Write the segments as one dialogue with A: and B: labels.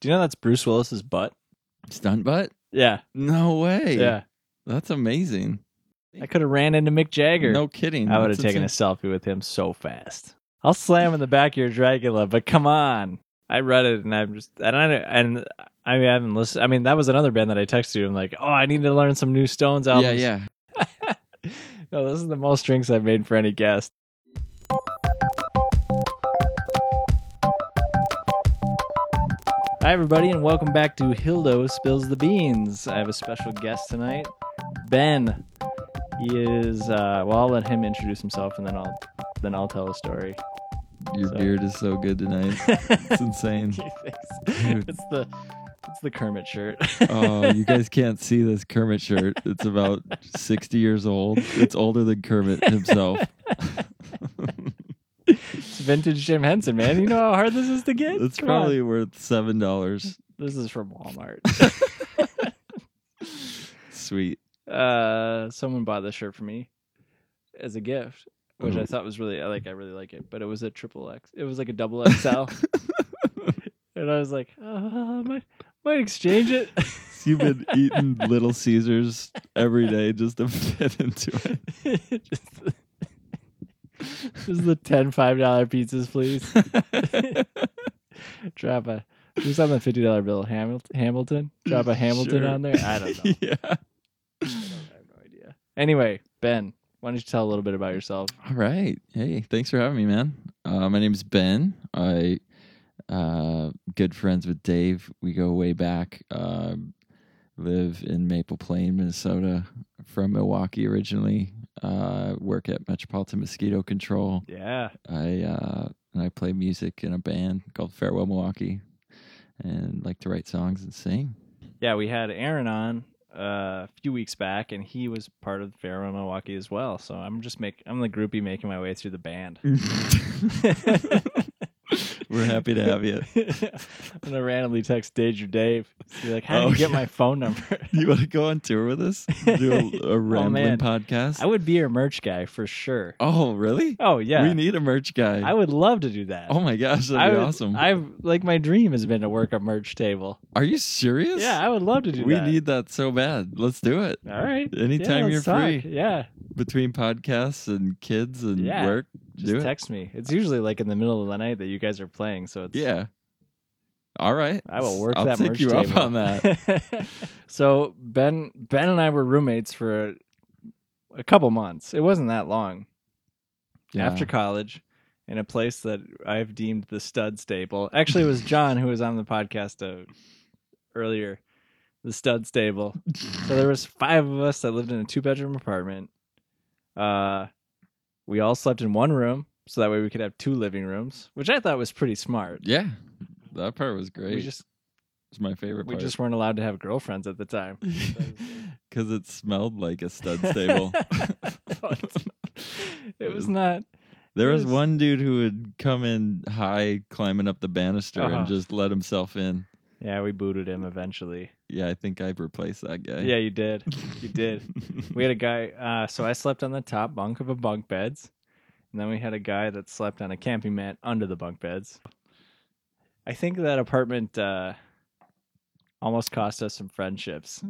A: Do you know that's Bruce Willis's butt?
B: Stunt butt?
A: Yeah,
B: No way.
A: yeah.
B: That's amazing.
A: I could have ran into Mick Jagger.
B: No kidding.
A: I would have
B: That's
A: taken a
B: insane.
A: selfie with him so fast. I'll slam in the back of your Dracula, but come on. I read it and I'm just and I and I mean I haven't listened. I mean that was another band that I texted you. I'm like, oh, I need to learn some new Stones albums.
B: Yeah, yeah.
A: no, this is the most drinks I've made for any guest. Hi, everybody, and welcome back to Hildo Spills the Beans. I have a special guest tonight, Ben. He is. Uh, well, I'll let him introduce himself, and then I'll then I'll tell a story.
B: Your
A: So-
B: beard is so good tonight. It's insane. Dude.
A: it's the it's the Kermit shirt.
B: Oh, you guys can't see this Kermit shirt. It's about 60 years old. It's older than Kermit himself.
A: it's vintage Jim Henson, man. You know how hard this is to get.
B: It's
A: Come on.
B: probably worth $7.
A: This is from Walmart.
B: Sweet.
A: uh, someone bought this shirt for me as a gift, which I thought was really I like. I really like it, but it was a triple X. It was like a double XL, and I was like, uh, might might exchange it.
B: You've been eating Little Caesars every day just to fit into it.
A: Just just the ten five dollar pizzas, please. Drop a who's on the fifty dollar bill? Hamilton. Hamilton. Drop a Hamilton
B: Sure.
A: on there. I don't know.
B: yeah.
A: I, don't, I have no idea. Anyway, Ben, why don't you tell a little bit about yourself?
B: All right. Hey, thanks for having me, man. Uh, my name's Ben. I uh, good friends with Dave. We go way back. Um live in Maple Plain, Minnesota. From Milwaukee originally. Uh, work at Metropolitan Mosquito Control.
A: Yeah.
B: I uh, and I play music in a band called Farewell Milwaukee, and like to write songs and sing.
A: Yeah, we had Aaron on uh, a few weeks back, and he was part of Fairmont Milwaukee as well. So I'm just make I'm the groupie making my way through the band.
B: We're happy to have you.
A: I'm gonna randomly text Dage or Dave. Be like, how do
B: Oh,
A: you get
B: yeah.
A: my phone number?
B: You want to go on tour with us? Do a, a rambling
A: man.
B: podcast?
A: I would be your merch guy for sure.
B: oh, really?
A: Oh yeah,
B: We need a merch guy.
A: I would love to do that.
B: oh my gosh, that'd
A: I
B: be
A: would-
B: awesome.
A: I've like my dream has been to work a merch table.
B: Are you serious?
A: Yeah, I would love to do
B: we
A: that.
B: need that so bad. Let's do it.
A: All right. Yeah,
B: Anytime you're
A: let's talk.
B: free
A: Yeah.
B: between podcasts and kids and
A: Yeah.
B: work,
A: Just
B: do it.
A: text me. It's usually like in the middle of the night that you guys are playing, so it's
B: Yeah. All right.
A: I will work
B: I'll
A: that
B: take
A: merch
B: you
A: table.
B: up on that.
A: that. so Ben, Ben and I were roommates for a, a couple months. It wasn't that long
B: Yeah.
A: after college, in a place that I've deemed the stud staple. Actually, it was John who was on the podcast uh, earlier, the stud stable. So there was five of us that lived in a two bedroom apartment. Uh, we all slept in one room, so that way we could have two living rooms, which I thought was pretty smart.
B: yeah. That part was great.
A: We just
B: it's my favorite
A: we
B: part.
A: just weren't allowed to have girlfriends at the time.
B: Because it smelled like a stud stable.
A: it was not.
B: There
A: It
B: was
A: was-
B: one dude who would come in high, climbing up the banister,
A: Uh-huh.
B: and just let himself in.
A: Yeah, we booted him eventually.
B: Yeah, I think I've replaced that guy.
A: Yeah, you did. You did. We had a guy. Uh, so I slept on the top bunk of a bunk beds, and then we had a guy that slept on a camping mat under the bunk beds. I think that apartment uh, almost cost us some friendships.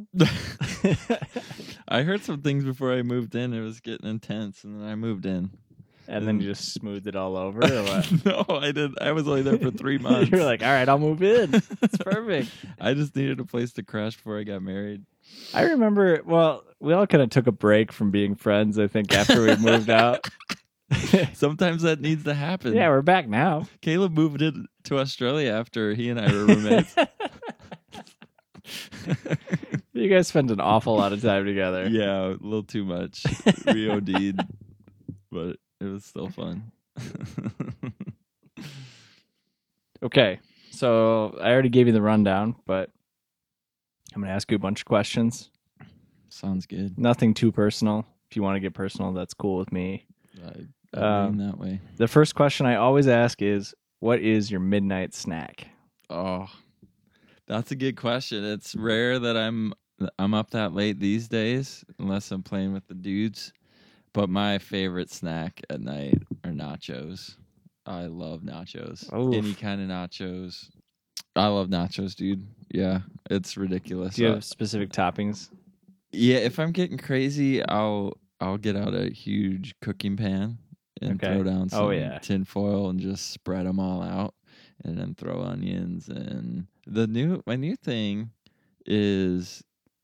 B: I heard some things before I moved in. It was getting intense, and then I moved in.
A: And then you just smoothed it all over. Or what?
B: no, I did. not I was only there for three months.
A: You're like, all right, I'll move in. It's perfect.
B: I just needed a place to crash before I got married.
A: I remember. Well, we all kind of took a break from being friends. I think after we moved out.
B: Sometimes that needs to happen.
A: yeah, we're back now.
B: Caleb moved in to Australia after he and I were roommates.
A: You guys spent an awful lot of time together.
B: yeah, a little too much. We OD'd, but it was still fun.
A: Okay, so I already gave you the rundown, but I'm gonna ask you a bunch of questions.
B: Sounds good.
A: Nothing too personal. If you want to get personal, that's cool with me.
B: I, I
A: Um,
B: lean that way.
A: The first question I always ask is, "What is your midnight snack?"
B: Oh, that's a good question. It's rare that I'm I'm up that late these days, unless I'm playing with the dudes. But my favorite snack at night are nachos. I love nachos.
A: Oof.
B: Any kind of nachos. I love nachos, dude. Yeah, it's ridiculous.
A: Do you
B: Uh,
A: have specific toppings?
B: yeah, if I'm getting crazy, I'll I'll get out a huge cooking pan and
A: Okay.
B: throw down some
A: Oh, yeah.
B: tin foil and just spread them all out, and then throw onions and the new my new thing is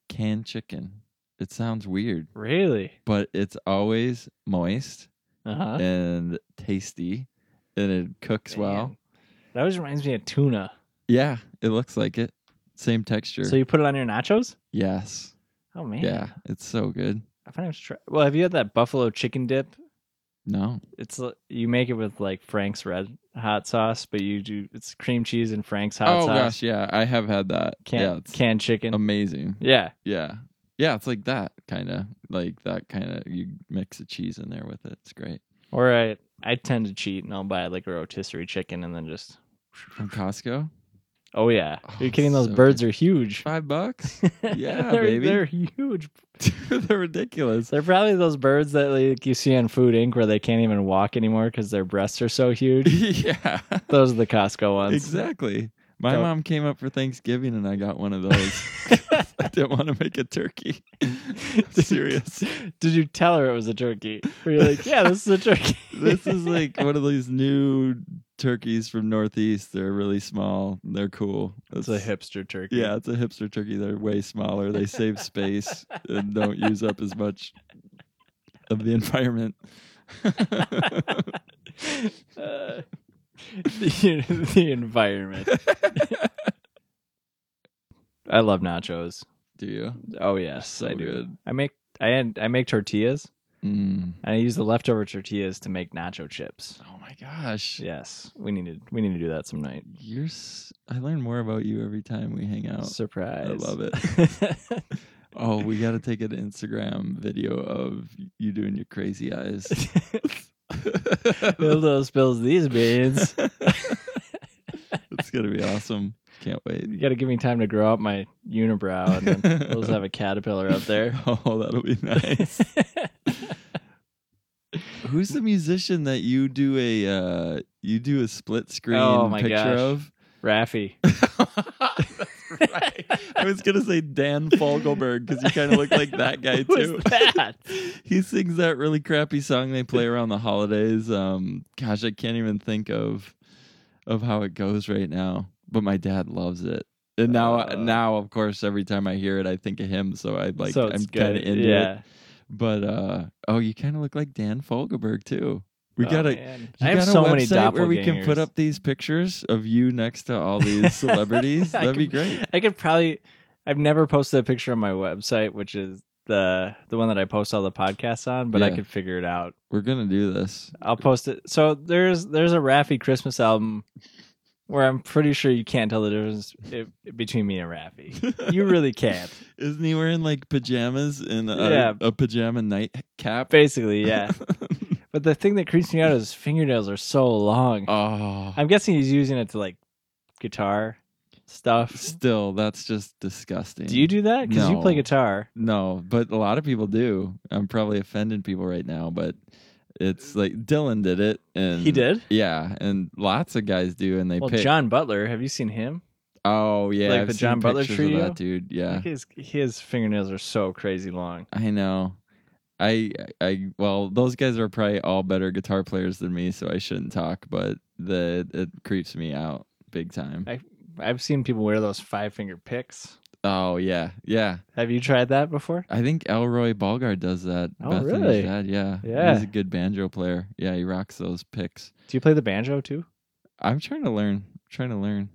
B: canned chicken. It sounds weird,
A: Really?
B: but it's always moist
A: Uh huh.
B: and tasty, and it cooks well.
A: That always reminds me of tuna.
B: Yeah, it looks like it. Same texture.
A: So you put it on your nachos?
B: yes.
A: Oh man.
B: Yeah, it's so good.
A: I find I'm try- Well, have you had that buffalo chicken dip?
B: No.
A: It's l- you make it with like Frank's red hot sauce, but you do it's cream cheese and Frank's hot
B: oh
A: sauce.
B: gosh, yeah, I have had that.
A: Canned,
B: yeah, it's
A: canned chicken.
B: amazing.
A: yeah.
B: Yeah, yeah, it's like that kind of like that kind of. You mix the cheese in there with it. It's great
A: Or I I tend to cheat and I'll buy like a rotisserie chicken and then just
B: from Costco.
A: Oh yeah.
B: Oh,
A: Are you kidding? Those
B: so
A: birds are huge.
B: Five bucks. Yeah,
A: they're,
B: baby.
A: They're huge.
B: They're ridiculous.
A: They're probably those birds that like you see on Food Inc. where they can't even walk anymore because their breasts are so huge.
B: yeah,
A: those are the Costco ones.
B: exactly. My
A: Don't-
B: mom came up for Thanksgiving and I got one of those. I didn't want to make a turkey. Serious.
A: Did you tell her it was a turkey? Were you like, yeah, this is a turkey?
B: This is like one of these new turkeys from Northeast. They're really small. They're cool.
A: it's a hipster turkey.
B: Yeah, it's a hipster turkey. They're way smaller. They save space and don't use up as much of the environment.
A: Uh, the, the environment. I love nachos.
B: Do you?
A: Oh yes,
B: So
A: I do.
B: good.
A: I make I I make tortillas
B: Mm.
A: and I use the leftover tortillas to make nacho chips.
B: Oh my gosh.
A: Yes, we need to we need to do that some night.
B: You're s- I learn more about you every time we hang out.
A: Surprise!
B: Oh, I love
A: it.
B: Oh, we got to take an Instagram video of you doing your crazy eyes.
A: Hildo spills these beans.
B: it's going to be awesome. Can't wait.
A: You got to give me time to grow out my unibrow, and then we'll just have a caterpillar up there.
B: Oh, that'll be nice. Who's the musician that you do a uh, you do a split screen
A: Oh, my
B: picture
A: gosh.
B: of?
A: Raffy.
B: That's right. I was gonna say Dan Fogelberg because you kind of look like that guy
A: Who's
B: too.
A: that?
B: he sings that really crappy song they play around the holidays. Um, gosh, I can't even think of of how it goes right now. But my dad loves it, and now
A: Uh.
B: now of course every time I hear it, I think of him. So I like
A: so it's
B: I'm kind of
A: good.
B: into it.
A: yeah.
B: But uh, oh, you kind of look like Dan Fogelberg too. We
A: Oh,
B: gotta
A: man.
B: you
A: I have
B: got a
A: so many
B: website
A: doppelgangers.
B: where we can put up these pictures of you next to all these celebrities.
A: I
B: That'd be
A: could-
B: great.
A: I could probably. I've never posted a picture on my website, which is the the one that I post all the podcasts on. But I
B: Yeah.
A: could figure it out.
B: We're gonna do this.
A: I'll post it. So there's there's a Raffy Christmas album where I'm pretty sure you can't tell the difference i- between me and Raffy. You really can't.
B: Isn't he wearing like pajamas and a,
A: Yeah.
B: a pajama night cap?
A: Basically, yeah. But the thing that creeps me out is his fingernails are so long.
B: oh,
A: I'm guessing he's using it to like guitar stuff.
B: still that's just disgusting.
A: Do you do that? Because you play
B: No.
A: guitar.
B: No, but a lot of people do. I'm probably offending people right now, but it's like Dylan did it, and
A: He did.
B: Yeah, and lots of guys do, and they
A: Well,
B: pick.
A: John Butler, have you seen him?
B: oh yeah,
A: like
B: I've
A: the
B: seen
A: John Butler
B: pictures of
A: trio?
B: that dude. Yeah,
A: His his fingernails are so crazy long.
B: I know. I I well, those guys are probably all better guitar players than me, so I shouldn't talk, but the it creeps me out big time.
A: I- I've seen people wear those five finger picks.
B: oh yeah. Yeah.
A: Have you tried that before?
B: I think Elroy Balgard does that.
A: Oh,
B: Bethany's
A: really?
B: dad, yeah.
A: Yeah.
B: He's a good banjo player. Yeah, he rocks those picks.
A: Do you play the banjo too?
B: I'm trying to learn. trying to learn.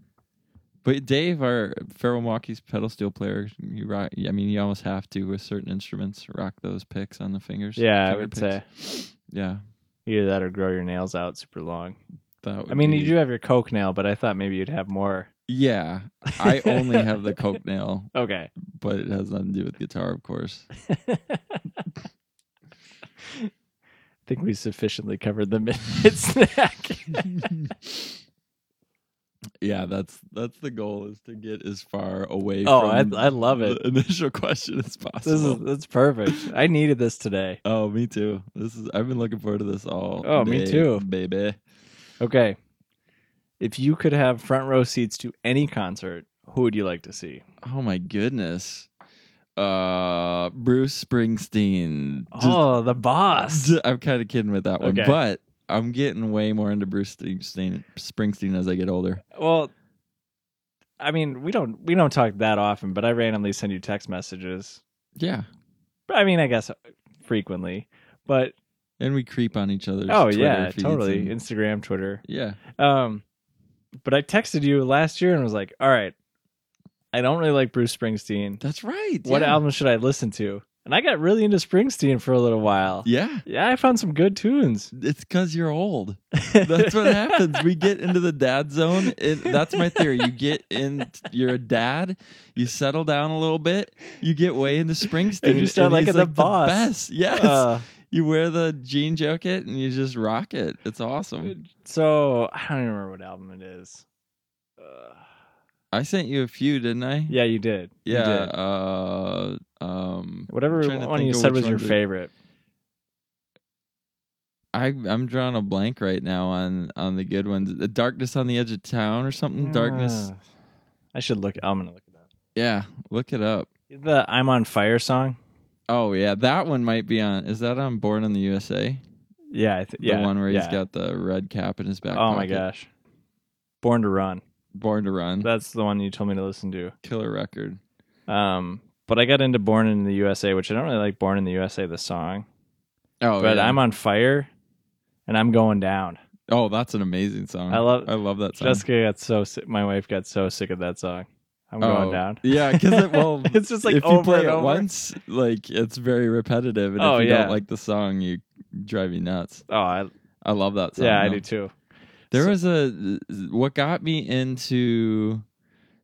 B: But Dave, our Feral Milwaukee's pedal steel player, you rock I mean you almost have to with certain instruments, rock those picks on the fingers.
A: Yeah, I
B: finger
A: would
B: picks.
A: say
B: Yeah.
A: either that or grow your nails out super long.
B: That would
A: I mean,
B: be-
A: you do have your coke nail, but I thought maybe you'd have more.
B: Yeah, I only have the coke nail,
A: Okay.
B: but it has nothing to do with guitar, of course.
A: I think we sufficiently covered the midnight snack.
B: yeah, that's that's the goal is to get as far away
A: oh, I,
B: from
A: I love it.
B: the initial question as possible.
A: This is that's perfect. I needed this today.
B: oh, me too. This is I've been looking forward to this all.
A: Oh, me
B: day,
A: too.
B: baby.
A: Okay. If you could have front row seats to any concert, who would you like to see?
B: Oh my goodness. Uh Bruce Springsteen. Just-
A: oh, the boss.
B: I'm kind of kidding with that one,
A: Okay.
B: but I'm getting way more into Bruce Springsteen, Springsteen as I get older.
A: Well, I mean, we don't we don't talk that often, but I randomly send you text messages.
B: Yeah,
A: I mean, I guess frequently, but
B: and we creep on each other's.
A: oh
B: Twitter
A: yeah,
B: feeds
A: totally.
B: and-
A: Instagram, Twitter.
B: yeah,
A: Um, but I texted you last year and was like, "All right, I don't really like Bruce Springsteen.
B: that's right.
A: What
B: yeah.
A: album should I listen to?" And I got really into Springsteen for a little while.
B: Yeah,
A: Yeah, I found some good tunes.
B: it's because you're old. That's what happens. We get into the dad zone. It, that's my theory. You get in, you're a dad. You settle down a little bit. You get way into Springsteen.
A: And you start liking
B: he's,
A: the boss.
B: best. Yes,
A: Uh,
B: you wear the jean jacket and you just rock it. It's awesome.
A: so I don't even remember what album it is. Uh,
B: I sent you a few, didn't I?
A: yeah, you did. You
B: Yeah.
A: did.
B: Uh, um,
A: Whatever
B: I'm trying to
A: one
B: think
A: you
B: of
A: said
B: which
A: was your
B: one to-
A: favorite.
B: I I'm drawing a blank right now on on the good ones. The darkness on the edge of town or something. Mm, Darkness.
A: Ah. I should look. I'm gonna look at that.
B: Yeah, look it up.
A: The "I'm on Fire" song.
B: Oh yeah, that one might be on. Is that on Born in the USA?
A: Yeah, I th- yeah.
B: the one where
A: yeah.
B: he's got the red cap in his back.
A: Oh my
B: pocket.
A: gosh, "Born to Run."
B: Born to Run,
A: That's the one you told me to listen to.
B: killer record.
A: Um, but I got into "Born in the USA," which I don't really like. "Born in the USA" the song,
B: Oh,
A: but
B: yeah.
A: "I'm on Fire," and I'm going down.
B: oh, that's an amazing song.
A: I love-
B: I love that song.
A: Jessica got so sick. My wife got so sick of that song. I'm going
B: Oh,
A: down.
B: Yeah, because it well,
A: it's just like
B: if
A: over
B: you play
A: and
B: it
A: over.
B: once, like it's very repetitive, and
A: Oh,
B: if you
A: yeah.
B: don't like the song, you drive you nuts.
A: Oh, I,
B: I Mm-hmm. love that song.
A: yeah, I
B: though.
A: do too.
B: There was a what got me into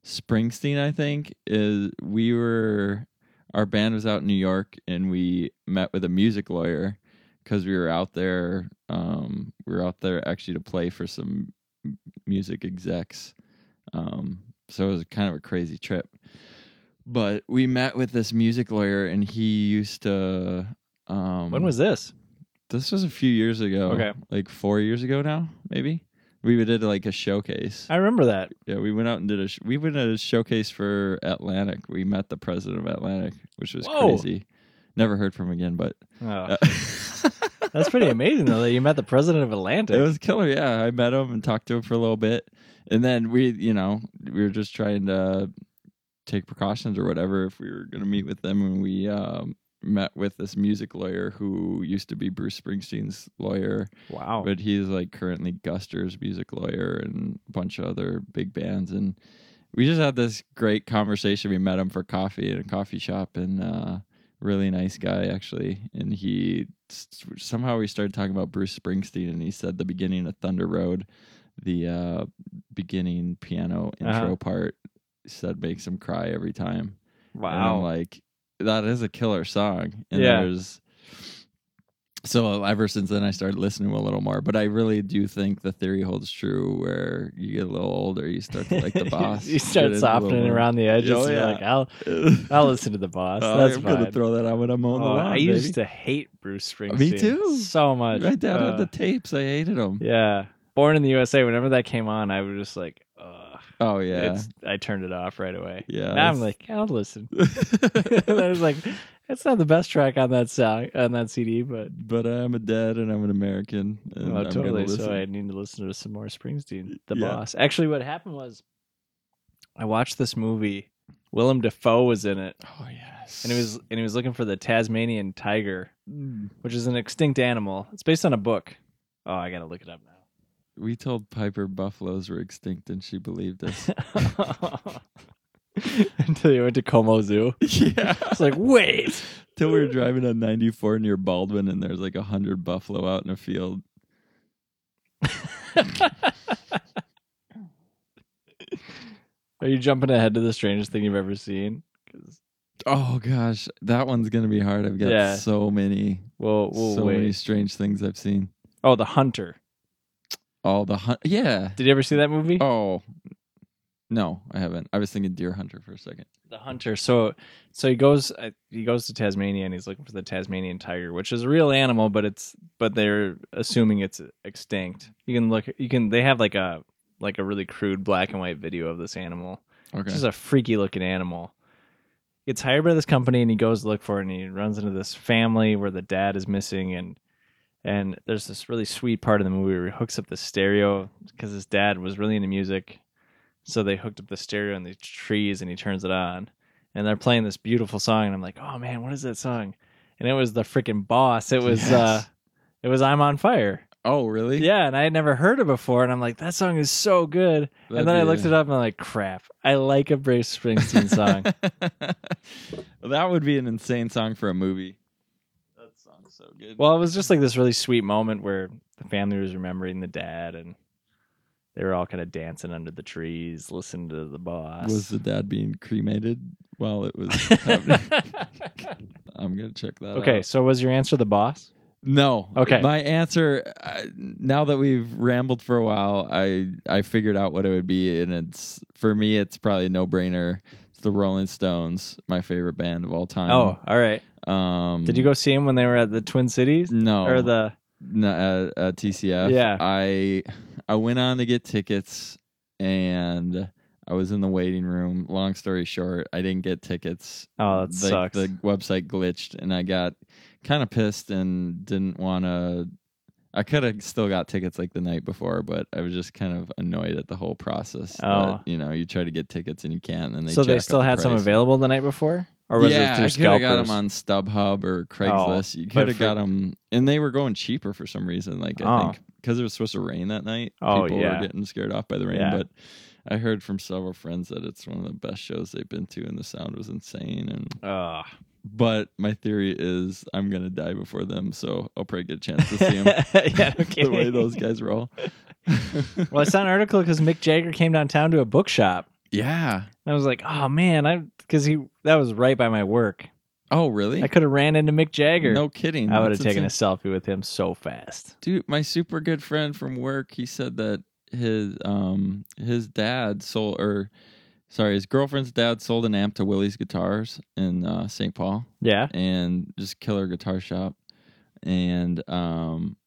B: Springsteen, I think, is we were our band was out in New York and we met with a music lawyer because we were out there um we were out there actually to play for some m- music execs. Um so it was kind of a crazy trip. But we met with this music lawyer and he used to um
A: When was this?
B: this was a few years ago.
A: Okay.
B: Like four years ago now, maybe. We did like a showcase.
A: I remember that.
B: Yeah, we went out and did a. Sh- we went to a showcase for Atlantic. We met the president of Atlantic, which was
A: Whoa.
B: crazy. Never heard from him again, but
A: Oh,
B: uh,
A: that's pretty amazing though that you met the president of Atlantic.
B: it was killer. Yeah, I met him and talked to him for a little bit, and then we, you know, we were just trying to take precautions or whatever if we were going to meet with them, and we um, met with this music lawyer who used to be Bruce Springsteen's lawyer.
A: wow.
B: but he's like currently Guster's music lawyer and a bunch of other big bands. And we just had this great conversation. We met him for coffee in a coffee shop, and uh, really nice guy actually. And he s- somehow we started talking about Bruce Springsteen, and he said the beginning of Thunder Road, the uh, beginning piano intro
A: Uh-huh.
B: part, said makes him cry every time. And
A: Wow.
B: I'm like, that is a killer song. And
A: Yeah.
B: there's so ever since then I started listening a little more. But I really do think the theory holds true where you get a little older, you start to like the boss.
A: you start
B: get into a little
A: softening
B: more-
A: around the edges.
B: Oh,
A: and you're
B: yeah.
A: like, I'll
B: Uh,
A: I'll listen to the boss. That's
B: I'm
A: fine.
B: gonna throw that out when I'm on the
A: Oh,
B: line.
A: I used to
B: baby.
A: hate Bruce Springsteen.
B: Me too.
A: So much.
B: My dad
A: Uh,
B: had the tapes. I hated them.
A: yeah. Born in the USA. Whenever that came on, I was just like, ugh.
B: Oh yeah,
A: It's, I turned it off right away.
B: yeah.
A: now I'm
B: that's-
A: like, I'll listen. and I was like, it's not the best track on that song on that CD, but
B: but I'm a dad and I'm an American.
A: Oh,
B: And I'm gonna
A: totally. So
B: listen.
A: I need to listen to some more Springsteen, The
B: Yeah.
A: Boss. Actually, what happened was I watched this movie. Willem Dafoe was in it,
B: oh yes,
A: and he was and he was looking for the Tasmanian tiger,
B: was.
A: which is an extinct animal. It's based on a book. Oh, I gotta look it up
B: We told Piper buffaloes were extinct, and she believed us.
A: now. Until you went to Como Zoo,
B: yeah.
A: it's like wait.
B: Till we were driving on 94 near Baldwin, and there's like a hundred buffalo out in a field.
A: Are you jumping ahead to the strangest thing you've ever seen? 'Cause
B: Oh gosh, that one's gonna be hard. I've got
A: Yeah.
B: so many,
A: We'll, we'll
B: so
A: wait.
B: many strange things I've seen.
A: Oh, The Hunter.
B: All the hunt, yeah.
A: Did you ever see that movie?
B: Oh, no, I haven't. I was thinking deer hunter for a second.
A: the hunter so so he goes uh, he goes to tasmania and he's looking for the tasmanian tiger which is a real animal but it's but they're assuming it's extinct you can look you can they have like a like a really crude black and white video of this animal.
B: Okay.
A: It's just a freaky looking animal. Gets hired by this company and he goes to look for it and he runs into this family where the dad is missing and and there's this really sweet part of the movie where he hooks up the stereo because his dad was really into music. So they hooked up the stereo in these trees and he turns it on. And they're playing this beautiful song and I'm like, Oh man, what is that song? And it was the freaking boss. It was uh
B: Yes.
A: it was I'm on fire.
B: oh, really?
A: Yeah, and I had never heard it before, and I'm like, that song is so good. and then I looked it up, and I'm like, crap, I like a Bruce Springsteen song.
B: that would be an insane song for a movie. That song's so good.
A: well, it was just like this really sweet moment where the family was remembering the dad, and they were all kind of dancing under the trees, listening to the boss.
B: was the dad being cremated while it was happening? I'm gonna check that.
A: okay,
B: out.
A: so was your answer the boss?
B: No.
A: Okay.
B: My answer. I, now that we've rambled for a while, I I figured out what it would be, and it's for me, it's probably a no brainer. It's the Rolling Stones, my favorite band of all time.
A: oh, all right.
B: Oh. Um.
A: Did you go see him when they were at the Twin Cities
B: No.
A: or the?
B: no, uh, uh, TCF.
A: Yeah.
B: I I went on to get tickets and I was in the waiting room. Long story short, I didn't get tickets.
A: Oh, that
B: the,
A: sucks.
B: The website glitched and I got kind of pissed and didn't want to. I could have still got tickets like the night before, but I was just kind of annoyed at the whole process.
A: Oh.
B: that, you know, you try to get tickets and you can't, and then they
A: so they
B: jack up
A: still
B: the
A: had some
B: price.
A: available the night before, or was
B: yeah,
A: it through
B: I could have got
A: scalpers? Oh,
B: them on StubHub or Craigslist. you could have
A: for-
B: got them, and they were going cheaper for some reason. Like I
A: Oh.
B: think because it was supposed to rain that night,
A: Oh,
B: people
A: yeah.
B: were getting scared off by the rain.
A: Yeah.
B: But I heard from several friends that it's one of the best shows they've been to, and the sound was insane. And
A: Ugh.
B: but my theory is I'm gonna die before them, so I'll probably get a chance to see them.
A: yeah, no
B: the way
A: kidding.
B: those guys roll.
A: Well, I saw an article because Mick Jagger came downtown to a bookshop.
B: yeah.
A: And I was like, oh man, I because he that was right by my work.
B: Oh, really?
A: I could have ran into Mick Jagger.
B: No kidding.
A: I would have
B: That's
A: taken
B: insane.
A: a selfie with him so fast.
B: dude my super good friend from work he said that his um his dad sold or sorry his girlfriend's dad sold an amp to willie's guitars in uh, st paul
A: Yeah.
B: and just killer guitar shop and um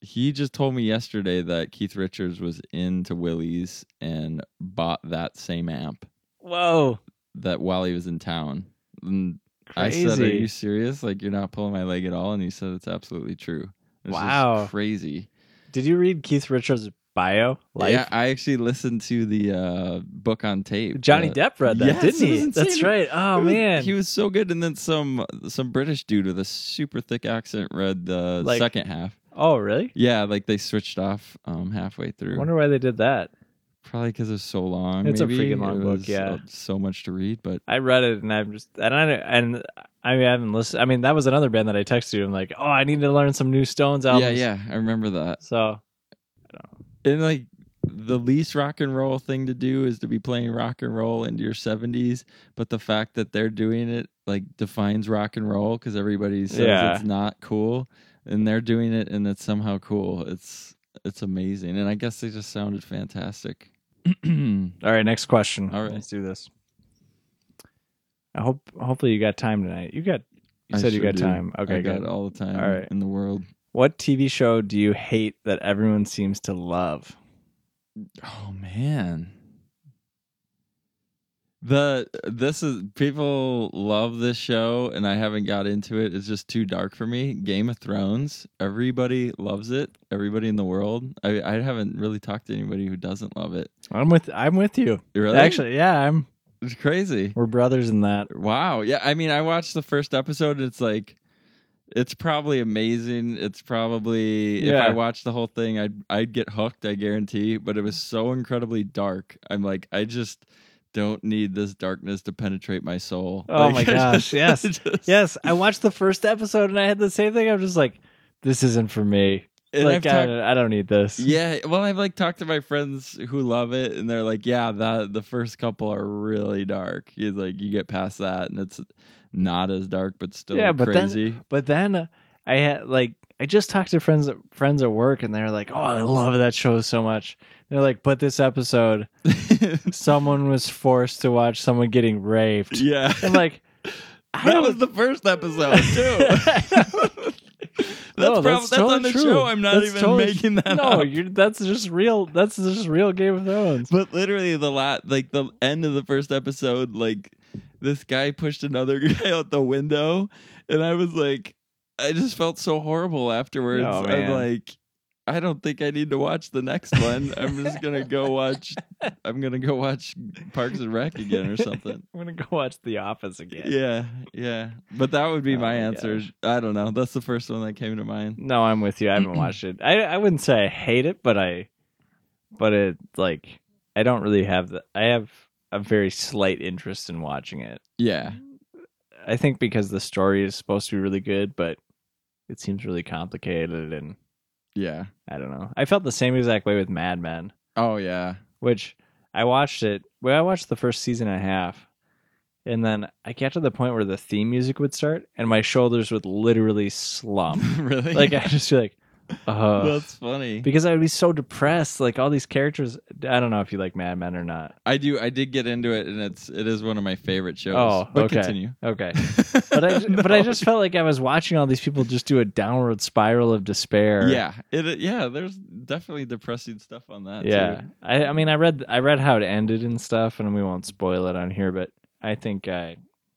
B: he just told me yesterday that keith richards was into willie's and bought that same amp
A: Whoa.
B: that while he was in town And
A: Crazy.
B: I said, "Are you serious? Like you're not pulling my leg at all?" And he said, "It's absolutely true." It's just
A: Wow.
B: crazy.
A: Did you read Keith Richards' bio? Life?
B: Yeah, I actually listened to the uh, book on tape.
A: Johnny
B: uh,
A: Depp read that,
B: Yes,
A: didn't
B: it was
A: he? That's
B: insane.
A: right. Oh
B: it was-
A: man.
B: he was so good. And then some some British dude with a super thick accent read the
A: Like-
B: second half.
A: oh really?
B: Yeah, like they switched off um, halfway through.
A: Wonder why they did that.
B: Probably because it's so long.
A: It's a
B: maybe.
A: freaking long
B: It
A: book,
B: was,
A: yeah.
B: uh, so much to read, but
A: I read it and I'm just and I and I haven't listened. I mean, that was another band that I texted you. I'm like, oh, I need to learn some new Stones albums.
B: yeah, yeah, I remember that.
A: So
B: and like the least rock and roll thing to do is to be playing rock and roll into your 70s but the fact that they're doing it like defines rock and roll because everybody says
A: Yeah.
B: it's not cool and they're doing it and it's somehow cool it's it's amazing and i guess they just sounded fantastic
A: All right, next question.
B: All right.
A: let's do this. I hope hopefully you got time tonight. You got you
B: I
A: said you
B: sure
A: got
B: do.
A: time. Okay,
B: i got
A: good.
B: it all the time
A: All right.
B: in the world
A: What TV show do you hate that everyone seems to love?
B: Oh man. The this is people love this show and I haven't got into it. It's just too dark for me. Game of Thrones. Everybody loves it. Everybody in the world. I I haven't really talked to anybody who doesn't love it.
A: I'm with I'm with you.
B: Really?
A: Actually, yeah, I'm
B: it's crazy.
A: we're brothers in that.
B: Wow. Yeah. I mean, I watched the first episode. And it's like, it's probably amazing. It's probably
A: Yeah.
B: if I watched the whole thing, I'd I'd get hooked. I guarantee. But it was so incredibly dark. I'm like, I just don't need this darkness to penetrate my soul.
A: Oh
B: Like,
A: my
B: I
A: gosh, yes.
B: I just-
A: Yes, I watched the first episode and I had the same thing. I'm just like, this isn't for me.
B: And
A: like uh,
B: I've
A: I,
B: talked-
A: I don't need this.
B: yeah. Well, I've like talked to my friends who love it, and they're like, yeah, that the first couple are really dark. He's like, you get past that, and it's not as dark, but still
A: Yeah, but then-
B: crazy.
A: But then uh, I had like I just talked to friends friends at work and they're like, "Oh, I love that show so much." They're like, "But this episode, someone was forced to watch someone getting raped."
B: yeah.
A: I'm like, I
B: That
A: don't-
B: was the first episode too. That's,
A: No,
B: prob-
A: that's
B: that's,
A: totally
B: on the
A: true.
B: show. I'm not
A: That's
B: even
A: totally-
B: making that
A: no,
B: up.
A: you're, that's just real. That's just real Game of Thrones.
B: But literally the lot like the end of the first episode, like this guy pushed another guy out the window and I was like I just felt so horrible afterwards.
A: No,
B: I'm
A: man.
B: like I don't think I need to watch the next one. I'm just gonna go watch I'm gonna go watch Parks and Rec again or something.
A: I'm gonna go watch The Office again.
B: Yeah, yeah. But that would be
A: Oh my
B: my answer.
A: gosh.
B: I don't know. That's the first one that came to mind.
A: No, I'm with you. I haven't watched it. I I wouldn't say I hate it, but I, but it like I don't really have the. I have a very slight interest in watching it.
B: Yeah.
A: I think because the story is supposed to be really good, but it seems really complicated, and
B: Yeah.
A: I don't know. I felt the same exact way with Mad Men,
B: Oh yeah.
A: which I watched it. Well, I watched the first season and a half, and then I got to the point where the theme music would start, and my shoulders would literally slump.
B: really?
A: Um, like I just be like, uh,
B: that's funny.
A: because I would be so depressed. Like all these characters, I don't know if you like Mad Men or not.
B: I do. I did get into it, and it's it is one of my favorite shows.
A: Oh,
B: but
A: okay.
B: continue.
A: Okay, but I but I just felt like I was watching all these people just do a downward spiral of despair.
B: yeah, it yeah. There's definitely depressing stuff on that.
A: yeah.
B: too.
A: I I mean, I read I read how it ended and stuff, and we won't spoil it on here, but I think I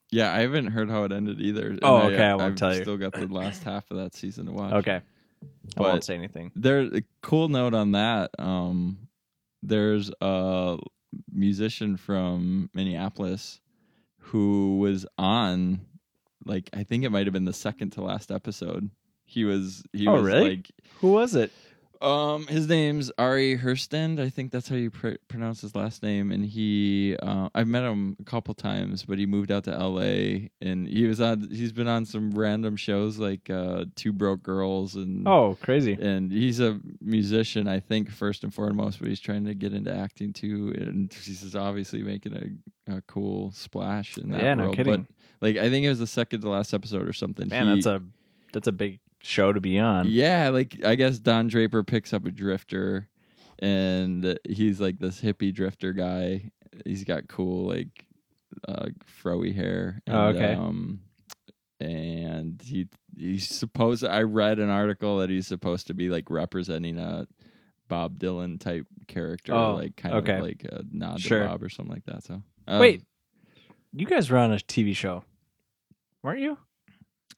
B: yeah. I haven't heard how it ended either. and
A: Oh, okay, I won't
B: I've
A: tell you.
B: Still got the last half of that season to watch.
A: okay. I
B: But-
A: won't say anything.
B: There, a cool note on that. Um, there's a musician from Minneapolis who was on, like, I think it might have been the second to last episode. He was. He
A: Oh,
B: was
A: really?
B: like
A: Who was it?
B: Um, his name's Ari Herstend. I think that's how you pr- pronounce his last name. And he, uh, I've met him a couple times, but he moved out to L.A. and he was on. He's been on some random shows like uh, Two Broke Girls and
A: Oh, crazy.
B: and he's a musician, I think, first and foremost, but he's trying to get into acting too. And he's just obviously making a, a cool splash in that
A: Yeah, no
B: world.
A: kidding.
B: But like, I think it was the second to last episode or something.
A: Man,
B: He-
A: that's a that's a big show to be on.
B: yeah, like I guess Don Draper picks up a drifter and he's like this hippie drifter guy. He's got cool like uh froey hair. And,
A: Oh, okay.
B: Um and he he's supposed I read an article that he's supposed to be like representing a Bob Dylan type character,
A: Oh,
B: like kind
A: okay.
B: of like a nod
A: Sure.
B: to Bob or something like that. So um,
A: Wait. You guys were on a TV show, weren't you?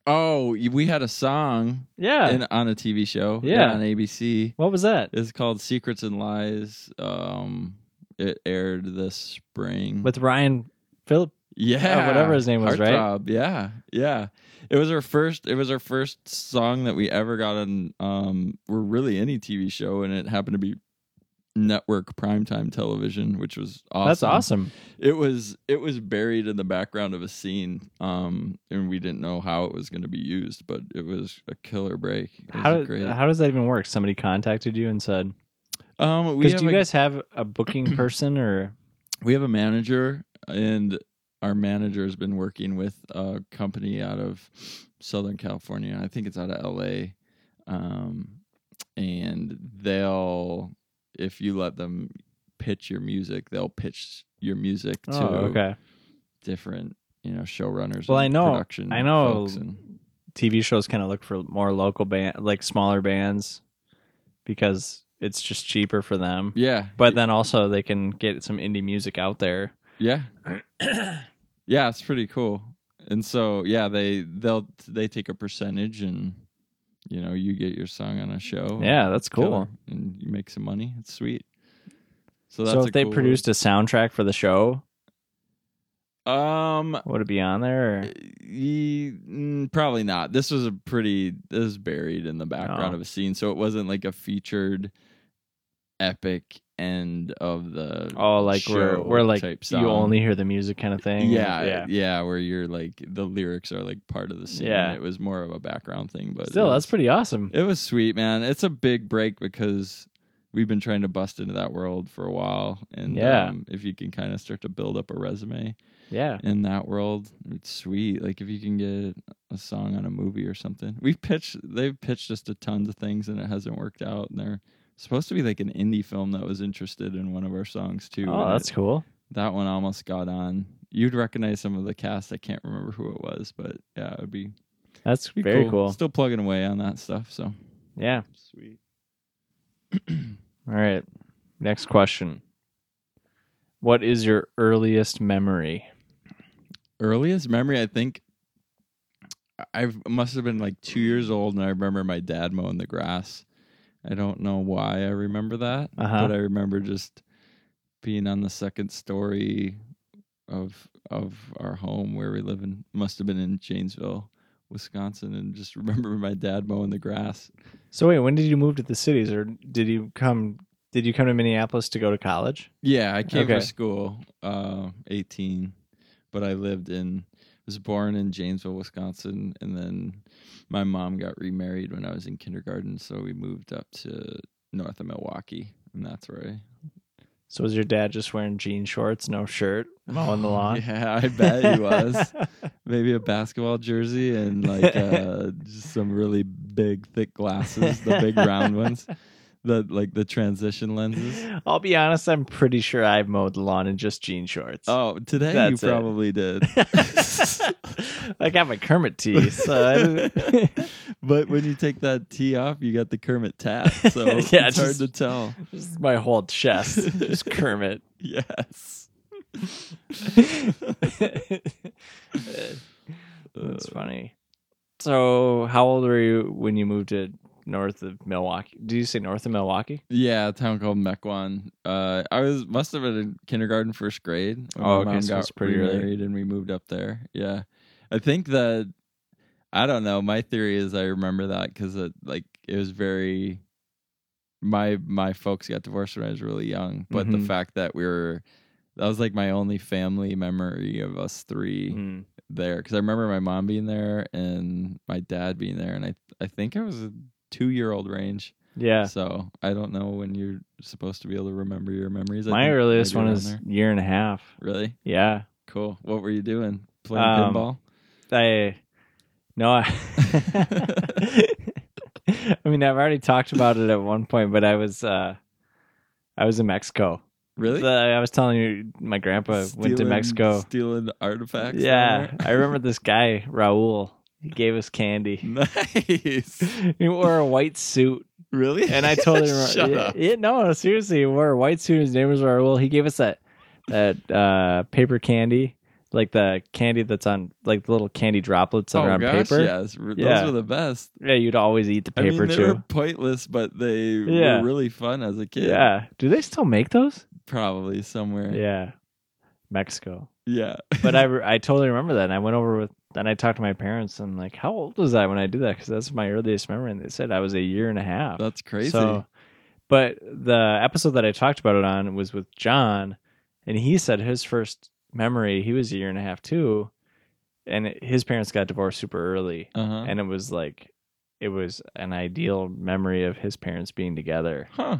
B: oh, we had a song
A: Yeah.
B: in, on a TV show,
A: Yeah.
B: on ABC.
A: what was that?
B: It's called Secrets and Lies. Um, it aired this spring.
A: With Ryan Phillip
B: yeah,
A: uh, whatever his name was, right?
B: Heartthrob, Yeah, yeah. It was our first. It was our first song that we ever got on. Um, we're really any TV show, and it happened to be network primetime television, which was awesome.
A: That's awesome.
B: It was it was buried in the background of a scene, um, and we didn't know how it was going to be used, but it was a killer break. It was
A: How,
B: great.
A: how does that even work? Somebody contacted you and said,
B: um, we
A: because
B: have
A: do you
B: a-
A: guys have a booking person or?
B: we have a manager and our manager has been working with a company out of southern california i think it's out of la um, and they'll if you let them pitch your music they'll pitch your music to
A: Oh, okay.
B: different you know showrunners
A: Well,
B: and
A: I know-
B: production
A: I know-
B: folks and-
A: TV shows kind of look for more local band, like smaller bands, because it's just cheaper for them.
B: yeah
A: But then also they can get some indie music out there.
B: yeah yeah it's pretty cool and so yeah they they'll they take a percentage and you know you get your song on a show
A: yeah, that's cool.
B: killer, and you make some money. It's sweet. So that's
A: So
B: a
A: if they
B: cool-
A: produced a soundtrack for the show,
B: um,
A: would it be on there? Or?
B: e- mm, probably not. This was a pretty this was buried in the background
A: No.
B: of a scene, so it wasn't like a featured epic end of the
A: Oh, like we're
B: show
A: we're like
B: type song.
A: you only hear the music kind of thing.
B: yeah, yeah where you're like the lyrics are like part of the scene.
A: Yeah.
B: it was more of a background thing, but
A: Still,
B: it
A: that's
B: was-
A: pretty awesome.
B: It was sweet, man. It's a big break because we've been trying to bust into that world for a while. And
A: Yeah.
B: um, if you can kind of start to build up a resume
A: Yeah.
B: in that world, it's sweet. Like if you can get a song on a movie or something. We've pitched, they've pitched us to tons of things and it hasn't worked out. And they're supposed to be like an indie film that was interested in one of our songs too.
A: Oh,
B: and
A: that's
B: it-
A: cool.
B: that one almost got on. You'd recognize some of the cast. I can't remember who it was, but yeah, it would be
A: That's
B: Be
A: very cool.
B: Still plugging away on that stuff. So
A: Yeah.
B: sweet.
A: All right. Next question. What is your earliest memory?
B: Earliest memory, I think I must have been like two years old, and I remember my dad mowing the grass. I don't know why I remember that,
A: Uh-huh.
B: but I remember just being on the second story of of our home where we live in. Must have been in Janesville, Wisconsin, and just remember my dad mowing the grass.
A: So wait, when did you move to the cities or did you come did you come to Minneapolis to go to college?
B: Yeah, I came
A: Okay.
B: for school, uh, 18, but I lived in, was born in Janesville, Wisconsin, and then my mom got remarried when I was in kindergarten, so we moved up to north of Milwaukee, and that's where
A: So was your dad just wearing jean shorts, no shirt,
B: I
A: mowing the lawn?
B: Oh, Yeah, I bet he was. Maybe a basketball jersey and like uh, just some really big, thick glasses, the big round ones, the like the transition lenses.
A: I'll be honest, I'm pretty sure I mowed the lawn in just jean shorts.
B: Oh, today
A: That's it.
B: you probably did.
A: I got my Kermit tee, so I didn't-
B: But when you take that tee off, you got the Kermit tap. So
A: Yeah,
B: it's hard
A: just-
B: to tell.
A: just my whole chest is Kermit.
B: Yes.
A: That's funny. So, how old were you when you moved to north of Milwaukee? Did you say north of Milwaukee?
B: Yeah, a town called Mequon. Uh, I was must have been in kindergarten, first grade. when
A: Oh,
B: my
A: okay,
B: mom
A: so
B: got
A: it's pretty early.
B: remarried and we moved up there. Yeah, I think that I don't know. My theory is I remember that because it like it was very. My my folks got divorced when I was really young, but
A: Mhm.
B: the fact that we were that was like my only family memory of us three.
A: Mm.
B: there because I remember my mom being there and my dad being there, and I I think I was a two year old range.
A: Yeah.
B: So I don't know when you're supposed to be able to remember your memories. I
A: My
B: think
A: earliest
B: maybe
A: one
B: around
A: is
B: there.
A: year and a half.
B: really
A: Yeah.
B: cool. What were you doing? Playing
A: Um,
B: pinball.
A: I no. I, I mean, I've already talked about it at one point, but I was uh, I was in Mexico.
B: Really?
A: The- I was telling you, my grandpa went to
B: Stealing-
A: Mexico.
B: Stealing artifacts.
A: Yeah,
B: somewhere?
A: I remember this guy Raul. He gave us candy.
B: nice.
A: He wore a white suit,
B: Really?
A: and I totally remember.
B: Shut
A: yeah,
B: up.
A: yeah, no, seriously, he wore a white suit. His name was Raul. He gave us that that uh, paper candy, like the candy that's on like the little candy droplets that
B: oh
A: are on
B: gosh,
A: paper.
B: yes. R-
A: Yeah.
B: Those were the best.
A: Yeah, you'd always eat the
B: I
A: paper
B: mean, they
A: too.
B: were pointless, but they
A: Yeah.
B: were really fun as a kid.
A: Yeah. Do they still make those?
B: Probably somewhere.
A: Yeah. Mexico.
B: Yeah.
A: But I, re- I totally remember that. And I went over with, and I talked to my parents and like, how old was I when I did that? Because that's my earliest memory. And they said I was a year and a half.
B: That's crazy.
A: So, but the episode that I talked about it on was with John, and he said his first memory, he was a year and a half too, and it- his parents got divorced super early.
B: uh-huh.
A: And it was like, it was an ideal memory of his parents being together.
B: huh.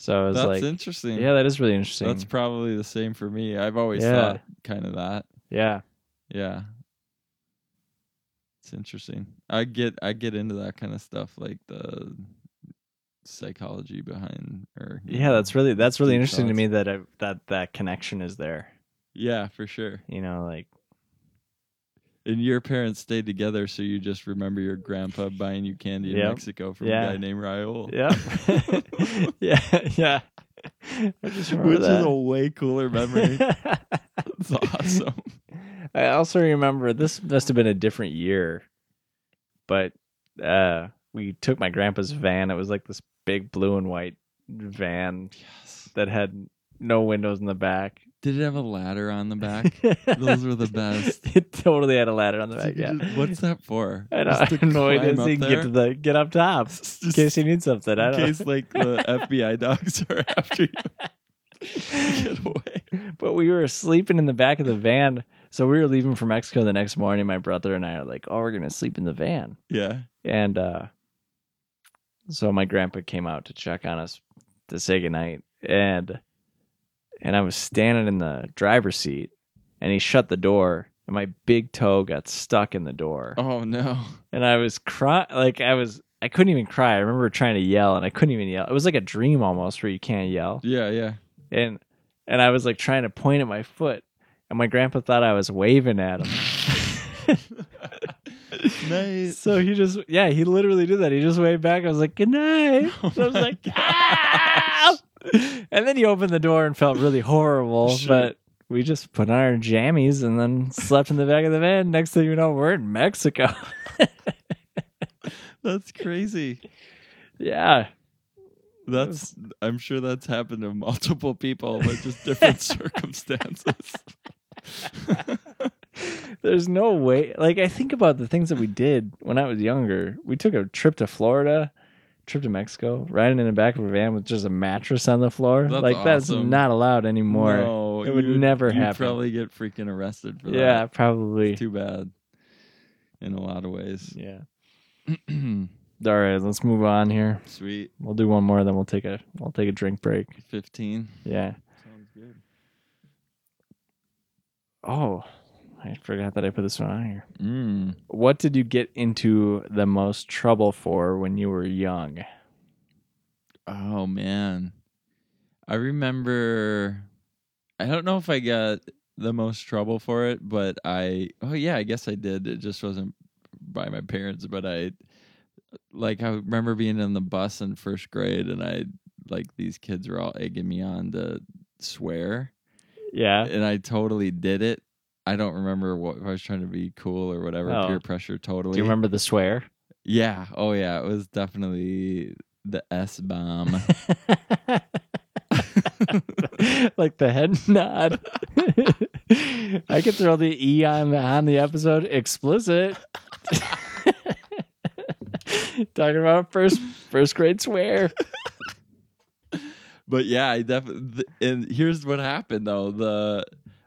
A: So I was
B: That's
A: like,
B: interesting.
A: yeah, that is really interesting.
B: That's probably the same for me. I've always
A: Yeah.
B: thought kind of that.
A: yeah.
B: Yeah. It's interesting. I get I get into that kind of stuff like the psychology behind or you
A: Yeah,
B: know,
A: that's really that's really
B: deep
A: interesting to
B: thoughts.
A: me that I, that that connection is there.
B: Yeah, for sure.
A: You know, like
B: And your parents stayed together so you just remember your grandpa buying you candy in
A: Yep.
B: Mexico from
A: Yeah.
B: a guy named Raul.
A: yeah, yeah, yeah. I just remember
B: Which is
A: that.
B: a way cooler memory. it's awesome.
A: I also remember this must have been a different year, but uh, we took my grandpa's van. It was like this big blue and white van
B: Yes.
A: that had no windows in the back.
B: Did it have a ladder on the back? Those were the best.
A: It totally had a ladder on the back.
B: Did you
A: Yeah.
B: just- What's that for?
A: I don't, I
B: Just to
A: have no idea.
B: climb
A: So
B: up
A: you can get
B: there?
A: to the get up top
B: Just
A: in case you need something. I
B: in
A: don't.
B: case like the FBI dogs are after you. Get away.
A: but we were sleeping in the back of the van. So we were leaving for Mexico the next morning. My brother and I are like, "Oh, we're gonna sleep in the van."
B: Yeah.
A: And uh, so my grandpa came out to check on us to say goodnight, and and I was standing in the driver's seat, and he shut the door, and my big toe got stuck in the door.
B: Oh no.
A: and I was crying. Like I was, I couldn't even cry. I remember trying to yell, and I couldn't even yell. It was like a dream almost, where you can't yell.
B: Yeah, yeah.
A: And and I was like trying to point at my foot, and my grandpa thought I was waving at him.
B: night.
A: So he just, yeah, he literally did that. He just waved back. I was like, good night.
B: Oh
A: So I was
B: my
A: like,
B: gosh.
A: ah! And then he opened the door and felt really horrible.
B: Sure.
A: But we just put on our jammies and then slept in the back of the van. Next thing you know, we're in Mexico.
B: That's crazy.
A: yeah.
B: That's I'm sure that's happened to multiple people, but just different circumstances.
A: There's no way. Like, I think about the things that we did when I was younger. We took a trip to Florida, trip to Mexico, riding in the back of a van with just a mattress on the floor.
B: That's
A: like, that's
B: awesome.
A: not allowed anymore.
B: no,
A: It would
B: you-
A: never
B: you'd
A: happen.
B: Probably get freaking arrested for
A: yeah,
B: that.
A: probably.
B: Too bad. In a lot of ways.
A: Yeah. All right, let's move on here.
B: Sweet.
A: We'll do one more, then we'll take a we'll take a drink break.
B: Fifteen.
A: Yeah.
B: Sounds good.
A: Oh, I forgot that I put this one on here.
B: Mm.
A: What did you get into the most trouble for when you were young?
B: Oh man. I remember I don't know if I got the most trouble for it, but I oh yeah, I guess I did. It just wasn't by my parents, but I like I remember being in the bus in first grade and I like these kids were all egging me on to swear
A: Yeah.
B: and I totally did it. I don't remember what if I was trying to be cool or whatever,
A: Oh.
B: peer pressure totally.
A: Do you remember the swear?
B: Yeah. Oh yeah, it was definitely the S bomb.
A: like the head nod. I could throw the E on the, on the episode explicit. Talking about first first grade swear.
B: but yeah, I definitely. And here's what happened though: the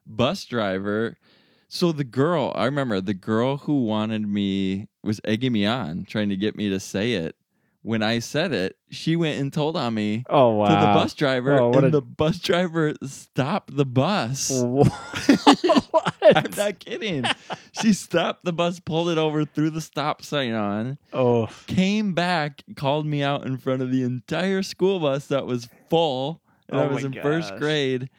B: bus driver. So the girl, I remember the girl who wanted me was egging me on, trying to get me to say it. When I said it, she went and told on me
A: Oh wow.
B: to the bus driver,
A: Oh, what
B: and
A: a-
B: the bus driver stopped the bus.
A: what?
B: I'm not kidding. she stopped the bus, pulled it over, threw the stop sign on,
A: oh,
B: came back, called me out in front of the entire school bus that was full, and
A: Oh
B: I was
A: my
B: in first
A: gosh.
B: grade,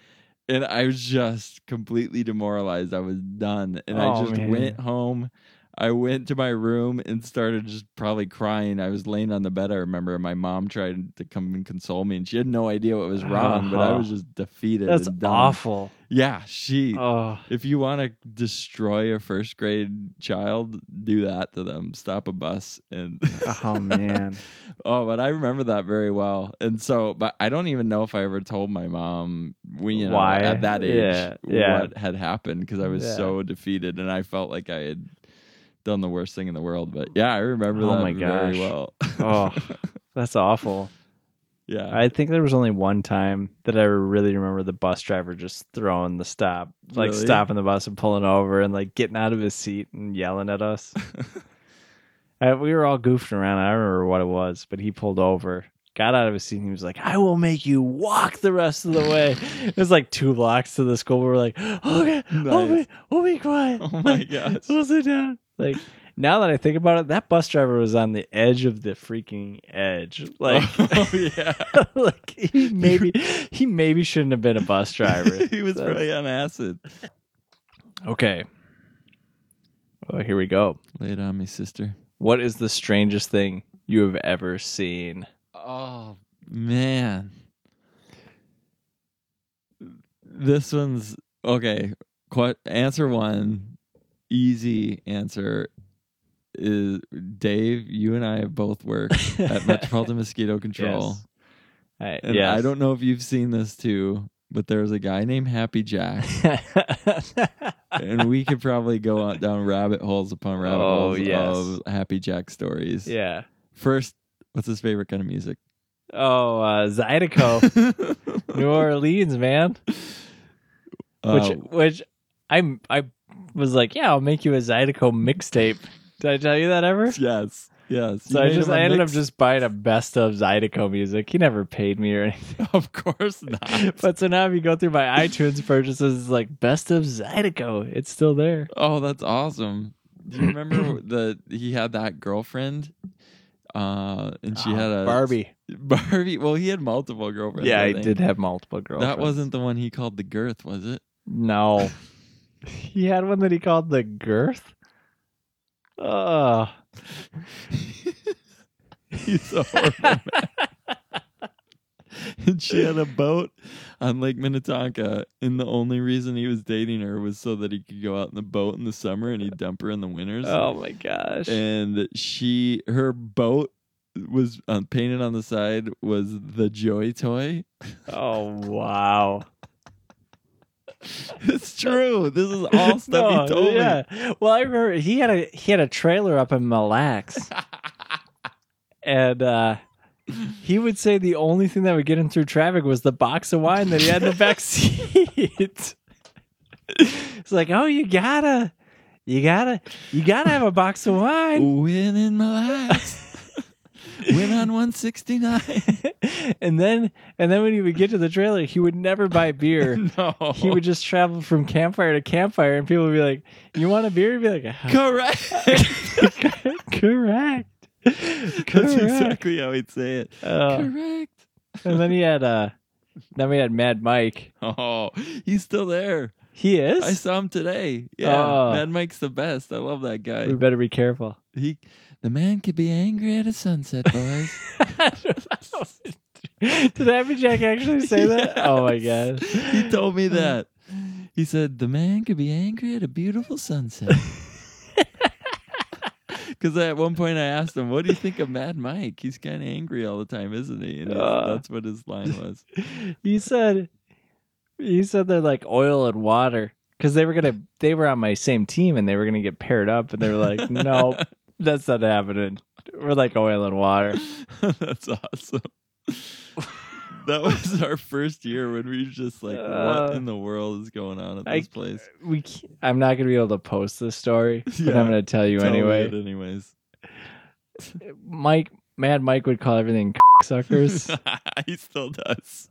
B: and I was just completely demoralized. I was done, and I
A: Oh,
B: just
A: man.
B: went home. I went to my room and started just probably crying. I was laying on the bed. I remember and my mom tried to come and console me, and she had no idea what was wrong, but I
A: Uh-huh.
B: was just defeated.
A: that's
B: and done.
A: awful.
B: Yeah, she
A: Oh,
B: if you want to destroy a first grade child, do that to them. Stop a bus and
A: oh man.
B: oh, but I remember that very well. And so, but I don't even know if I ever told my mom when you know
A: Why?
B: at that age
A: Yeah, yeah.
B: what had happened because I was
A: Yeah.
B: so defeated and I felt like I had done the worst thing in the world. But yeah, I remember
A: Oh
B: that
A: my gosh.
B: very well.
A: Oh, that's awful.
B: yeah,
A: I think there was only one time that I really remember the bus driver just throwing the stop, like
B: Really?
A: stopping the bus and pulling over and like getting out of his seat and yelling at us. Uh, we were all goofing around. I don't remember what it was, but he pulled over, got out of his seat, and he was like, I will make you walk the rest of the way. it was like two blocks to the school. We were like, okay, we'll,
B: Nice.
A: be, we'll be quiet.
B: Oh my gosh.
A: we'll sit down. Like, now that I think about it, that bus driver was on the edge of the freaking edge. Like,
B: oh yeah,
A: like he maybe he maybe shouldn't have been a bus driver.
B: he was
A: That's-
B: really on acid.
A: Okay. Oh, here we go.
B: Lay it on me, sister.
A: What is the strangest thing you have ever seen?
B: Oh man. This one's okay. Qu- answer one, easy answer is Dave. You and I have both worked at Metropolitan Mosquito Control,
A: Yes. I,
B: and
A: yes.
B: I don't know if you've seen this too, but there's a guy named Happy Jack, and we could probably go on down rabbit holes upon rabbit
A: Oh,
B: holes
A: yes.
B: of Happy Jack stories.
A: yeah.
B: First, what's his favorite kind of music?
A: Oh, uh, Zydeco, New Orleans, man. Which,
B: Uh,
A: which, I I was like, yeah, I'll make you a Zydeco mixtape. Did I tell you that ever?
B: Yes. Yes.
A: So
B: You
A: I
B: made
A: just
B: him a
A: I ended up
B: mix-
A: just buying a best of Zydeco music. He never paid me or anything.
B: Of course not.
A: but so now if you go through my iTunes purchases, it's like best of Zydeco. It's still there.
B: oh, that's awesome. Do you remember the he had that girlfriend? Uh and she had a
A: Ah, Barbie.
B: Barbie. Well, he had multiple girlfriends.
A: Yeah,
B: I
A: I
B: think.
A: did have multiple girls.
B: That wasn't the one he called the girth, was it?
A: no. he had one that he called the girth. Oh,
B: He's a horrible man. and she had a boat on Lake Minnetonka, and the only reason he was dating her was so that he could go out in the boat in the summer and he'd dump her in the winters.
A: oh my gosh.
B: And she, her boat was um, painted on the side was the joy toy.
A: Oh wow.
B: It's true. This is all stuff
A: No,
B: he told
A: yeah. Well, I remember he had a he had a trailer up in Mille Lacs, and uh, he would say the only thing that would get him through traffic was the box of wine that he had in the back seat. it's like, oh, you gotta, you gotta, you gotta have a box of
B: me.
A: wine.
B: Win in my life. Win on 169.
A: and then and then when he would get to the trailer, he would never buy beer.
B: No.
A: He would just travel from campfire to campfire, and people would be like, "You want a beer?" He'd be like, "Ah,
B: Correct.
A: correct.
B: That's
A: Correct.
B: exactly how he'd say it.
A: Uh,
B: Correct.
A: and then he had uh then we had Mad Mike.
B: Oh, he's still there.
A: He
B: I
A: is.
B: saw him today. Yeah,
A: Oh.
B: Mad Mike's the best. I love that
A: we
B: guy.
A: better be careful.
B: He, the man could be angry at a sunset, boys.
A: Did Happy Jack actually say that? Oh my
B: Yes.
A: god.
B: He told me that. He said the man could be angry at a beautiful sunset. Because at one point I asked him, "What do you think of Mad Mike? He's kind of angry all the time, isn't he?" And he-
A: Uh.
B: that's what his line was.
A: He said he said they're like oil and water. Because they were gonna they were on my same team and they were gonna get paired up and they were like, No, that's not happening. We're like oil and water.
B: That's awesome. that was our first year when we were just like,
A: Uh,
B: what in the world is going on at
A: I-
B: this place?
A: We can't, I'm not gonna be able to post this story, but
B: Yeah,
A: I'm gonna tell you
B: Tell me
A: anyway.
B: it anyways.
A: Mike, Mad Mike would call everything suckers
B: he still does.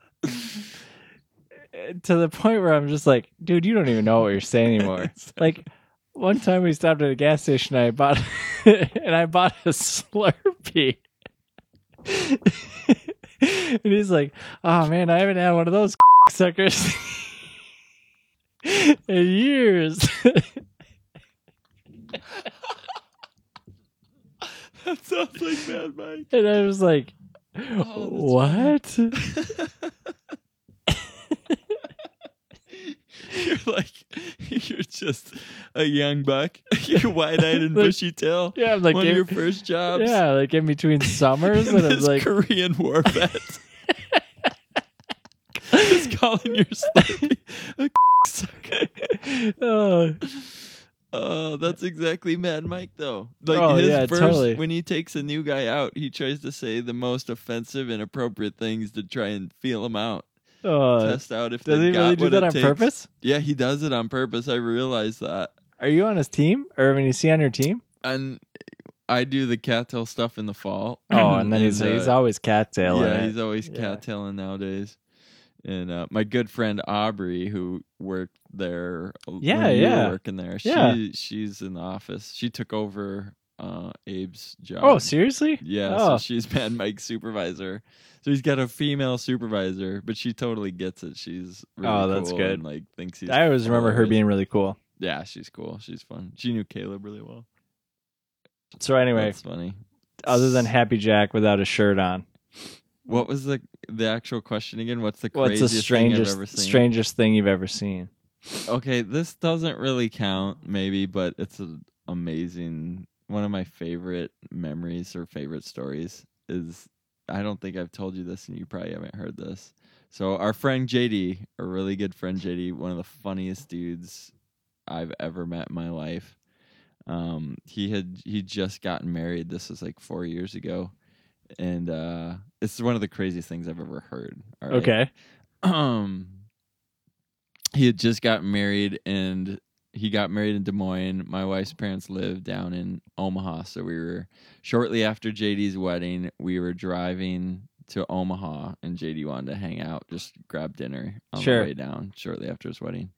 A: to the point where I'm just like, dude, you don't even know what you're saying anymore. Like one time we stopped at a gas station, I bought and I bought a Slurpee. and he's like, "Oh man, I haven't had one of those suckers in years."
B: that sounds like Mad Mike.
A: and I was like,
B: Oh,
A: "What?"
B: You're like, you're just a young buck. You're wide eyed and
A: Like,
B: bushy tail.
A: Yeah, I'm like,
B: One of
A: in-
B: your first jobs.
A: yeah, like in between summers, and I
B: this
A: was like,
B: Korean war vet is calling your Slurpee a sucker.
A: oh,
B: Oh, that's exactly Mad Mike though. Like
A: Oh,
B: his
A: yeah,
B: first
A: totally.
B: when he takes a new guy out, he tries to say the most offensive and appropriate things to try and feel him out.
A: oh.
B: Test out if
A: Does
B: they
A: he
B: got
A: really do
B: what
A: that
B: it
A: on
B: takes.
A: purpose?
B: Yeah, he does it on purpose. I realize that.
A: Are you on his team, or when you see on your team?
B: And I do the cattail stuff in the fall.
A: Oh, and then he's
B: uh,
A: he's always cattailing.
B: Yeah,
A: it.
B: he's always
A: Yeah.
B: cattailing nowadays. And uh, my good friend Aubrey, who worked there, uh, when
A: Yeah,
B: you were
A: yeah.
B: working there.
A: Yeah.
B: She she's in the office. She took over uh, Abe's job.
A: oh, seriously?
B: yeah.
A: Oh.
B: So she's Mad Mike's supervisor. So he's got a female supervisor, but she totally gets it. She's really
A: Oh, that's
B: cool
A: good.
B: And, like thinks he's.
A: I always remember her
B: hilarious.
A: being really cool.
B: Yeah, she's cool. She's fun. She knew Caleb really well.
A: So anyway,
B: that's funny.
A: other than Happy Jack without a shirt on,
B: What was the the actual question again? What's the
A: what's
B: craziest
A: the
B: thing I've ever
A: strangest
B: seen?
A: strangest thing you've ever seen?
B: okay, this doesn't really count, maybe, but it's an amazing one of my favorite memories or favorite stories is I don't think I've told you this and you probably haven't heard this. So our friend JD, a really good friend JD, one of the funniest dudes I've ever met in my life. Um, he had he just gotten married. This was like four years ago, and uh, it's one of the craziest things I've ever heard. all right?
A: Okay.
B: um he had just got married and he got married in Des Moines. My wife's parents lived down in Omaha, so we were shortly after JD's wedding, we were driving to Omaha and JD wanted to hang out, just grab dinner on
A: Sure.
B: the way down shortly after his wedding.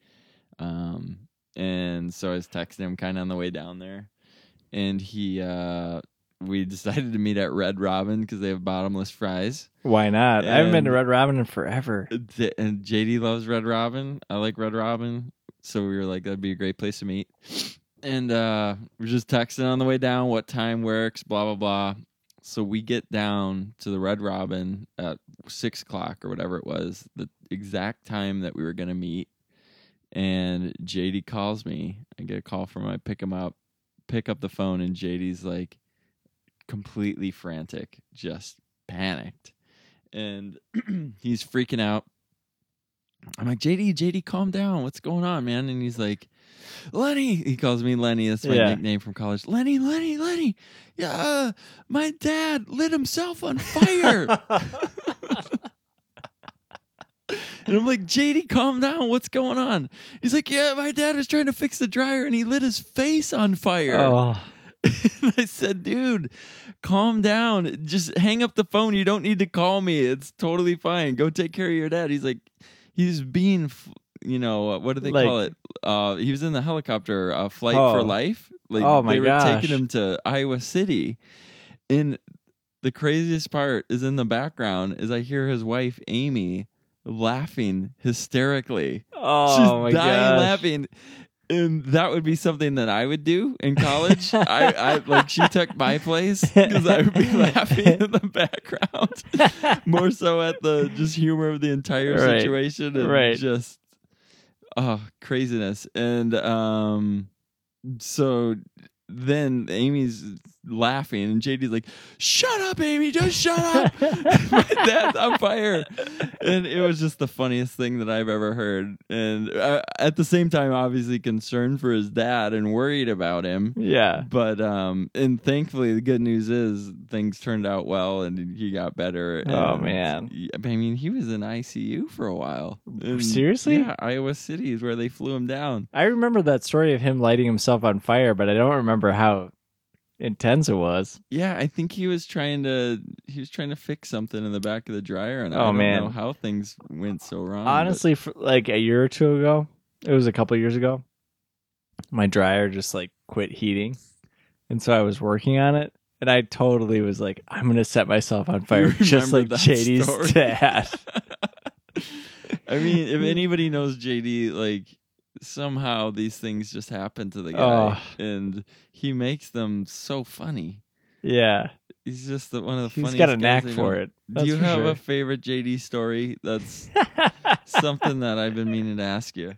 B: Um and so I was texting him kind of on the way down there and he uh we decided to meet at Red Robin because they have bottomless fries.
A: Why not? I haven't been to
B: And-
A: Red Robin in forever.
B: Uh, Th- and JD loves Red Robin. I like Red Robin, so we were like, that'd be a great place to meet. and uh, we're just texting on the way down what time works, blah blah blah. So we get down to the Red Robin at six o'clock or whatever it was, the exact time that we were gonna meet. And JD calls me. I get a call from him. I pick him up, pick up the phone, and JD's like completely frantic, just panicked, and he's freaking out. I'm like, JD, JD, calm down. What's going on, man? And he's like, Lenny. He calls me Lenny. That's my
A: Yeah.
B: nickname from college. Lenny, Lenny, Lenny. Yeah, uh, my dad lit himself on fire. And I'm like, JD, calm down. What's going on? He's like, Yeah, my dad was trying to fix the dryer and he lit his face on fire.
A: oh,
B: And I said, Dude, calm down. Just hang up the phone. You don't need to call me. It's totally fine. Go take care of your dad. He's like, He's being, f- you know, uh, what do they
A: Like-
B: call it? Uh, he was in the helicopter, uh, Flight for
A: Oh.
B: Life. Like,
A: Oh, my
B: They were
A: gosh.
B: taking him to Iowa City. And the craziest part is in the background is I hear his wife, Amy, laughing hysterically
A: oh my
B: she's dying
A: gosh.
B: laughing and that would be something that I would do in college. I, I like she took my place because I would be laughing in the background, more so at the just humor of the entire
A: Right.
B: situation and
A: Right.
B: just oh craziness. And um, so then Amy's laughing and JD's like, "Shut up, Amy! Just shut up!" my dad's on fire. And it was just the funniest thing that I've ever heard. And uh, at the same time, obviously concerned for his dad and worried about him.
A: yeah.
B: But um, and thankfully, the good news is things turned out well, and he got better.
A: Oh,
B: and-
A: man.
B: I mean, he was in ICU for a while. And,
A: Seriously?
B: Yeah, Iowa City is where they flew him down.
A: I remember that story of him lighting himself on fire, but I don't remember how intense it was.
B: Yeah, I think he was trying to he was trying to fix something in the back of the dryer, and I
A: Oh,
B: don't
A: man.
B: know how things went so wrong. Um, but-
A: Honestly, for like a year or two ago, it was a couple years ago, my dryer just like quit heating. And so I was working on it. And I totally was like, I'm going to set myself on fire just
B: remember
A: like
B: that
A: JD's
B: story?
A: dad.
B: I mean, if anybody knows JD, like somehow these things just happen to the guy,
A: Ah.
B: and he makes them so funny.
A: yeah.
B: He's just the, one of the
A: He's
B: funniest.
A: got a
B: guys
A: knack
B: I know.
A: for it.
B: Do
A: That's
B: you
A: for
B: have
A: sure.
B: a favorite JD story? That's something that I've been meaning to ask you.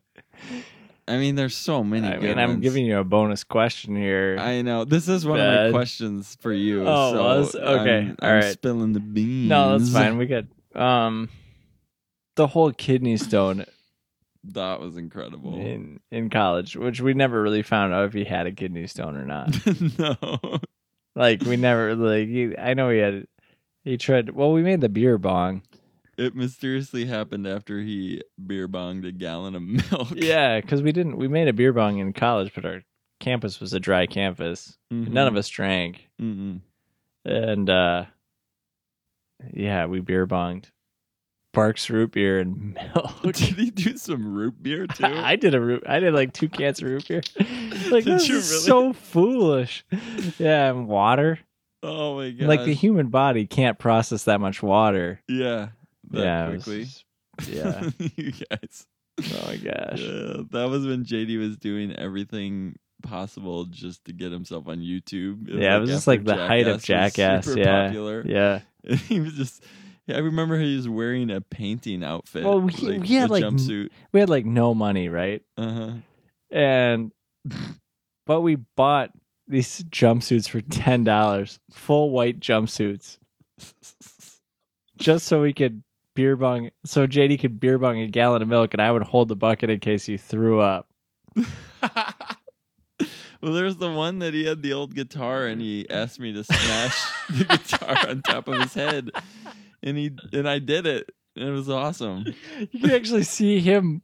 B: I mean, there's so many.
A: I
B: good
A: mean, I'm
B: ones.
A: giving you a bonus question here.
B: I know this is one of
A: Bad.
B: my questions for you.
A: Oh,
B: so
A: was? Okay,
B: I'm,
A: all
B: I'm
A: right.
B: Spilling the beans.
A: no, that's fine. We got um, the whole kidney stone
B: That was incredible.
A: in in college, which we never really found out if he had a kidney stone or not.
B: no.
A: like we never like he, I know he had he tried. Well, we made the beer bong.
B: It mysteriously happened after he beer bonged a gallon of milk.
A: Yeah, because we didn't. We made a beer bong in college, but our campus was a dry campus.
B: Mm-hmm.
A: None of us drank,
B: Mm-mm.
A: and uh yeah, we beer bonged. Barks root beer and milk.
B: Did he do some root beer too?
A: I did a root. I did like two cans of root beer. like
B: Did
A: this
B: you
A: is
B: really?
A: so foolish. Yeah, and water.
B: oh my god!
A: Like the human body can't process that much water.
B: yeah, that
A: yeah, it was
B: quickly.
A: just- yeah.
B: you guys.
A: Oh my gosh.
B: Yeah, that was when JD was doing everything possible just to get himself on YouTube.
A: Yeah, it was just like
B: after
A: the height of
B: Jackass was
A: Jackass,
B: super
A: yeah.
B: popular.
A: Yeah.
B: And he was just. Yeah, I remember he was wearing a painting outfit.
A: Well, he-
B: like,
A: he had,
B: a
A: like, m-
B: jumpsuit.
A: We had like no money, right?
B: Uh huh.
A: And but we bought these jumpsuits for ten dollars, full white jumpsuits, just so we could beer bong. So JD could beer bong a gallon of milk, and I would hold the bucket in case he threw up.
B: well, there's the one that he had the old guitar and he asked me to smash the guitar on top of his head, and he and I did it. It was awesome.
A: You can actually see him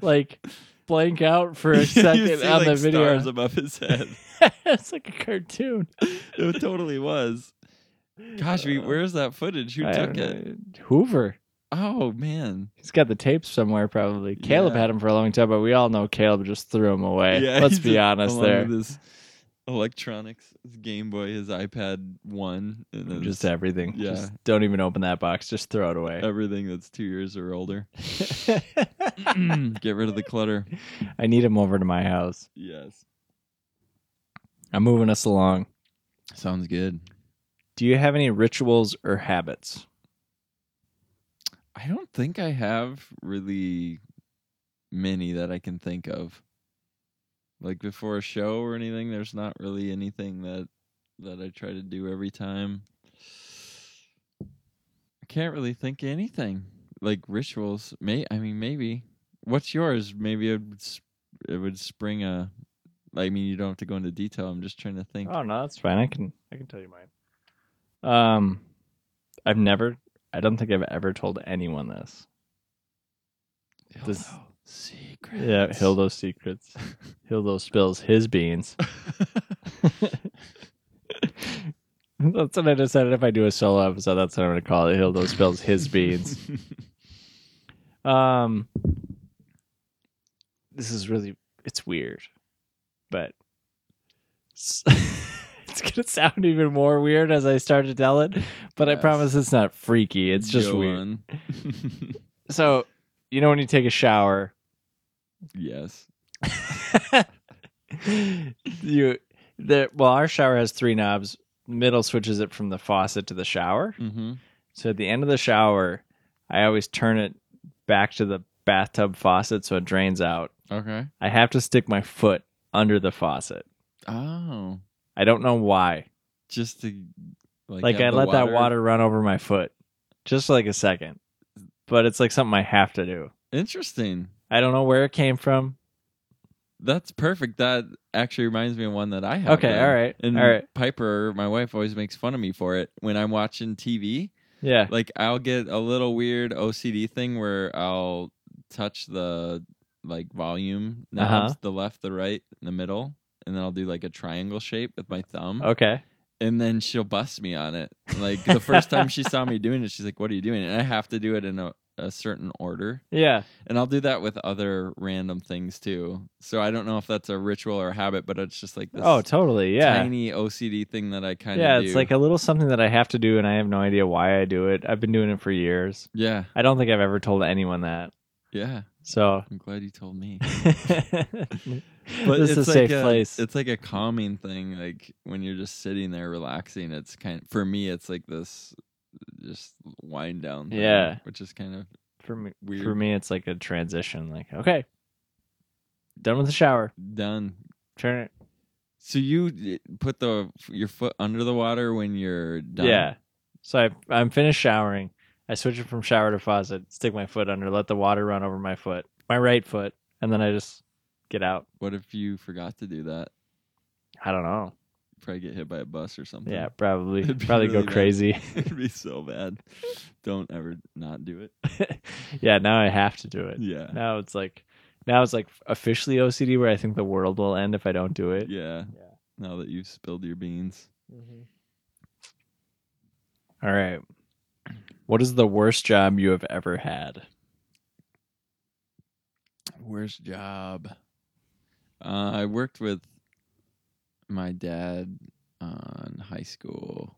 A: like blank out for a
B: You
A: second
B: see,
A: on the
B: like,
A: video.
B: stars above his head.
A: it's like a cartoon.
B: It totally was. Gosh, we,
A: Uh,
B: where's that footage? Who
A: I
B: took
A: don't
B: it?
A: know. Hoover.
B: Oh man.
A: He's got the tapes somewhere, probably. Caleb
B: Yeah.
A: had him for a long time, but we all know Caleb just threw him away. Let's
B: he
A: be
B: did,
A: honest
B: along
A: there.
B: With his electronics, his Game Boy, his iPad One, and then
A: Just
B: his-
A: everything.
B: Yeah.
A: Just don't even open that box. Just throw it away.
B: everything that's two years or older. Get rid of the clutter.
A: I need him over to my house.
B: Yes.
A: I'm moving us along.
B: Sounds good.
A: Do you have any rituals or habits?
B: I don't think I have really many that I can think of. Like before a show or anything, there's not really anything that that I try to do every time. I can't really think of anything like rituals. May I mean maybe what's yours? Maybe it would s- it would spring a. I mean, you don't have to go into detail. I'm just trying to think.
A: Oh no, that's fine. I can I can tell you mine. Um, I've never. I don't think I've ever told anyone this. this-
B: secret.
A: Yeah, Hildo secrets. Hildo spills his beans. that's what I decided. If I do a solo episode, that's what I'm going to call it. Hildo spills his beans. Um, this is really it's weird, but s- it's gonna sound even more weird as I start to tell it. But I
B: Yes.
A: promise it's not freaky. It's just weird.
B: Joan.
A: So you know when you take a shower,
B: yes.
A: you there. Well, our shower has three knobs. Middle switches it from the faucet to the shower.
B: Mm-hmm.
A: So at the end of the shower, I always turn it back to the bathtub faucet so it drains out.
B: Okay.
A: I have to stick my foot under the faucet.
B: Oh,
A: I don't know why.
B: just to like,
A: Like,
B: have
A: I
B: the
A: let that water run over my foot just like a second. But it's like something I have to do.
B: Interesting.
A: I don't know where it came from.
B: That's perfect. That actually reminds me of one that I have.
A: okay,
B: done.
A: all right.
B: And
A: all right.
B: Piper, my wife, always makes fun of me for it when I'm watching TV.
A: Yeah.
B: Like I'll get a little weird OCD thing where I'll touch the like volume knobs,
A: Uh-huh.
B: the left, the right, and the middle, and then I'll do like a triangle shape with my thumb.
A: Okay.
B: and then she'll bust me on it. Like the first time she saw me doing it, she's like, "What are you doing?" And I have to do it in a, a certain order.
A: Yeah.
B: And I'll do that with other random things too. So I don't know if that's a ritual or a habit, but it's just like this
A: Oh, totally. Yeah.
B: tiny OCD thing that I kind of
A: Yeah, it's like a little something that I have to do and I have no idea why I do it. I've been doing it for years.
B: yeah,
A: I don't think I've ever told anyone that.
B: yeah.
A: So
B: I'm glad you told me.
A: But this is a
B: like
A: safe place.
B: It's like a calming thing. Like when you're just sitting there relaxing, it's kind. For me, it's like this just wind down. Thing,
A: Yeah.
B: which is kind of
A: for me
B: weird.
A: for me it's like a transition like okay done with the shower
B: done.
A: turn it
B: So you d- put the your foot under the water when you're done.
A: yeah so I, i'm finished showering i switch it from shower to faucet stick my foot under let the water run over my foot my right foot and then i just get out
B: What if you forgot to do that?
A: i don't know
B: Probably get hit by a bus or something.
A: yeah probably
B: It'd be
A: probably
B: really
A: go
B: bad.
A: crazy
B: it'd be so bad. Don't ever not do it.
A: yeah now i have to do it
B: Yeah,
A: now it's like now it's like officially ocd where i think the world will end if i don't do it
B: yeah.
A: Yeah.
B: Now that you've spilled your beans,
A: All right what is the worst job you have ever had
B: worst job. Uh, I worked with my dad on high school,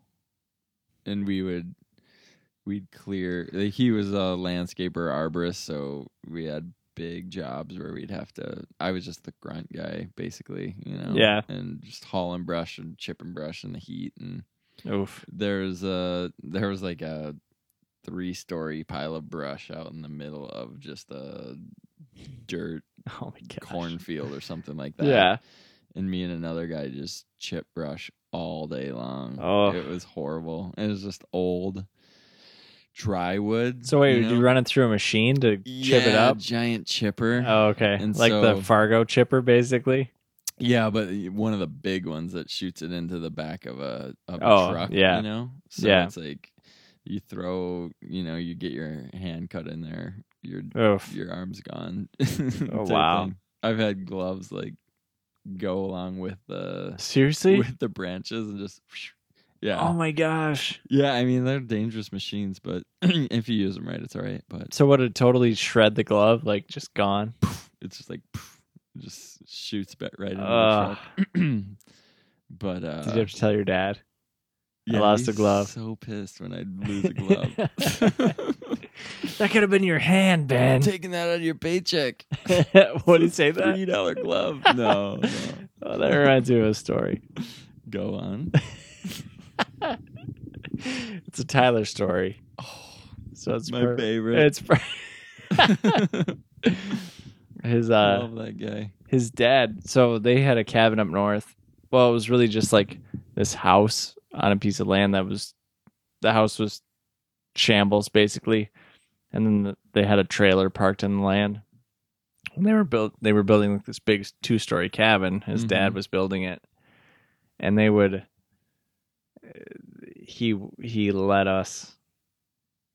B: and we would we'd clear. He was a landscaper arborist, so we had big jobs where we'd have to. I was just the grunt guy, basically, you know.
A: Yeah.
B: and just hauling brush and chipping brush in the heat, and
A: Oof.
B: there's a there was like a three story pile of brush out in the middle of just a dirt
A: Oh my god.
B: cornfield or something like that
A: Yeah.
B: and me and another guy just chip brush all day long.
A: Oh.
B: It was horrible. It was just old dry wood.
A: So wait,
B: you
A: you,
B: know?
A: run it through a machine to chip it
B: Yeah,
A: up?
B: Giant chipper.
A: Oh, okay.
B: And
A: like
B: so-
A: the Fargo chipper, basically.
B: Yeah, but one of the big ones that shoots it into the back of a, of a
A: Oh,
B: truck.
A: yeah.
B: You know? So
A: Yeah.
B: it's like you throw you know, you get your hand cut in there, your
A: Oof.
B: your arm's gone. type
A: Oh, wow.
B: thing. I've had gloves like go along with the
A: Seriously?
B: with the branches and just yeah
A: Oh my gosh.
B: yeah i mean they're dangerous machines but if you use them right it's all right but
A: So would it totally shred the glove? Like just gone?
B: it's just like poof, it just shoots ba- right into
A: Ugh.
B: the truck but uh
A: Did you have to tell your dad?
B: yeah,
A: lost
B: I'd
A: a
B: be
A: glove.
B: so pissed when i lose a glove
A: That could have been your hand, Ben.
B: taking that out of your paycheck.
A: what did he say
B: Three
A: that?
B: dollar glove. No, no.
A: Oh, that reminds me of a story.
B: Go on.
A: It's a Tyler story.
B: Oh,
A: So it's
B: my
A: per-
B: favorite.
A: It's per- his
B: I
A: uh
B: love that guy.
A: his dad. So they had a cabin up north. Well, it was really just like this house on a piece of land that was the house was shambles basically, and then the, they had a trailer parked in the land. And they were built. They were building like this big two story cabin. His
B: Mhm.
A: dad was building it, and they would. He he let us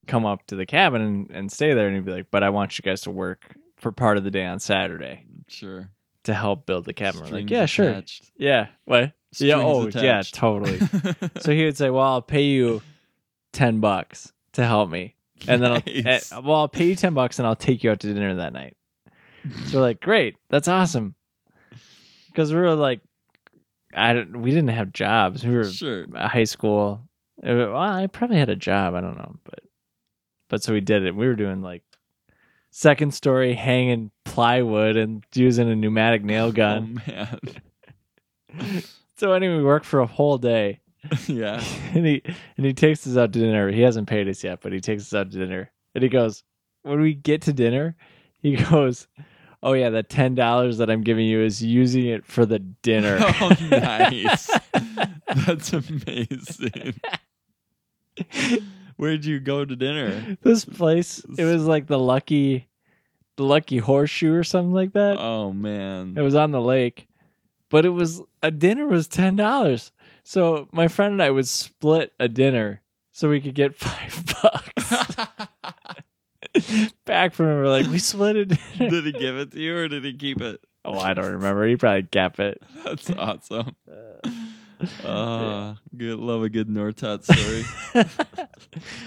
A: come up to the cabin and, and stay there, and he'd be like, "But I want you guys to work for part of the day on Saturday."
B: Sure.
A: to help build the cabin. We're
B: Strings
A: like, yeah, sure.
B: attached.
A: Yeah. What? yeah.
B: Strings
A: Oh, yeah,
B: attached.
A: totally. so he would say, well, I'll pay you 10 bucks to help me. And then,
B: Nice.
A: I'll, eh, well, I'll pay you 10 bucks and I'll take you out to dinner that night. So we're like, great. That's awesome. Because we were like, I don't, we didn't have jobs. We were
B: sure. Oh,
A: at high school. Eh, Well, I probably had a job. I don't know. But, but so we did it. We were doing like, Second story hanging plywood and using a pneumatic nail gun.
B: Oh man.
A: So anyway, we worked for a whole day,
B: yeah.
A: and he and he takes us out to dinner. He hasn't paid us yet, but he takes us out to dinner, and he goes, "When we get to dinner, he goes, oh yeah, the ten dollars that I'm giving you is using it for the dinner."
B: Oh, nice. That's amazing. Where'd you go to dinner?
A: this place, it was like the lucky, the lucky horseshoe or something like that.
B: Oh man.
A: It was on the lake, but it was a dinner was ten dollars. So my friend and I would split a dinner so we could get five bucks back from him. We're like, we split a dinner.
B: did he give it to you or did he keep it?
A: oh, I don't remember. He probably kept it.
B: That's awesome.
A: Uh,
B: Uh, good love a good Nortot story.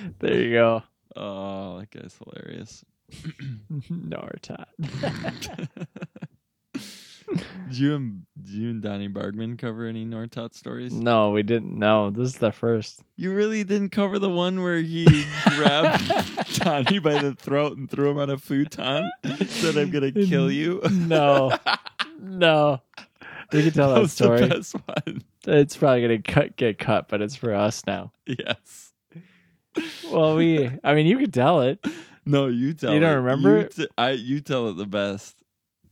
A: there you go.
B: oh, that guy's hilarious.
A: Nortot.
B: did you and did you and Donnie Bargman cover any Nortot stories?
A: No, we didn't. No, this is the first.
B: You really didn't cover the one where he grabbed Donnie by the throat and threw him on a futon. Said, "I'm gonna kill you."
A: No, no. We can tell that,
B: was the
A: story.
B: best one.
A: It's probably gonna cut, get cut, but it's for us now.
B: Yes.
A: Well, we. I mean, you could tell it.
B: No, you tell.
A: You don't
B: it.
A: remember
B: You
A: it?
B: t- I you tell it the best.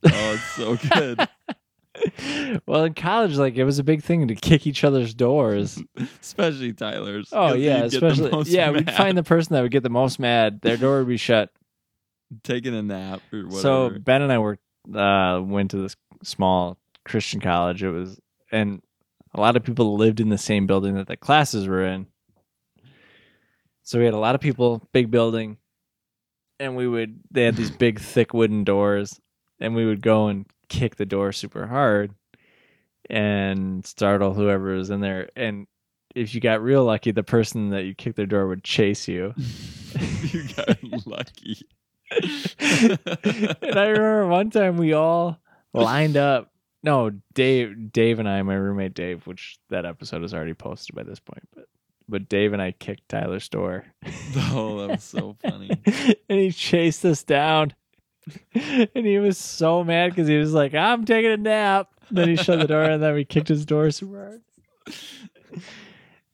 B: Oh, it's so good.
A: well, in college, like it was a big thing to kick each other's doors.
B: especially Tyler's.
A: Oh
B: 'cause
A: yeah,
B: Oh, you'd get the
A: especially
B: most
A: yeah. We'd
B: mad.
A: find the person that would get the most mad. Their door would be shut.
B: taking a nap or whatever.
A: So Ben and I were uh, went to this small Christian college. It was and a lot of people lived in the same building that the classes were in. So we had a lot of people, big building, and we would they had these big thick wooden doors, and we would go and kick the door super hard and startle whoever was in there. And if you got real lucky, the person that you kicked their door would chase you.
B: you got lucky.
A: and I remember one time we all lined up. No, Dave, Dave and I, my roommate Dave, which that episode is already posted by this point, but but Dave and I kicked Tyler's door,
B: oh, that was so funny.
A: and he chased us down, and he was so mad because he was like, "I'm taking a nap." Then he shut the door, and then we kicked his door super hard.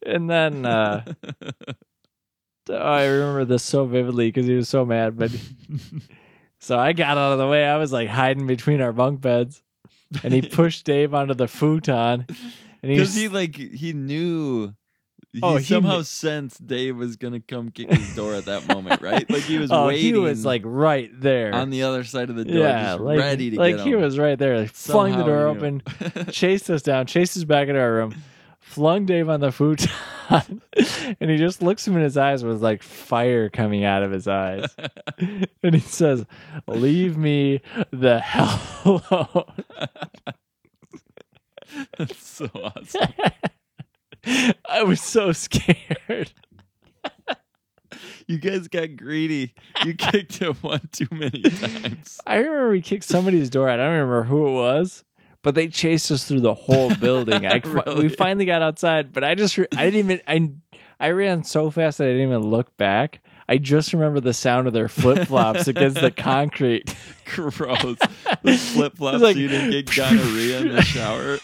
A: And then uh, I remember this so vividly because he was so mad, but So I got out of the way. I was like hiding between our bunk beds, and he pushed Dave onto the futon, and he,
B: because
A: was,
B: he like he knew. He
A: Oh, he
B: somehow
A: kn-
B: sensed Dave was gonna come kick his door at that moment, right? Like he was
A: oh,
B: waiting.
A: he was like right there
B: on the other side of the door,
A: yeah,
B: just
A: like,
B: ready to
A: like
B: get
A: he
B: him.
A: was right there, like, flung the
B: Somehow
A: door
B: he knew.
A: open, chased us down, chased us back into our room, flung Dave on the futon, and he just looks him in his eyes with like fire coming out of his eyes, and he says, "Leave me the hell alone."
B: That's so awesome.
A: I was so scared.
B: You guys got greedy. You kicked him one too many times.
A: I remember we kicked somebody's door out. I don't remember who it was, but they chased us through the whole building. I,
B: Really?
A: We finally got outside, but I just re- I didn't even I I ran so fast that I didn't even look back. I just remember the sound of their flip flops against the concrete.
B: Gross. With flip flops,
A: It's like-
B: you didn't get gonorrhea in the shower.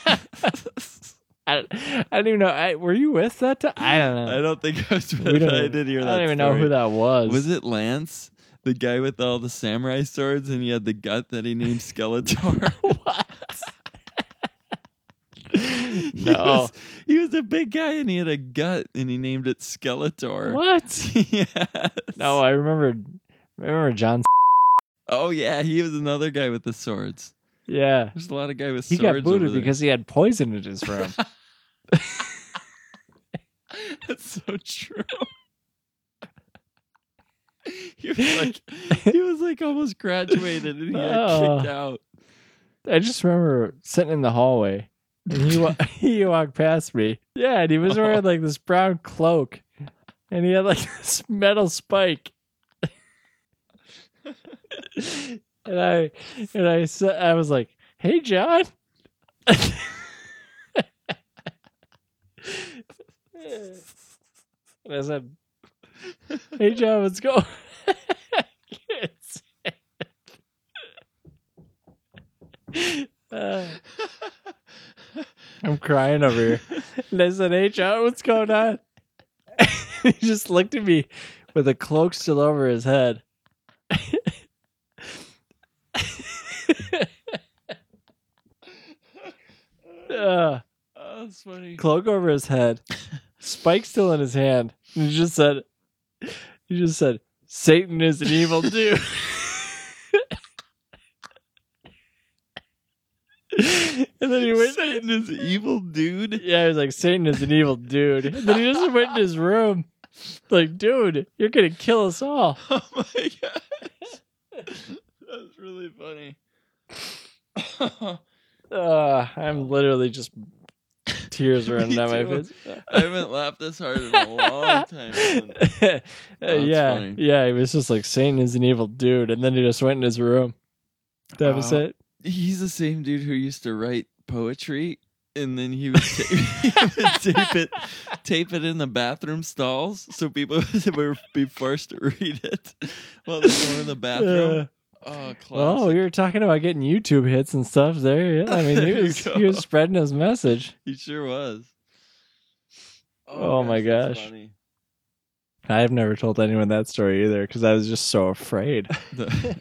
A: I, I don't even know. I, were you with that? ti- I don't know.
B: I don't think I was.
A: We don't
B: I
A: even-
B: did hear that.
A: I don't even know
B: story.
A: who that was.
B: was. it Lance, the guy with all the samurai swords, and he had the gut that he named Skeletor.
A: what?
B: He
A: no.
B: was, he was a big guy and he had a gut and he named it Skeletor.
A: What?
B: yes.
A: No, I remember. I remember John.
B: Oh yeah, he was another guy with the swords.
A: Yeah,
B: There's a lot of guys with
A: he
B: swords.
A: got booted
B: over there.
A: because he had poison in his room.
B: that's so true. he was like he was like almost graduated and he got kicked out.
A: I just remember sitting in the hallway and he wa- he walked past me. Yeah, and he was wearing like this brown cloak, and he had like this metal spike. and I and I said I was like, "Hey, John." and I said, "Hey, John, let's go." Uh, I'm crying over here. And I said, Hey, John, what's going on? he just looked at me with a cloak still over his head. Uh,
B: Oh, that's funny.
A: cloak over his head, spike still in his hand. And he just said, He just said, Satan is an evil dude. and then he went
B: Satan is evil, dude.
A: Yeah, he was like, Satan is an evil dude. And then he just went in his room. Like, dude, you're gonna kill us all.
B: Oh my gosh. That's really funny.
A: Uh, I'm literally just tears
B: Me
A: running down my
B: too.
A: face.
B: I haven't laughed this hard in a long time. Alan.
A: Uh,
B: That's
A: yeah,
B: funny.
A: yeah, he was just like Satan is an evil dude, and then he just went in his room. That was
B: Wow.
A: it.
B: He's the same dude who used to write poetry and then he would, ta- he would tape it tape it in the bathroom stalls so people would be forced to read it while they were in the
A: Uh,
B: bathroom. oh,
A: oh,
B: classic.
A: you were talking about getting YouTube hits and stuff there. Yeah, I mean, he
B: There you
A: was,
B: go.
A: he was spreading his message.
B: he sure was.
A: Oh my
B: that's
A: gosh.
B: funny.
A: I've never told anyone that story either because I was just so afraid.
B: The-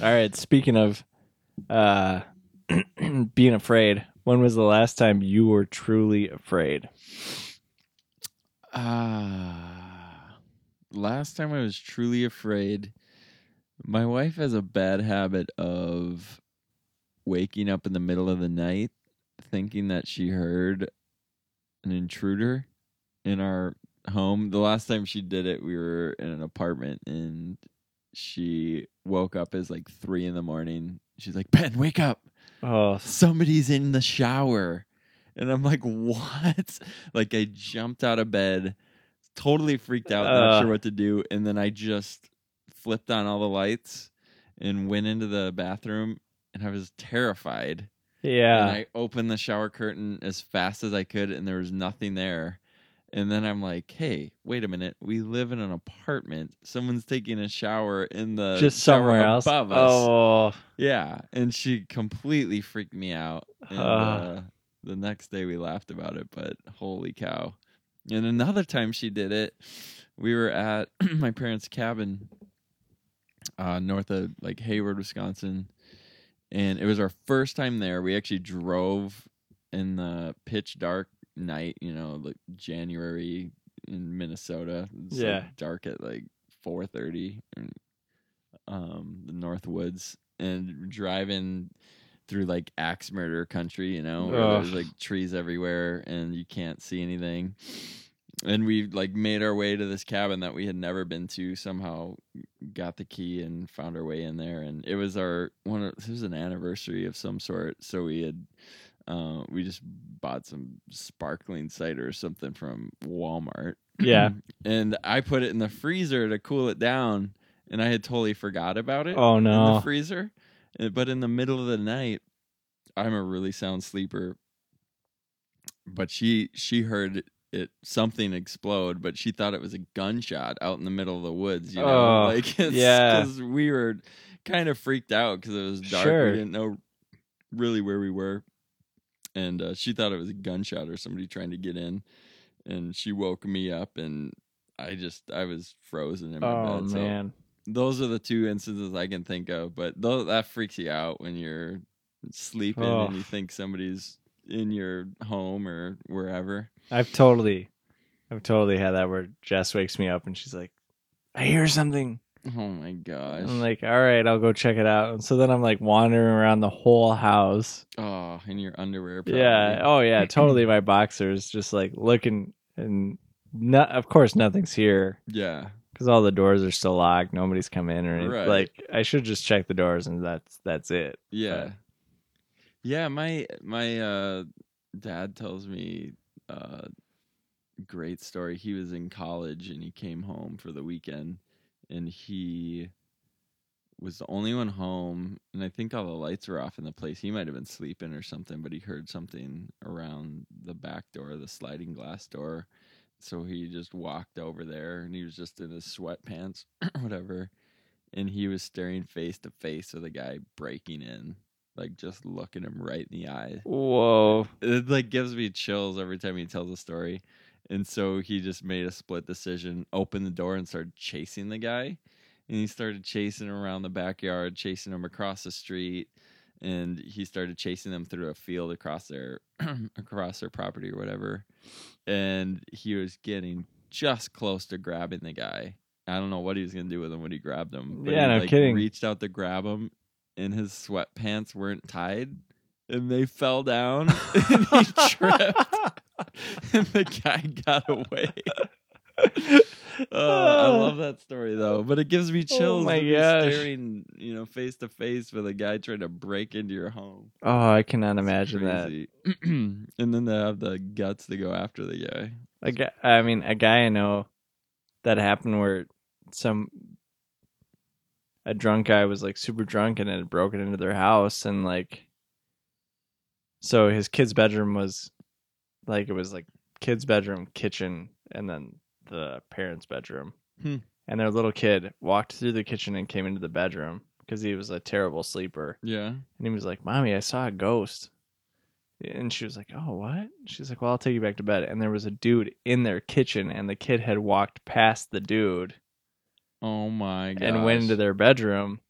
A: All right. Speaking of uh, being afraid, when was the last time you were truly afraid?
B: Ah, last time I was truly afraid. My wife has a bad habit of waking up in the middle of the night thinking that she heard an intruder in our home. The last time she did it, we were in an apartment and she woke up as like three in the morning. She's like, Ben, wake up
A: Oh,
B: somebody's in the shower. And I'm like, what? Like I jumped out of bed, totally freaked out, not
A: Uh.
B: sure what to do. And then I just flipped on all the lights and went into the bathroom and I was terrified. And
A: yeah.
B: I opened the shower curtain as fast as I could and there was nothing there. And then I'm like, hey, wait a minute. We live in an apartment. Someone's taking a shower in the
A: Just
B: shower
A: somewhere else.
B: uh, above us.
A: Oh,
B: Yeah, and she completely freaked me out. And,
A: Ah.
B: uh, the next day we laughed about it, but holy cow. And another time she did it, we were at my parents' cabin uh, north of like Hayward, Wisconsin. And it was our first time there. We actually drove in the pitch dark night, you know, like January in Minnesota. It's like,
A: Yeah.
B: dark at like 4:30 and um the North Woods and driving through like axe murder country, you know, where
A: Ugh.
B: there's like trees everywhere and you can't see anything. And we like made our way to this cabin that we had never been to. Somehow got the key and found our way in there. And it was our one. Of, this was an anniversary of some sort, so we had uh, we just bought some sparkling cider or something from Walmart.
A: yeah.
B: and I put it in the freezer to cool it down, and I had totally forgot about it
A: Oh
B: in the
A: no.
B: freezer. Uh, But in the middle of the night, I'm a really sound sleeper. But she she heard it something explode, but she thought it was a gunshot out in the middle of the woods. You know,
A: Oh,
B: like it's,
A: yeah.
B: 'cause we were kind of freaked out because it was dark.
A: Sure.
B: We didn't know really where we were, and uh, she thought it was a gunshot or somebody trying to get in, and she woke me up, and I just I was frozen in my
A: Oh
B: bed. So
A: man.
B: those are the two instances I can think of. But tho- that freaks you out when you're sleeping
A: Oh.
B: and you think somebody's in your home or wherever.
A: I've totally I've totally had that where Jess wakes me up and she's like, I hear something.
B: Oh my gosh!
A: I'm like, all right, I'll go check it out. And so then I'm like wandering around the whole house.
B: oh, in your underwear. Probably.
A: Yeah. Oh yeah, totally my boxers just like looking and not, of course nothing's here
B: yeah.
A: cuz all the doors are still locked. Nobody's come in or anything.
B: Right.
A: Like I should just check the doors and that's that's it.
B: Yeah. Yeah, my my uh dad tells me uh great story. He was in college and he came home for the weekend and he was the only one home and I think all the lights were off in the place. He might have been sleeping or something, but he heard something around the back door, the sliding glass door. So he just walked over there and he was just in his sweatpants, whatever. And he was staring face to face with a guy breaking in, like just looking him right in the eye
A: Whoa.
B: it like gives me chills every time he tells a story. And so he just made a split decision, opened the door and started chasing the guy. And he started chasing him around the backyard, chasing him across the street, and he started chasing them through a field across their across their property or whatever. And he was getting just close to grabbing the guy. I don't know what he was gonna do with him when he grabbed him.
A: Yeah,
B: he,
A: no kidding.
B: Reached out to grab him, and his sweatpants weren't tied, and they fell down, and he tripped, and the guy got away. Uh, I love that story though, but it gives me chills.
A: Oh my
B: to be
A: gosh.
B: Staring, you know, face to face with a guy trying to break into your home.
A: Oh, I cannot imagine that.
B: that. and then they have the guts to go after the guy.
A: a guy, I mean, a guy I know that happened where some a drunk guy was like super drunk and had broken into their house and like so his kid's bedroom was like it was like kid's bedroom, kitchen, and then the parents' bedroom.
B: Hmm.
A: And their little kid walked through the kitchen and came into the bedroom because he was a terrible sleeper.
B: Yeah.
A: And he was like, Mommy, I saw a ghost. And she was like, Oh, what? She's like, Well, I'll take you back to bed. And there was a dude in their kitchen, and the kid had walked past the dude
B: Oh my god.
A: and went into their bedroom.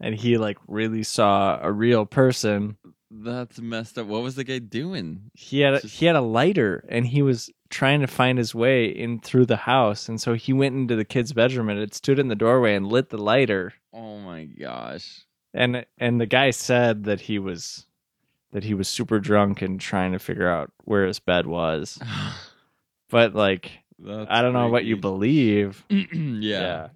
A: And he like really saw a real person.
B: That's messed up. What was the guy doing?
A: He had a,
B: Just-
A: he had a lighter, and he was trying to find his way in through the house. And so he went into the kid's bedroom, and it stood in the doorway and lit the lighter.
B: Oh my gosh.
A: and and the guy said that he was that he was super drunk and trying to figure out where his bed was but like
B: That's
A: i don't know what you
B: freaky.
A: believe
B: yeah.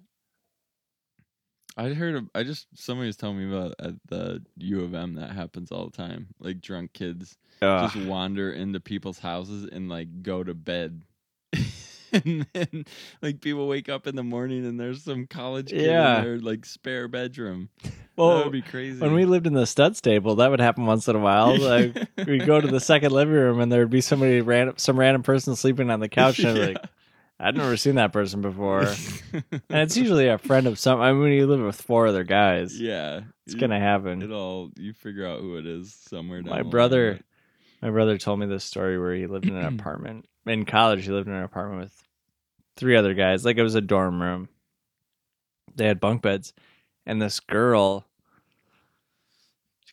B: I heard. Of, I just somebody was telling me about at the U of M that happens all the time. Like drunk kids
A: Ugh.
B: just wander into people's houses and like go to bed. and then like people wake up in the morning and there's some college kid
A: Yeah.
B: in their like spare bedroom. that
A: well
B: would be crazy.
A: when we lived in the stud stable that would happen once in a while like we'd go to the second living room and there'd be somebody random some random person sleeping on the couch and I'd be like i've never seen that person before and it's usually a friend of some i mean when you live with four other guys
B: yeah.
A: it's gonna happen
B: it all you figure out who it is somewhere down
A: my
B: the line,
A: brother my brother told me this story where he lived in an apartment in college he lived in an apartment with three other guys like it was a dorm room they had bunk beds and this girl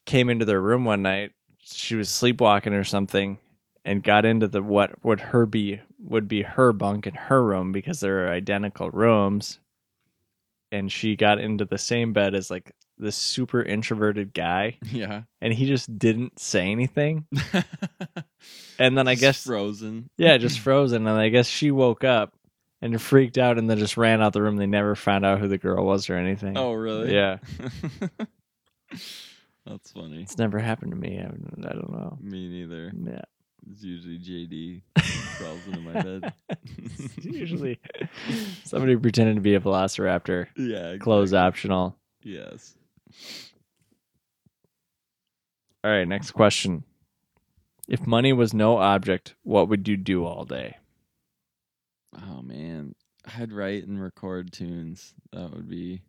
A: came into their room one night she was sleepwalking or something and got into the what would her be would be her bunk in her room because they're identical rooms and she got into the same bed as like this super introverted guy
B: but- Yeah.
A: and he just didn't say anything. And then I
B: Just
A: guess,
B: frozen.
A: yeah, just frozen. And I guess she woke up and freaked out and then just ran out the room. They never found out who the girl was or anything.
B: Oh really?
A: yeah.
B: That's funny.
A: It's never happened to me. I, I don't know.
B: Me neither.
A: Yeah.
B: It's usually JD crawls into my bed.
A: It's usually somebody pretending to be a velociraptor.
B: yeah.
A: Clothes
B: exactly.
A: optional.
B: Yes.
A: All right, next question. If money was no object, what would you do all day?
B: Oh man, I'd write and record tunes. That would be.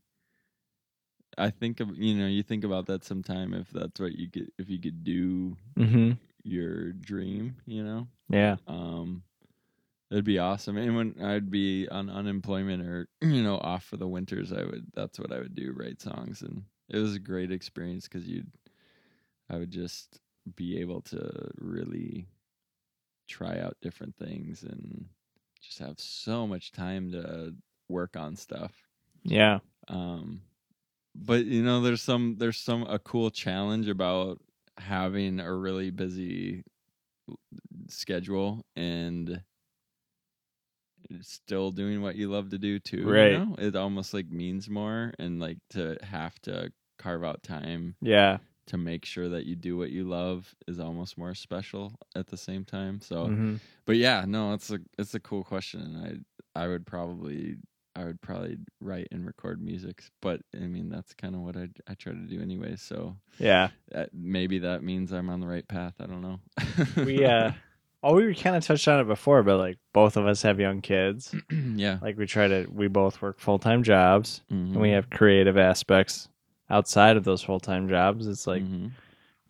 B: I think of you know you think about that sometime if that's what you could if you could do
A: Mm-hmm.
B: your dream you know
A: Yeah.
B: um it'd be awesome and when I'd be on unemployment or you know off for the winters I would that's what I would do write songs and it was a great experience because you'd I would just be able to really try out different things and just have so much time to work on stuff
A: Yeah.
B: um but you know there's some there's some a cool challenge about having a really busy schedule and still doing what you love to do too
A: Right.
B: you know? it almost like means more and like to have to carve out time
A: Yeah.
B: to make sure that you do what you love is almost more special at the same time so
A: Mhm.
B: but yeah, no, it's a it's a cool question, and I I would probably I would probably write and record music, but I mean that's kind of what I I try to do anyway. So
A: Yeah.
B: that, maybe that means I'm on the right path. I don't know.
A: We uh oh we kind of touched on it before, but like both of us have young kids.
B: Mm. yeah,
A: Like we try to we both work full time jobs
B: Mhm.
A: and we have creative aspects outside of those full time jobs. It's like
B: Mhm.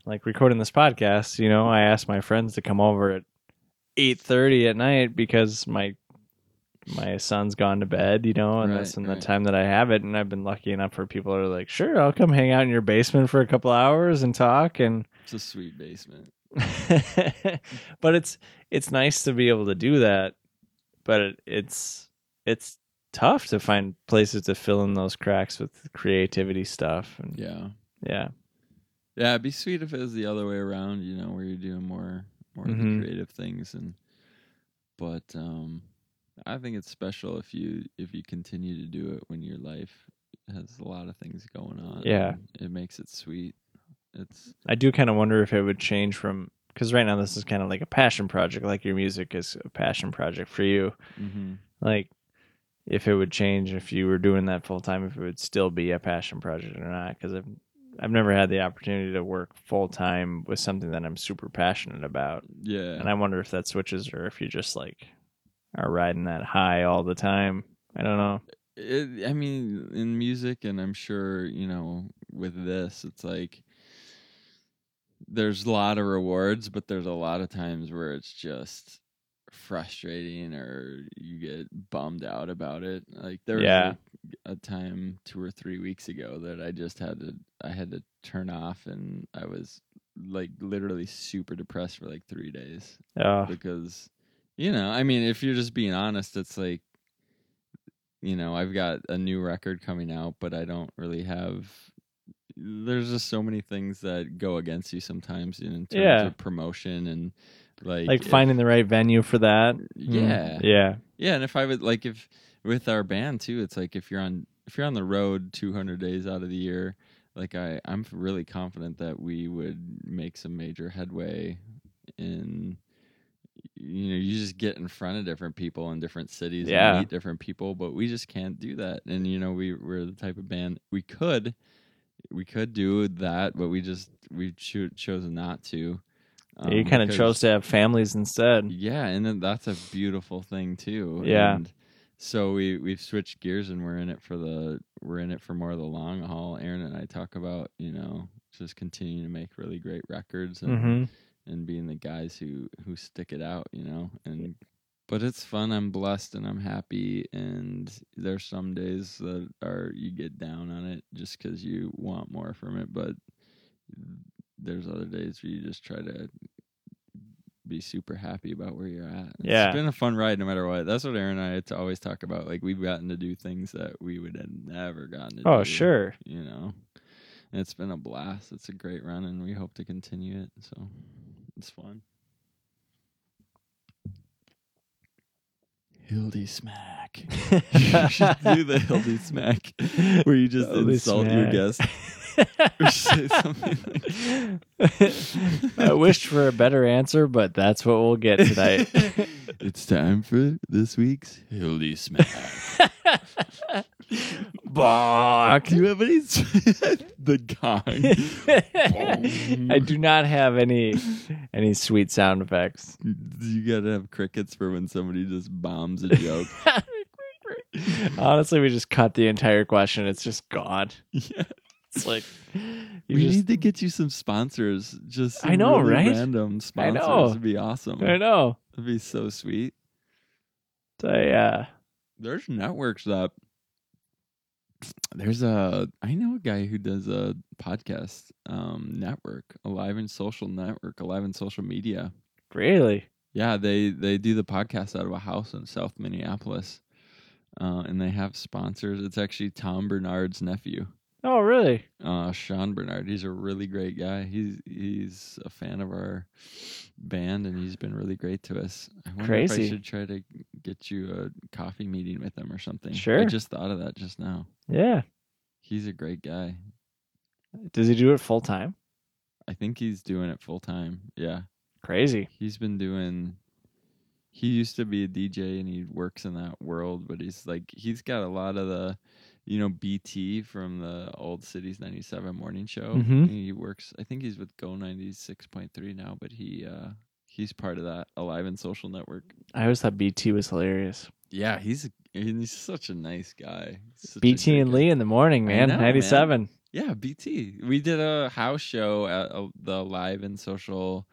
A: like recording this podcast, you know, I asked my friends to come over at eight thirty at night because my my son's gone to bed, you know, and
B: Right,
A: that's in
B: right.
A: the time that I have it. And I've been lucky enough for people that are like, sure, I'll come hang out in your basement for a couple hours and talk. And
B: it's a sweet basement.
A: but it's it's nice to be able to do that, but it, it's it's tough to find places to fill in those cracks with creativity stuff. And
B: Yeah,
A: yeah,
B: yeah, it'd be sweet if it was the other way around. You know, where you're doing more more of the
A: Mhm.
B: creative things, and but um, I think it's special if you if you continue to do it when your life has a lot of things going on.
A: Yeah.
B: and it makes it sweet. It's
A: I do kind of wonder if it would change from because right now this is kind of like a passion project, like your music is a passion project for you.
B: mm-hmm.
A: Like if it would change if you were doing that full time, if it would still be a passion project or not? Because I've I've never had the opportunity to work full time with something that I'm super passionate about,
B: yeah,
A: and I wonder if that switches or if you just like are riding that high all the time. I don't know.
B: it, I mean, in music, and I'm sure you know, with this, it's like there's a lot of rewards, but there's a lot of times where it's just frustrating or you get bummed out about it. Like there was
A: Yeah.
B: a, a time two or three weeks ago that I just had to I had to turn off, and I was like literally super depressed for like three days
A: Oh,
B: because you know i mean if you're just being honest it's like you know i've got a new record coming out but i don't really have there's just so many things that go against you sometimes in terms
A: Yeah.
B: of promotion and like
A: like
B: if-
A: finding mm, the right venue for that. Mm-hmm.
B: yeah
A: yeah,
B: yeah, and if I would like if with our band too, it's like if you're on if you're on the road 200 days out of the year, like I I'm really confident that we would make some major headway in you know, you just get in front of different people in different cities
A: Yeah.
B: and meet different people, but we just can't do that. And you know, we we're the type of band we could we could do that, but we just we've cho- chosen not to.
A: you
B: um,
A: kind of
B: because-
A: chose to have families instead.
B: yeah, and then that's a beautiful thing too.
A: Yeah.
B: And so we we've switched gears and we're in it for the we're in it for more of the long haul. Aaron and I talk about you know just continuing to make really great records and
A: hmm
B: and being the guys who who stick it out. You know and. But it's fun. I'm blessed and I'm happy. And there's some days that are you get down on it just because you want more from it. But there's other days where you just try to be super happy about where you're at.
A: Yeah.
B: It's been a fun ride no matter what. That's what Aaron and I t- always talk about. Like we've gotten to do things that we would have never gotten to do.
A: Oh, sure.
B: You know. And it's been a blast. It's a great run and we hope to continue it. So it's fun. Hildy smack. you should do the Hildy smack where you just
A: Hildy
B: insult your
A: smack.
B: guest. Or say something
A: I wished for a better answer, but that's what we'll get tonight.
B: it's time for this week's Hildy Smack. Fuck. Do you have any? the gong.
A: I do not have any any sweet sound effects.
B: You gotta have crickets for when somebody just bombs a joke.
A: Honestly, we just cut the entire question. It's just gone.
B: yeah.
A: It's like you
B: we
A: just-
B: need to get you some sponsors. Just
A: I
B: some
A: know,
B: really
A: right?
B: Random
A: I know.
B: sponsors would be awesome.
A: I know.
B: It'd be so sweet.
A: So yeah.
B: There's networks that there's a I know a guy who does a podcast um network, Alive and Social Network, Alive and Social Media.
A: Really?
B: Yeah, they they do the podcast out of a house in South Minneapolis. Uh, and they have sponsors. It's actually Tom Bernard's nephew.
A: Oh really?
B: uh Sean Bernard. He's a really great guy. He's he's a fan of our band and he's been really great to us. I wonder
A: Crazy.
B: if I should try to get you a coffee meeting with him or something. I
A: Sure.
B: just thought of that just now.
A: Yeah.
B: He's a great guy.
A: Does he do it full time?
B: I think he's doing it full time. Yeah.
A: Crazy.
B: He's been doing he used to be a DJ and he works in that world, but he's like he's got a lot of the you know BT from the old cities 97 morning show.
A: Mhm.
B: He works I think he's with Go 96.3 now, but he uh he's part of that Alive and Social Network.
A: I always thought BT was hilarious.
B: Yeah, he's a, and he's such a nice guy. Such a
A: BT
B: great
A: and
B: guy.
A: Lee in the morning,
B: I
A: man.
B: know, man.
A: Ninety seven.
B: Yeah, BT. We did a house show at uh, the Live and Social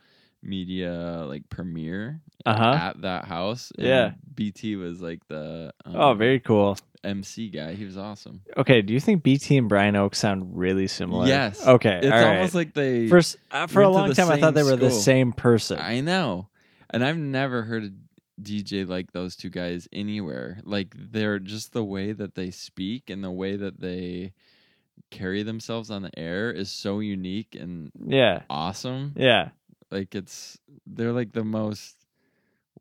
B: Media like premiere
A: Uh huh.
B: at that house. and
A: Yeah.
B: BT was like the um,
A: Oh, very cool.
B: MC guy. He was awesome.
A: Okay, do you think BT and Brian Oak sound really similar?
B: Yes.
A: Okay.
B: It's
A: all right.
B: almost like they.
A: for s- uh, for
B: went
A: a
B: to
A: long
B: the
A: time, I thought they
B: same
A: were the
B: school.
A: same person.
B: I know, and I've never heard a DJ like those two guys anywhere. Like they're just the way that they speak and the way that they carry themselves on the air is so unique and
A: yeah,
B: awesome.
A: yeah,
B: Like it's they're like the most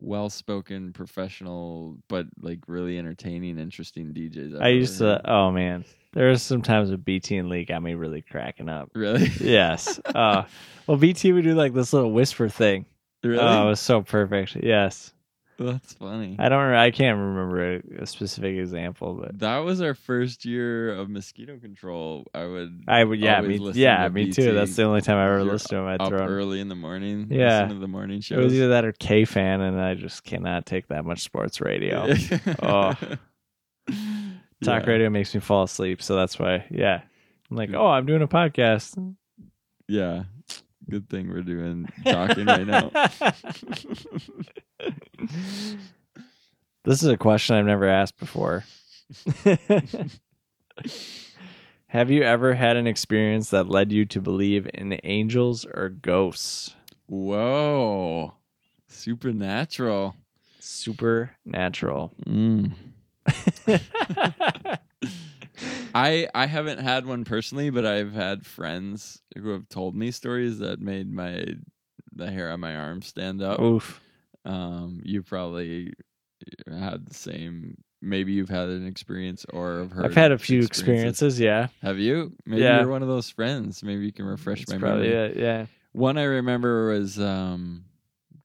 B: well-spoken professional but like really entertaining interesting DJs. I've
A: I
B: ever
A: used
B: heard.
A: to. Oh man, there was some times with BT and Lee got me really cracking up.
B: Really?
A: Yes. uh, well, BT would do like this little whisper thing.
B: Really?
A: Oh, it was so perfect. Yes,
B: That's funny.
A: I don't. I can't remember a, a specific example, but
B: that was our first year of mosquito control. I would
A: I would. Yeah,
B: Always
A: me.
B: listen
A: Yeah,
B: to
A: me
B: BT.
A: too. That's the only time I ever
B: You're
A: listened to him. I'd
B: up
A: throw. him.
B: early in the morning.
A: Yeah.
B: listen to the morning
A: It
B: shows.
A: was either that or K fan, and I just cannot take that much sports radio. Oh. Talk
B: yeah.
A: radio makes me fall asleep, so that's why. Yeah, I'm like, oh, I'm doing a podcast.
B: Yeah, good thing we're doing talking right now.
A: This is a question I've never asked before. Have you ever had an experience that led you to believe in angels or ghosts?
B: Whoa, supernatural.
A: Supernatural.
B: Mm.
A: yeah.
B: I I haven't had one personally, but I've had friends who have told me stories that made my the hair on my arm stand up.
A: Oof.
B: um, you probably eh, had the same. Maybe you've had an experience or have heard.
A: I've had a few experiences.
B: experiences.
A: Yeah.
B: Have you? Maybe
A: Yeah.
B: you're one of those friends. Maybe you can refresh
A: That's
B: my
A: probably
B: memory.
A: it, Yeah.
B: One I remember was um,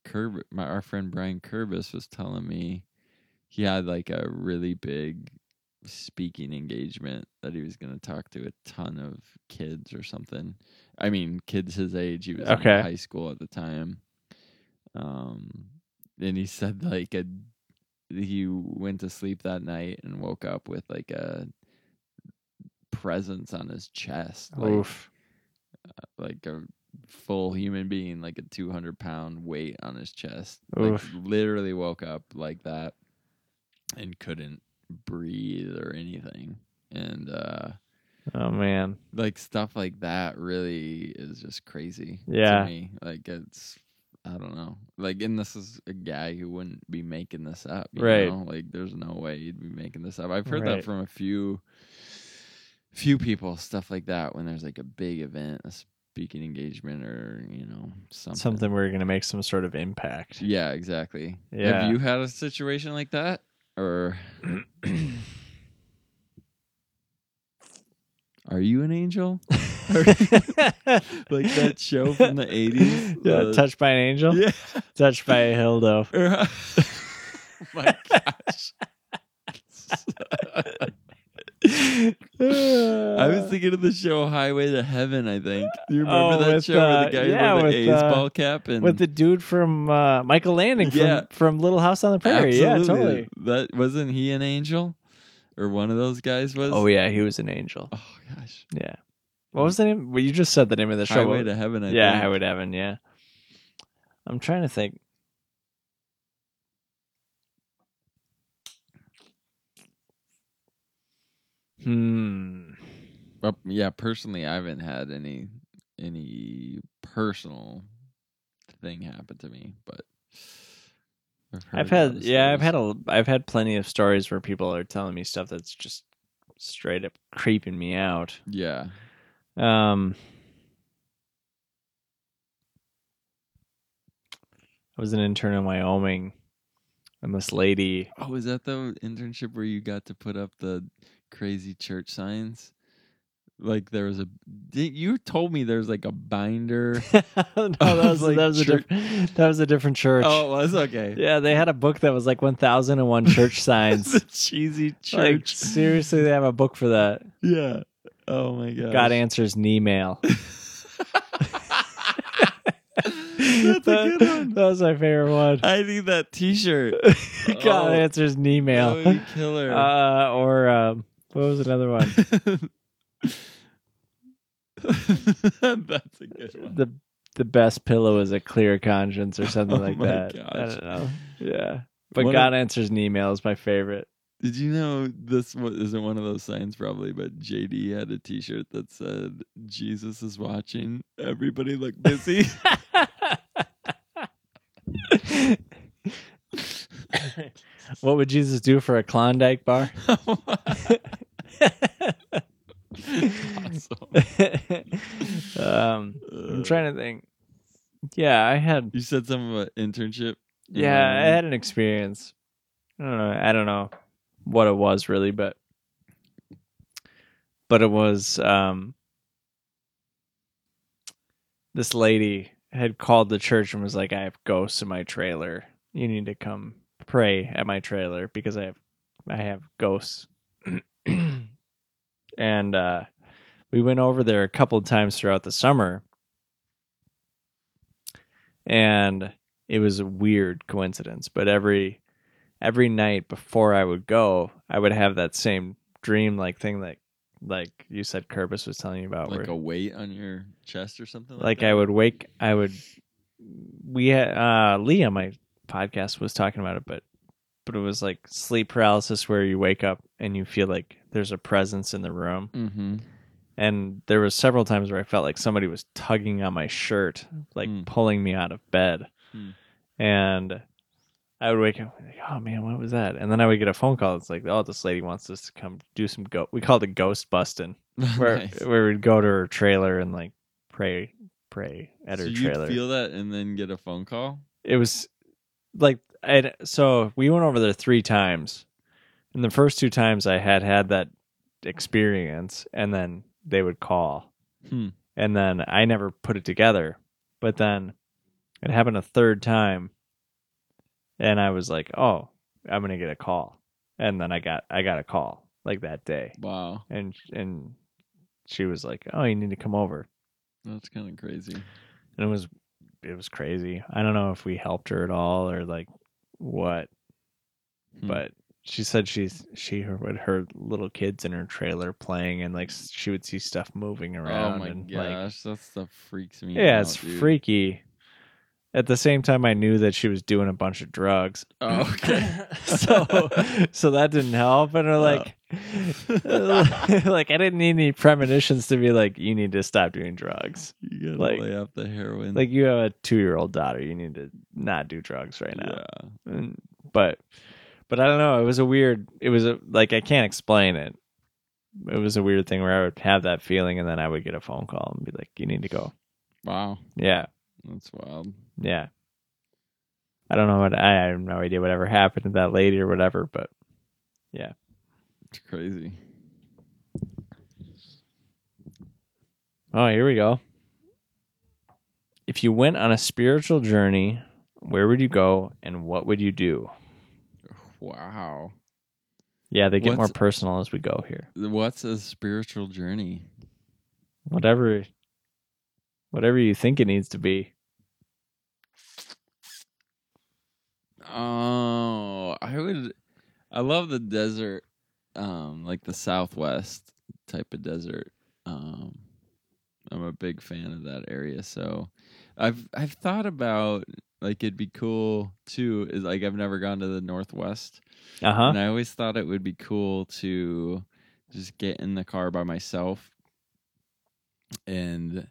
B: Curb. My our friend Brian Curbis was telling me he had like a really big speaking engagement that he was going to talk to a ton of kids or something. I mean, kids his age. He was
A: Okay.
B: in high school at the time. Um, and he said like a he went to sleep that night and woke up with like a presence on his chest. Like,
A: Oof.
B: like a full human being, like a 200 pound weight on his chest. Like
A: Oof.
B: literally woke up like that and couldn't breathe or anything. And uh
A: Oh man.
B: like stuff like that really is just crazy
A: Yeah.
B: to me. Like it's I don't know. Like and this is a guy who wouldn't be making this up. You
A: Right.
B: Know? Like there's no way he'd be making this up. I've heard
A: Right.
B: that from a few few people, stuff like that, when there's like a big event, a speaking engagement or, you know, something.
A: Something where you're gonna make some sort of impact.
B: Yeah, exactly.
A: Yeah.
B: Have you had a situation like that? Or are you an angel? Like that uh, show from the 80s?
A: Yeah,
B: the-
A: touched by an angel.
B: Yeah.
A: Touched by a dildo.
B: oh my gosh. I was thinking of the show Highway to Heaven. I think Do you remember
A: Oh,
B: that
A: with,
B: show where
A: uh,
B: the guy
A: yeah,
B: wore the
A: with,
B: A's
A: uh,
B: ball cap and
A: with the dude from uh, Michael Landing from,
B: Yeah.
A: from Little House on the Prairie. Yeah,
B: Absolutely.
A: totally.
B: That wasn't he an angel or one of those guys was.
A: Oh yeah, he was an angel.
B: Oh gosh,
A: Yeah. What was the name? Well, you just said the name of the show.
B: Highway to Heaven. I
A: yeah,
B: think.
A: Howard Evan. Yeah. I'm trying to think. Hmm.
B: Well, yeah, personally, I haven't had any any personal thing happen to me, but I've,
A: I've
B: heard a lot
A: had
B: of
A: yeah, I've
B: stories.
A: had a I've had plenty of stories where people are telling me stuff that's just straight up creeping me out.
B: yeah.
A: Um I was an intern in Wyoming and this lady
B: Oh, was that the internship where you got to put up the crazy church signs? Like there was a di- you told me there's like a binder.
A: No, that
B: I
A: was,
B: was like,
A: that was a
B: church-
A: different that was a different church.
B: oh, it was okay.
A: Yeah, they had a book that was like 1001 church
B: It's
A: signs.
B: a cheesy church.
A: like seriously, they have a book for that.
B: Yeah. Oh my god.
A: God answers E an email.
B: That's a
A: that,
B: good one.
A: that was my favorite one.
B: I need that T-shirt.
A: God
B: Oh.
A: answers an
B: That would
A: email.
B: be killer.
A: Uh, or um, what was another one?
B: That's a good one.
A: the the best pillow is a clear conscience or something
B: Oh
A: like
B: my
A: that. I
B: gosh.
A: don't know. Yeah, but
B: One of-
A: God answers an email is my favorite.
B: Did you know this wa- isn't one of those signs probably, but JD had a T-shirt that said "Jesus is watching." Everybody look busy.
A: what would Jesus do for a Klondike bar?
B: Awesome.
A: um, I'm
B: Ugh.
A: trying to think. Yeah, I had
B: You said something about internship. in
A: Yeah, I
B: Wyoming?
A: had an experience. I don't know. I don't know what it was really, but but it was um this lady had called the church and was like, "I have ghosts in my trailer. You need to come pray at my trailer because I have I have ghosts." and uh we went over there a couple of times throughout the summer. And it was a weird coincidence but every every night before i would go i would have that same dream like thing that like you said Kerbis was telling you about
B: like
A: where,
B: a weight on your chest or something. Like,
A: like
B: that?
A: i would wake i would we had uh lee on my podcast was talking about it but but it was like sleep paralysis where you wake up and you feel like there's a presence in the room
B: Mm-hmm.
A: and there was several times where I felt like somebody was tugging on my shirt, like
B: Mm.
A: pulling me out of bed.
B: Mm.
A: And I would wake up, like, oh man, what was that? And then I would get a phone call. It's like, oh, this lady wants us to come do some go. We called it ghost busting, where where we'd go to her trailer and like pray, pray at her
B: so
A: trailer.
B: You'd feel that and then get a phone call.
A: it was like, I so we went over there three times, and the first two times I had had that experience, and then they would call
B: Hmm.
A: and then I never put it together. But then it happened a third time, and I was like, "Oh, I'm gonna get a call," and then I got I got a call like that day,
B: Wow,
A: and and she was like, "Oh, you need to come over,"
B: that's kind of crazy.
A: and it was it was crazy. I don't know if we helped her at all or like what,
B: Hmm.
A: but she said she's she her would her little kids in her trailer playing and like she would see stuff moving around
B: oh my
A: and like
B: gosh, that stuff freaks me.
A: Yeah,
B: out,
A: it's
B: dude.
A: freaky. At the same time, I knew that she was doing a bunch of drugs,
B: Oh, okay.
A: so so that didn't help. And we're like,
B: Oh.
A: like I didn't need any premonitions to be like, you need to stop doing drugs.
B: you gotta
A: Like-
B: lay off the heroin.
A: Like you have a two year old daughter, you need to not do drugs right now.
B: Yeah.
A: And- but but I don't know. It was a weird. It was a like I can't explain it. It was a weird thing where I would have that feeling, and then I would get a phone call and be like, you need to go.
B: Wow,
A: Yeah.
B: that's wild.
A: Yeah. I don't know what I I have no idea whatever happened to that lady or whatever, but
B: It's crazy.
A: oh, here we go. If you went on a spiritual journey, where would you go and what would you do?
B: Wow.
A: Yeah, they get more
B: What's-
A: personal as we go here.
B: What's a spiritual journey?
A: Whatever, whatever you think it needs to be.
B: Oh, I would. I love the desert, um, like the Southwest type of desert. Um, I'm a big fan of that area, so I've I've thought about like it'd be cool too. Is like I've never gone to the Northwest,
A: Uh huh.
B: and I always thought it would be cool to just get in the car by myself and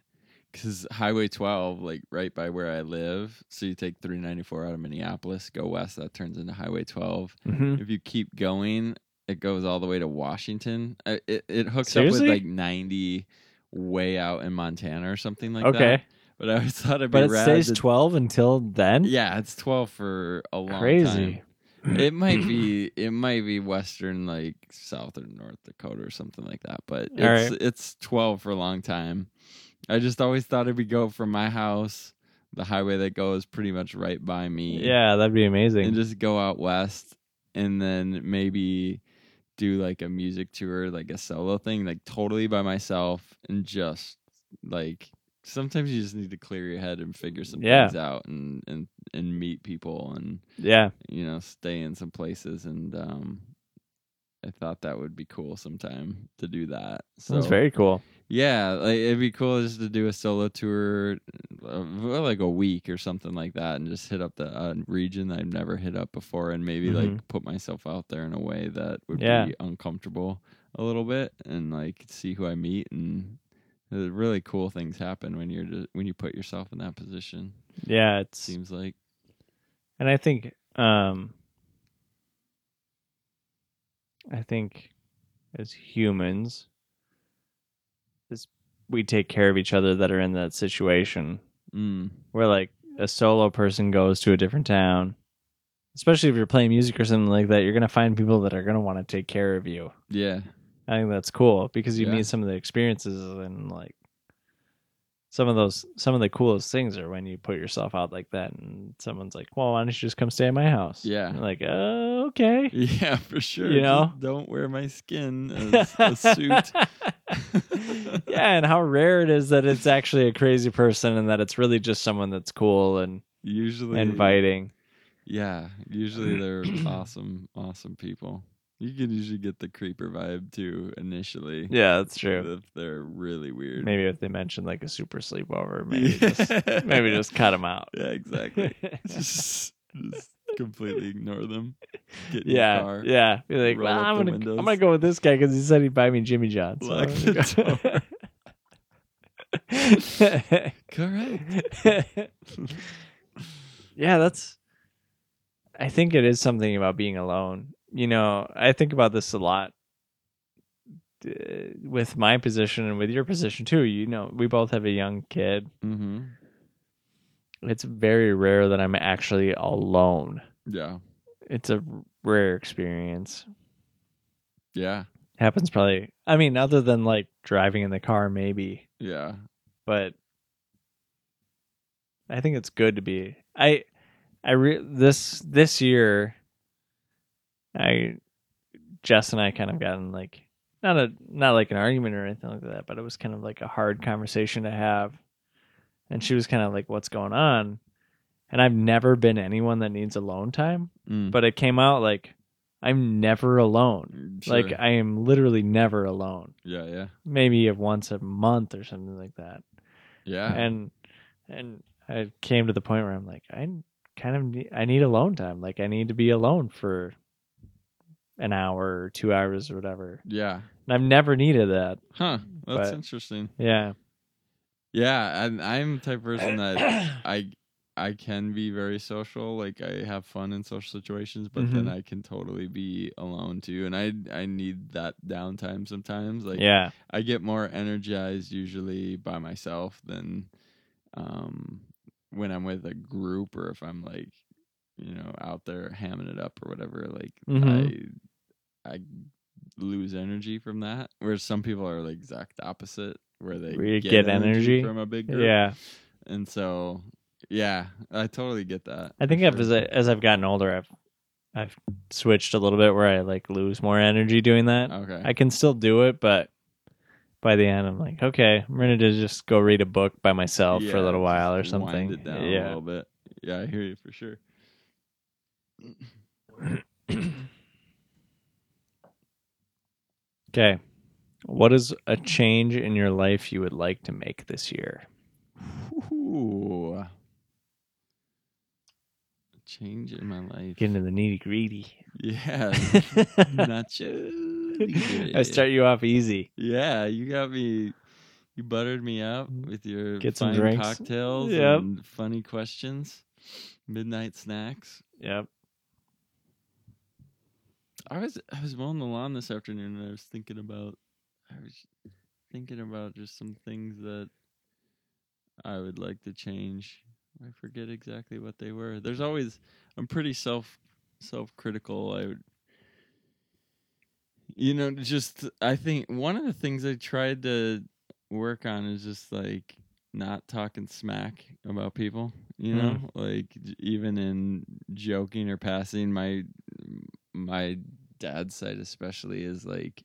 B: because Highway 12, like right by where I live, so you take 394 out of Minneapolis, go west, that turns into Highway 12.
A: hmm
B: If you keep going, it goes all the way to Washington. I- It, it hooks
A: Seriously?
B: up with like 90 way out in Montana or something like that.
A: okay,
B: But I always thought it'd be
A: but it
B: rad
A: stays
B: to-
A: twelve until then.
B: Yeah, it's 12 for a long time
A: crazy.
B: it might be it might be western like south or north dakota or something like that but
A: All
B: it's it's 12 for a long time i just always thought it'd be go from my house the highway that goes pretty much right by me
A: Yeah, that'd be
B: and
A: amazing.
B: just go out west and then maybe do like a music tour like a solo thing like totally by myself and just like sometimes you just need to clear your head and figure some
A: Yeah.
B: things out and and and meet people and
A: yeah,
B: you know, stay in some places and um I thought that would be cool sometime to do that. So
A: sounds very cool.
B: yeah, like it'd be cool just to do a solo tour, uh, well, like a week or something like that, and just hit up the uh, region that I've never hit up before, and maybe like put myself out there in a way that would
A: Mm-hmm. Yeah.
B: be uncomfortable a little bit, and like see who I meet, and uh, really cool things happen when you're just, when you put yourself in that position.
A: Yeah, it's
B: Seems like
A: And I think um I think as humans as we take care of each other that are in that situation
B: mm,
A: where like a solo person goes to a different town especially if you're playing music or something like that you're going to find people that are going to want to take care of you.
B: yeah,
A: I think that's cool because you
B: Yeah.
A: meet some of the experiences and like some of those some of the coolest things are when you put yourself out like that and someone's like, "Well, why don't you just come stay at my house?"
B: Yeah.
A: And you're like, "Oh, okay."
B: Yeah, for sure.
A: You
B: Just
A: know?
B: don't wear my skin as a suit.
A: yeah, and how rare it is that it's actually a crazy person and that it's really just someone that's cool and
B: Usually,
A: inviting.
B: Yeah, usually they're awesome, awesome people. You can usually get the creeper vibe too initially.
A: Yeah, that's true.
B: If they're really weird.
A: Maybe if they mention like a super sleepover, maybe just maybe just cut them out.
B: Yeah, exactly. just, just completely ignore them. Get in your
A: Yeah,
B: car.
A: yeah. Be like,
B: roll
A: well,
B: up
A: I'm
B: the
A: gonna
B: windows.
A: I'm gonna go with this guy because he said he'd buy me Jimmy John's. So
B: Lock
A: I'm gonna go-
B: the Correct.
A: yeah, that's. I think it is something about being alone. You know, I think about this a lot uh, with my position and with your position too. You know, we both have a young kid.
B: Mm-hmm.
A: It's very rare that I'm actually alone.
B: Yeah.
A: It's a rare experience.
B: Yeah.
A: happens probably i mean other than like driving in the car maybe
B: Yeah.
A: but i think it's good to be i i re- this this year i jess and i kind of gotten like not a not like an argument or anything like that but it was kind of like a hard conversation to have and she was kind of like what's going on and i've never been anyone that needs alone time
B: Mm,
A: but it came out like i'm never alone like
B: sure.
A: I am literally never alone.
B: yeah, yeah.
A: Maybe if once a month or something like that.
B: Yeah.
A: And and I came to the point where I'm like, I kind of need, I need alone time. Like I need to be alone for an hour or two hours or whatever.
B: yeah.
A: And I've never needed that.
B: Huh. That's
A: But-
B: interesting.
A: Yeah.
B: Yeah, and I'm the type of person that
A: yeah.
B: I I can be very social. Like I have fun in social situations, but then
A: Mhm.
B: I can totally be alone too. And I I need that downtime sometimes. Like
A: Yeah.
B: I get more energized usually by myself than um when I'm with a group or if I'm like you know out there hamming it up or whatever. Like
A: Mhm.
B: I I lose energy from that. Whereas some people are the exact opposite, where they
A: Where you get energy.
B: from a big group.
A: Yeah.
B: And so, yeah, I totally get that.
A: I think
B: for
A: I've, as, I, as I've gotten older, I've I've switched a little bit where I like lose more energy doing that.
B: Okay.
A: I can still do it, but by the end, I'm like, okay, I'm ready to just go read a book by myself for a
B: Yeah,
A: little while or
B: just
A: something.
B: Wind it down a
A: yeah.
B: little bit. Yeah, I hear you for sure.
A: Okay. What is a change in your life you would like to make this year?
B: Ooh. Change in my life.
A: Get into the nitty gritty.
B: Yeah. Nacho.
A: I start you off easy.
B: Yeah, you got me. You buttered me up with your
A: Mm-hmm. Get some
B: fine
A: drinks.
B: cocktails
A: Yep.
B: and funny questions, midnight snacks.
A: Yep.
B: I was I was mowing the lawn this afternoon and I was thinking about I was thinking about just some things that I would like to change. I forget exactly what they were. There's always I'm pretty self self critical. I would you know, just I think one of the things I tried to work on is just like not talking smack about people, you know, like j- even in joking or passing my my dad's side especially is like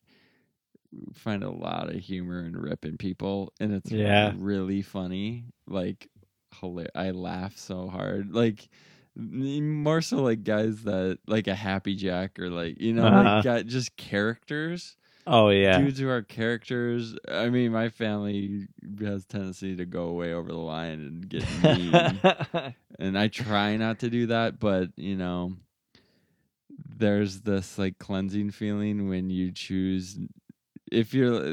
B: find a lot of humor in ripping people and it's
A: Yeah.
B: really funny like hilar- i laugh so hard like n- more so like guys that like a happy jack or like you know
A: Uh-huh.
B: like got just characters
A: Oh yeah.
B: dudes who are characters i mean my family has tendency to go way over the line and get mean and I try not to do that, but you know, there's this like cleansing feeling when you choose if you're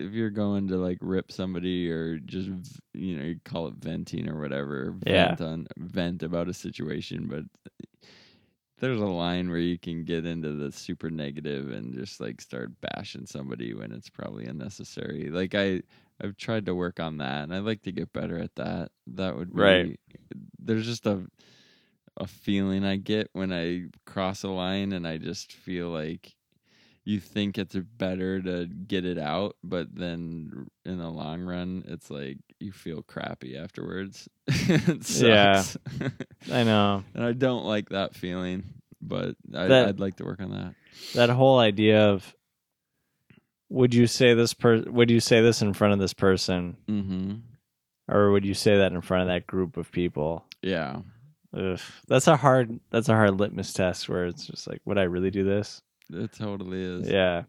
B: if you're going to like rip somebody or just you know you call it venting or whatever
A: Yeah.
B: vent on vent about a situation but there's a line where you can get into the super negative and just like start bashing somebody when it's probably unnecessary like i i've tried to work on that and i'd like to get better at that that would be
A: Right.
B: there's just a a feeling i get when i cross a line and i just feel like you think it's better to get it out, but then in the long run, it's like you feel crappy afterwards. it
A: Yeah.
B: sucks.
A: I know.
B: and I don't like that feeling, but I,
A: That-
B: I'd like to work on that.
A: That whole idea of would you say this per would you say this in front of this person
B: Mm-hmm.
A: or would you say that in front of that group of people?
B: Yeah.
A: Ugh. That's a hard that's a hard litmus test where it's just like, would I really do this?
B: It totally is.
A: Yeah.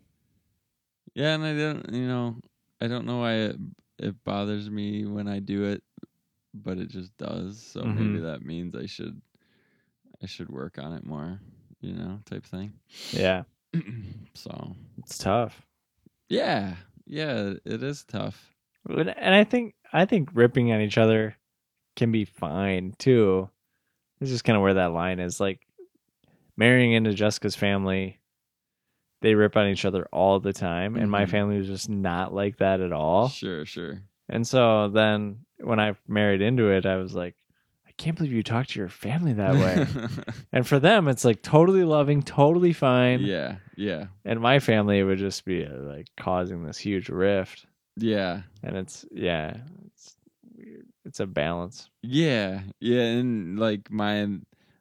B: Yeah, and I don't, you know, I don't know why it, it bothers me when I do it, but it just does. So
A: Mm-hmm.
B: maybe that means I should, I should work on it more, you know, type thing.
A: Yeah.
B: so
A: It's tough.
B: Yeah, yeah, it is tough.
A: And and I think I think ripping at each other can be fine too. It's just kind of where that line is. Like marrying into Jessica's family, they rip on each other all the time, and my
B: Mhm.
A: family was just not like that at all.
B: Sure, sure.
A: And so then when I married into it, I was like, I can't believe you talk to your family that way. and for them, it's like totally loving, totally fine.
B: yeah, yeah,
A: And my family, it would just be uh, like causing this huge rift.
B: yeah,
A: and it's yeah it's weird it's a balance
B: yeah, yeah. And like my,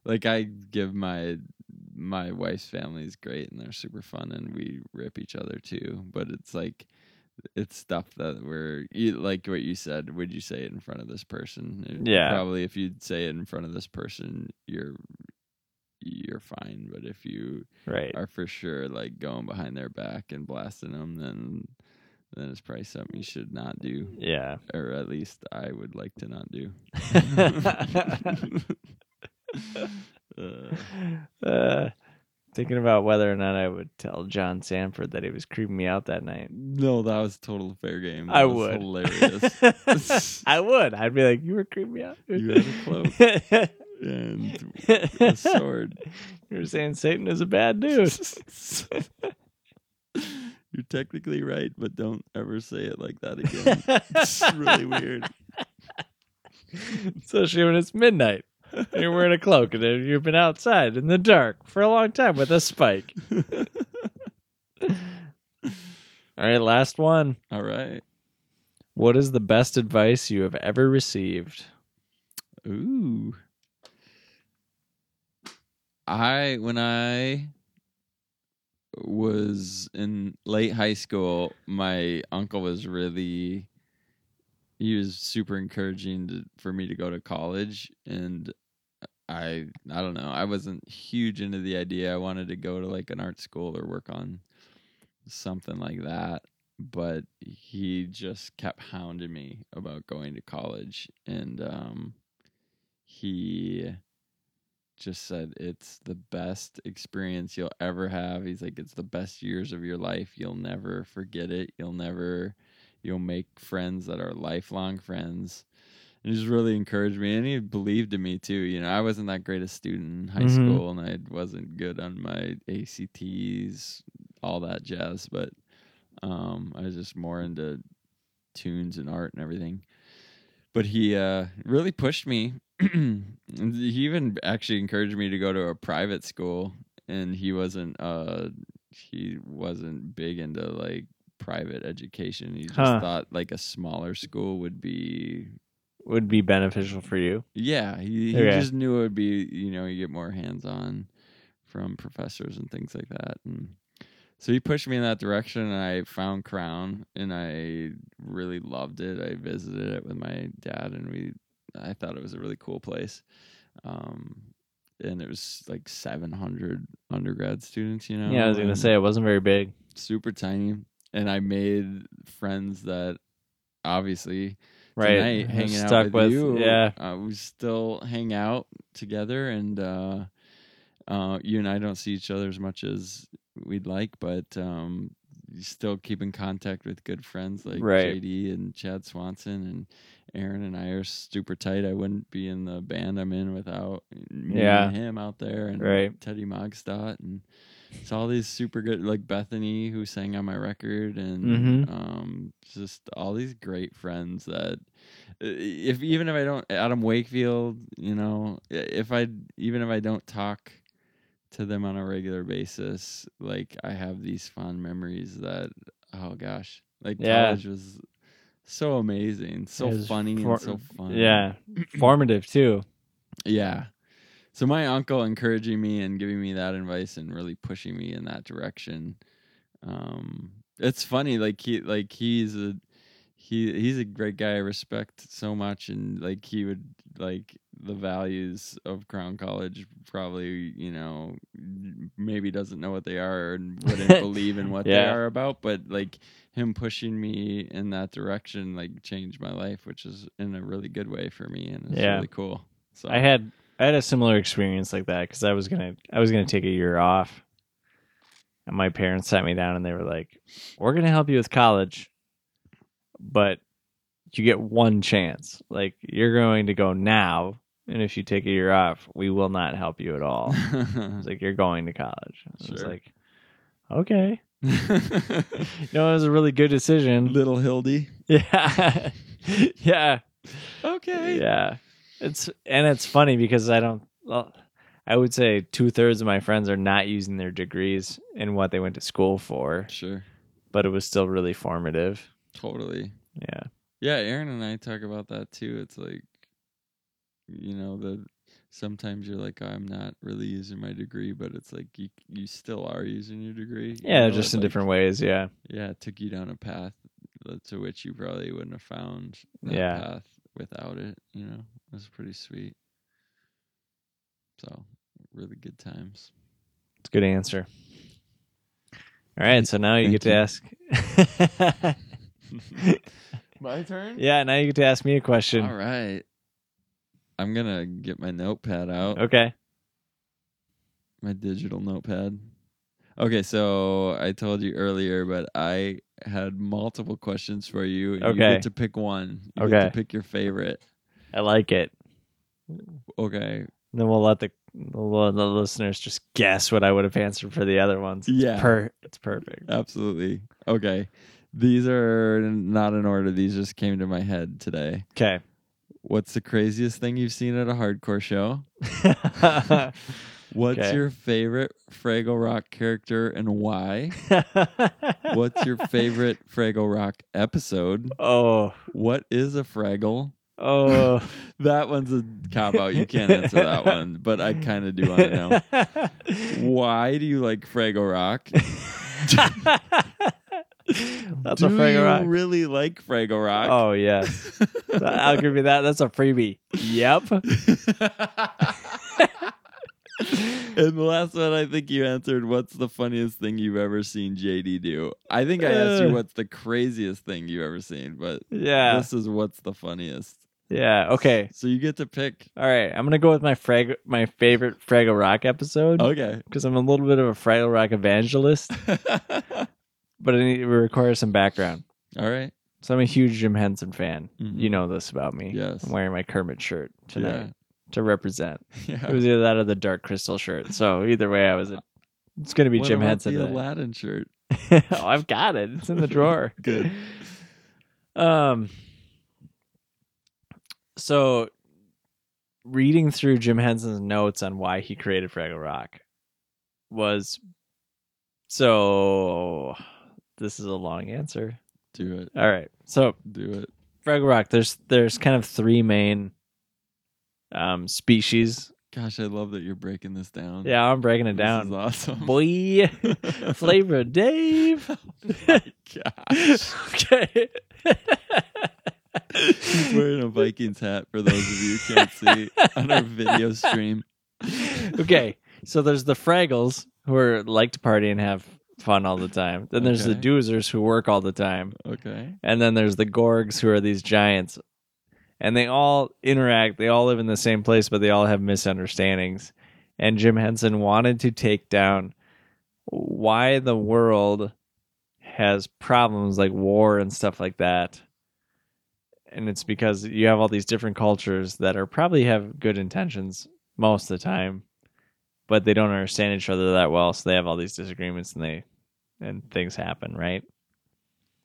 B: like I give my my wife's family is great and they're super fun and we rip each other too. But it's like it's stuff that we're you, like what you said. Would you say it in front of this person? And
A: Yeah.
B: probably. If you'd say it in front of this person, you're you're fine. But if you
A: right
B: are for sure like going behind their back and blasting them, then then it's probably something you should not do,
A: yeah
B: or at least I would like to not do. Uh,
A: uh, thinking about whether or not i would tell john sanford that he was creeping me out that night
B: no, that was total fair game. That
A: i
B: was
A: would
B: hilarious.
A: i would i'd be like you were creeping me out
B: You had a and a sword.
A: you were saying satan is a bad dude
B: You're technically right, but don't ever say it like that again. it's really weird.
A: especially when it's midnight and you're wearing a cloak and then you've been outside in the dark for a long time with a spike. All right, last one.
B: All right.
A: What is the best advice you have ever received?
B: Ooh. I when I was in late high school, my uncle was really he was super encouraging to, for me to go to college and I I don't know. I wasn't huge into the idea. I wanted to go to like an art school or work on something like that, but he just kept hounding me about going to college and um he just said it's the best experience you'll ever have. He's like it's the best years of your life. You'll never forget it. You'll never you'll make friends that are lifelong friends. And he just really encouraged me and he believed in me too. You know, I wasn't that great a student in high
A: Mhm.
B: school and I wasn't good on my ACTs, all that jazz, but um I was just more into tunes and art and everything. But he uh really pushed me And he even actually encouraged me to go to a private school and he wasn't uh he wasn't big into like private education he just
A: Huh.
B: thought like a smaller school would be
A: Would be beneficial for you.
B: yeah he, he
A: Okay.
B: just knew it would be you know you get more hands on from professors and things like that and so he pushed me in that direction and i found crown and i really loved it i visited it with my dad and we i thought it was a really cool place um and it was like 700 undergrad students you know
A: yeah, I was gonna
B: and-
A: say it wasn't very big.
B: super tiny and i made friends that obviously
A: Right,
B: tonight
A: I'm
B: hanging out
A: stuck
B: with, you
A: yeah.
B: uh, we still hang out together and uh uh you and i don't see each other as much as we'd like but um you still keep in contact with good friends like
A: Right.
B: JD and Chad Swanson and Aaron and I are super tight. I wouldn't be in the band I'm in without me
A: Yeah.
B: and him out there and
A: Right.
B: Teddy Mogstadt and it's all these super good like Bethany who sang on my record and
A: Mhm.
B: um just all these great friends that if even if I don't Adam Wakefield, you know, if I even if I don't talk to them on a regular basis, like I have these fond memories that oh gosh, like
A: Yeah.
B: college was so amazing, so
A: It was
B: funny
A: for-
B: and so fun.
A: Yeah, formative too.
B: Yeah. So my uncle encouraging me and giving me that advice and really pushing me in that direction. Um it's funny like he like he's a he he's a great guy I respect so much and like he would like the values of Crown College probably, you know, maybe doesn't know what they are and wouldn't believe in what they
A: Yeah.
B: are about, but like him pushing me in that direction like changed my life, which is in a really good way for me and it's
A: Yeah.
B: really cool. So
A: I had I had a similar experience like that because I was gonna I was gonna take a year off, and my parents sat me down and they were like, "We're gonna help you with college, but you get one chance. Like you're going to go now, and if you take a year off, we will not help you at all. It's like you're going to college. I was
B: Sure.
A: like, okay, you know, it was a really good decision.
B: Little Hildy.
A: Yeah, yeah.
B: Okay.
A: Yeah, it's and it's funny because I don't. Well, I would say two thirds of my friends are not using their degrees in what they went to school for,
B: Sure.
A: but it was still really formative.
B: Totally.
A: Yeah,
B: Yeah, Aaron and I talk about that too. It's like you know, the sometimes you're like I'm not really using my degree, but it's like you you still are using your degree. you
A: yeah,
B: know,
A: just
B: it,
A: in
B: like,
A: different ways. Yeah,
B: Yeah, it took you down a path to which you probably wouldn't have found that
A: Yeah.
B: path without it, you know. It was pretty sweet. So, really good times.
A: it's a good answer. All right, so now you
B: Thank
A: get to ask.
B: my turn?
A: yeah, now you get to ask me a question.
B: All right. I'm going to get my notepad out,
A: Okay.
B: my digital notepad. Okay, so I told you earlier, but I had multiple questions for you. and You
A: Okay.
B: get to pick one. You get to
A: Okay.
B: pick your favorite.
A: I like it.
B: Okay.
A: Then we'll let the we'll let the listeners just guess what I would have answered for the other ones. It's
B: Yeah.
A: per it's perfect.
B: Absolutely. Okay. These are not in order. These just came to my head today.
A: Okay.
B: What's the craziest thing you've seen at a hardcore show? What's
A: Okay.
B: your favorite Fraggle Rock character and why? What's your favorite Fraggle Rock episode?
A: Oh,
B: What is a Fraggle?
A: Oh,
B: That one's a cop out. You can't answer that one, but I kind of do want to know. Why do you like Fraggle Rock?
A: That's
B: do
A: a Fraggle
B: you
A: Rock.
B: really like Fraggle Rock?
A: Oh yes, I'll give you that. That's a freebie. Yep.
B: and the last one, I think you answered, "What's the funniest thing you've ever seen JD do?" I think I asked you,
A: Uh.
B: "What's the craziest thing you've ever seen?" But
A: Yeah.
B: this is what's the funniest.
A: Yeah. Okay.
B: So you get to pick.
A: All right. I'm gonna go with my frag, my favorite Fraggle Rock episode
B: Okay.
A: because I'm a little bit of a Fraggle Rock evangelist, but it need- it requires some background.
B: All right.
A: So I'm a huge Jim Henson fan.
B: Mhm.
A: You know this about me.
B: Yes.
A: I'm wearing my Kermit shirt tonight
B: Yeah.
A: to represent.
B: Yeah.
A: It was either that or the Dark Crystal shirt. So either way, I was. A, it's gonna be
B: What
A: Jim
B: about
A: Henson.
B: The
A: today.
B: Aladdin shirt.
A: oh, I've got it. It's in the drawer.
B: Good.
A: Um. So, reading through Jim Henson's notes on why he created Fraggle Rock was so. This is a long answer.
B: Do it.
A: All right. So
B: Do it.
A: Fraggle Rock, there's there's kind of three main um species.
B: Gosh, I love that you're breaking this down.
A: Yeah, I'm breaking it
B: This is
A: down.
B: awesome.
A: Boy, Flavor Dave.
B: Gosh.
A: okay.
B: He's wearing a Vikings hat for those of you who can't see on our video stream.
A: okay. So there's the Fraggles who are like to party and have fun all the time. Then there's the
B: Okay.
A: Doozers who work all the time.
B: Okay.
A: And then there's the Gorgs who are these giants. And they all interact. They all live in the same place, but they all have misunderstandings. And Jim Henson wanted to take down why the world has problems like war and stuff like that. And it's because you have all these different cultures that are probably have good intentions most of the time, but they don't understand each other that well, so they have all these disagreements and they and things happen, right?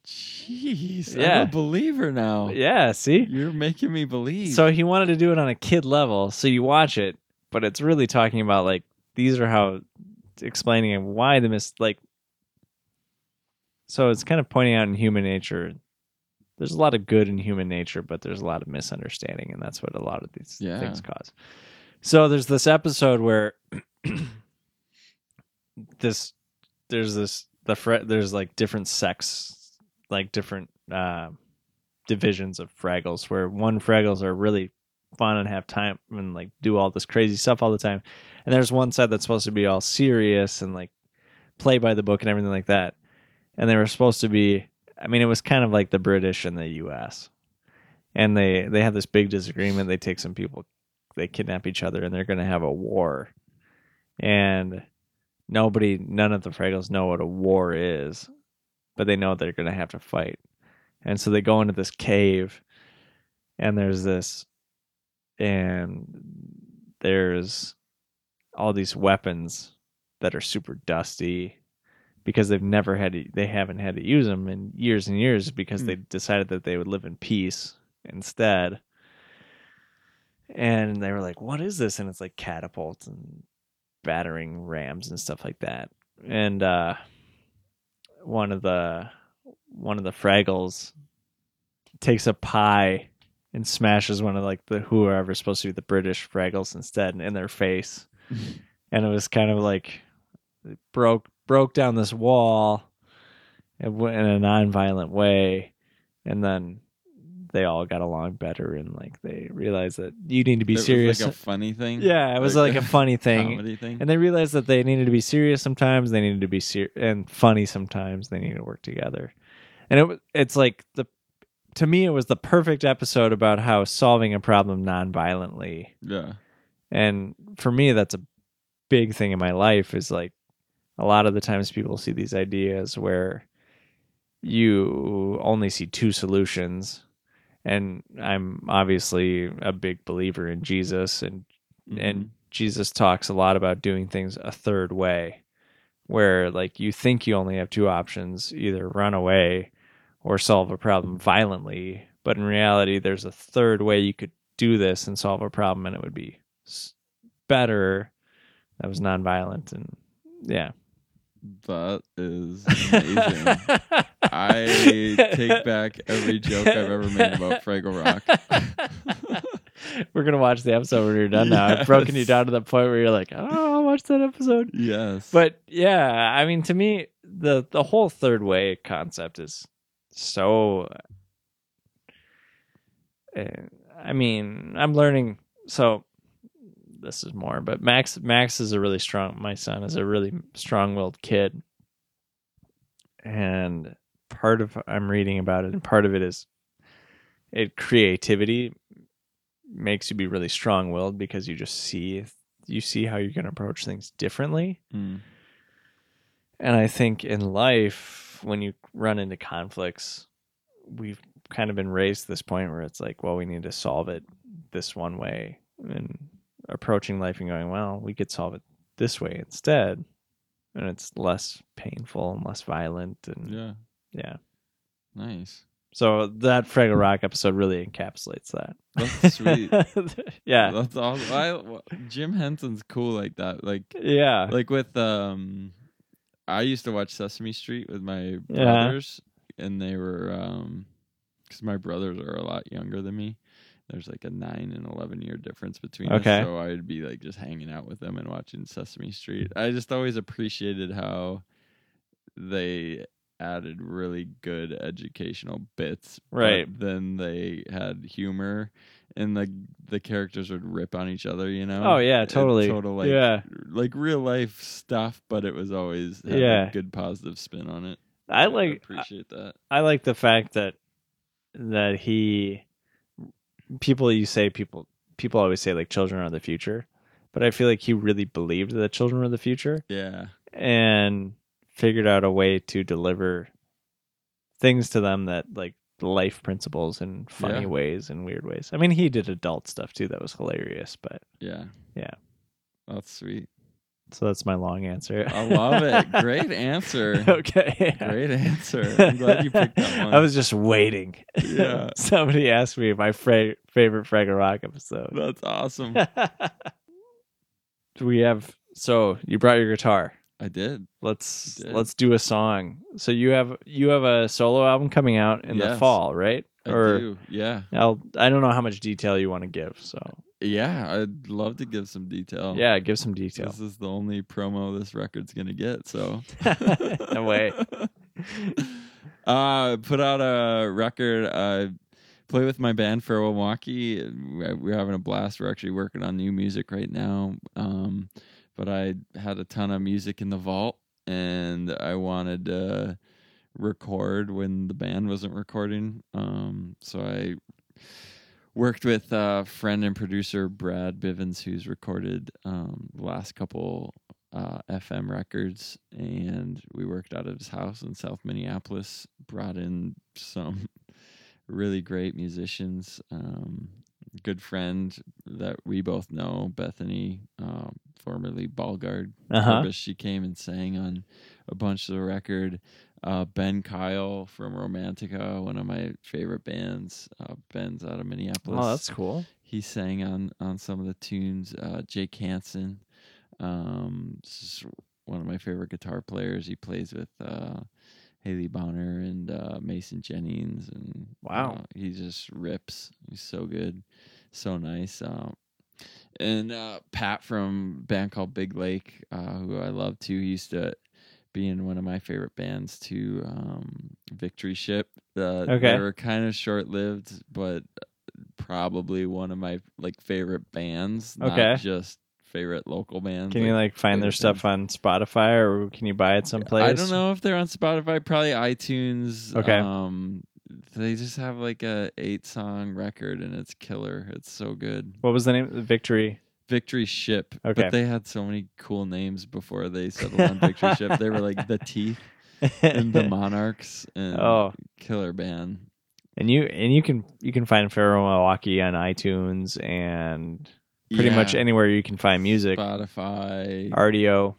B: Jeez.
A: Yeah.
B: I'm a believer now.
A: Yeah, see?
B: You're making me believe.
A: So he wanted to do it on a kid level, so you watch it, but it's really talking about like these are how explaining and why the mis like. So it's kind of pointing out in human nature, there's a lot of good in human nature, but there's a lot of misunderstanding, and that's what a lot of these
B: Yeah.
A: things cause. So there's this episode where this there's this the fr- there's like different sects like different uh, divisions of Fraggles where one Fraggles are really fun and have time and like do all this crazy stuff all the time, and there's one side that's supposed to be all serious and like play by the book and everything like that, and they were supposed to be. I mean, it was kind of like the British and the U.S. and they they have this big disagreement. They take some people, they kidnap each other, and they're going to have a war, and nobody, none of the Fraggles know what a war is, but they know they're going to have to fight. And so they go into this cave, and there's this, and there's all these weapons that are super dusty because they've never had to, they haven't had to use them in years and years because they decided that they would live in peace instead. And they were like, "What is this?" And it's like catapults and battering rams and stuff like that. And uh, one of the one of the Fraggles takes a pie and smashes one of like the whoever's supposed to be the British Fraggles instead in their face, and it was kind of like it broke broke down this wall, and went in a nonviolent way, and then they all got along better and like they realized that you need to be
B: That was
A: serious.
B: Like a funny thing.
A: yeah, it was like a funny thing,
B: Comedy thing.
A: Mm-hmm. and they realized that they needed to be serious sometimes. They needed to be ser- and funny sometimes. They needed to work together. And it wa- it's like the to me it was the perfect episode about how solving a problem nonviolently.
B: yeah.
A: And for me that's a big thing in my life is like a lot of the times people see these ideas where you only see two solutions and I'm obviously a big believer in Jesus and
B: Mhm.
A: and Jesus talks a lot about doing things a third way, where like you think you only have two options either run away or solve a problem violently. But in reality, there's a third way you could do this and solve a problem, and it would be s- better. That was nonviolent, and yeah.
B: Mm-hmm. that is amazing. I take back every joke I've ever made about Fraggle Rock.
A: We're gonna watch the episode when you're done now. I've broken you
B: Yes.
A: down to the point where you're like, oh, I'll watch that episode.
B: Yes.
A: But yeah, I mean, to me, the the whole third way concept is so. Uh, I mean, I'm learning. So this is more, but Max Max is a really strong. My son is a really strong-willed kid, and part of I'm reading about it, and part of it is, it creativity makes you be really strong-willed because you just see you see how you can approach things differently.
B: Mm.
A: And I think in life, when you run into conflicts, we've kind of been raised to this point where it's like, well, we need to solve it this one way. And approaching life and going, well, we could solve it this way instead. And it's less painful and less violent. And yeah.
B: yeah. Nice.
A: So that Fraggle Rock episode really encapsulates that.
B: That's sweet.
A: yeah.
B: That's awesome. I, well, Jim Henson's cool like that. Like
A: Yeah.
B: like with um I used to watch Sesame Street with my
A: Yeah.
B: brothers and they were um cuz my brothers are a lot younger than me. There's like a 9 and 11 year difference between
A: Okay.
B: us, so I would be like just hanging out with them and watching Sesame Street. I just always appreciated how they added really good educational bits but
A: Right.
B: then they had humor and the the characters would rip on each other you know
A: Oh, yeah,
B: And
A: totally.
B: total like
A: yeah.
B: like real life stuff, but it was always had
A: Yeah.
B: a good positive spin on it.
A: I like,
B: appreciate that.
A: I like the fact that that he people you say people people always say like children are the future, but I feel like he really believed that children were the future
B: Yeah,
A: and figured out a way to deliver things to them that like life principles in funny
B: Yeah.
A: ways and weird ways. I mean, he did adult stuff too that was hilarious, but
B: yeah,
A: Yeah.
B: That's sweet.
A: so that's my long answer.
B: I love it. Great answer.
A: Okay.
B: Great answer. I'm glad you picked that one.
A: I was just waiting.
B: Yeah.
A: Somebody asked me my fra- favorite Fraggle Rock episode.
B: That's awesome.
A: do we have? So you brought your guitar.
B: I did.
A: Let's
B: I did.
A: let's do a song. So you have you have a solo album coming out in the
B: Yes.
A: fall, right?
B: I
A: or
B: do. Yeah,
A: I'll I don't know how much detail you want to give. So
B: yeah. I'd love to give some detail.
A: yeah, give some detail.
B: This is the only promo this record's gonna get. So
A: no way.
B: uh put out a record uh play with my band farewell milwaukee We- we're having a blast we're actually working on new music right now um but i had a ton of music in the vault and i wanted to record when the band wasn't recording um so i worked with uh friend and producer brad bivens who's recorded um the last couple uh, FM Records, and we worked out of his house in South Minneapolis. Brought in some really great musicians. Um, good friend that we both know, Bethany, um, formerly Ballgard.
A: Uh huh.
B: Purvis, She came and sang on a bunch of the record. Uh, ben Kyle from Romantica, one of my favorite bands. Uh, Ben's out of Minneapolis
A: Oh, that's cool.
B: he sang on on some of the tunes. Uh, Jake Hansen, um, this is one of my favorite guitar players. He plays with uh, Haley Bonner and uh, Mason Jennings, and
A: Wow.
B: uh, he just rips. He's so good, so nice. Um, and uh, Pat from a band called Big Lake, uh, who I love too. He used to be in one of my favorite bands too, um, Victory Ship. Uh,
A: Okay.
B: They were kind of short lived, but probably one of my like favorite bands.
A: Okay.
B: Not just favorite local bands.
A: Can you like find their
B: favorite
A: stuff on Spotify or can you buy it someplace?
B: I don't know if they're on Spotify, probably iTunes.
A: Okay.
B: Um they just have like a eight song record and it's killer. It's so good.
A: What was the name? Victory.
B: Victory Ship.
A: Okay.
B: But they had so many cool names before they settled on Victory Ship. They were like the Teeth and the Monarchs and
A: oh,
B: Killer Band.
A: and you and you can you can find Pharaoh Milwaukee on iTunes and pretty
B: Yeah.
A: much anywhere you can find music.
B: Spotify.
A: RDO.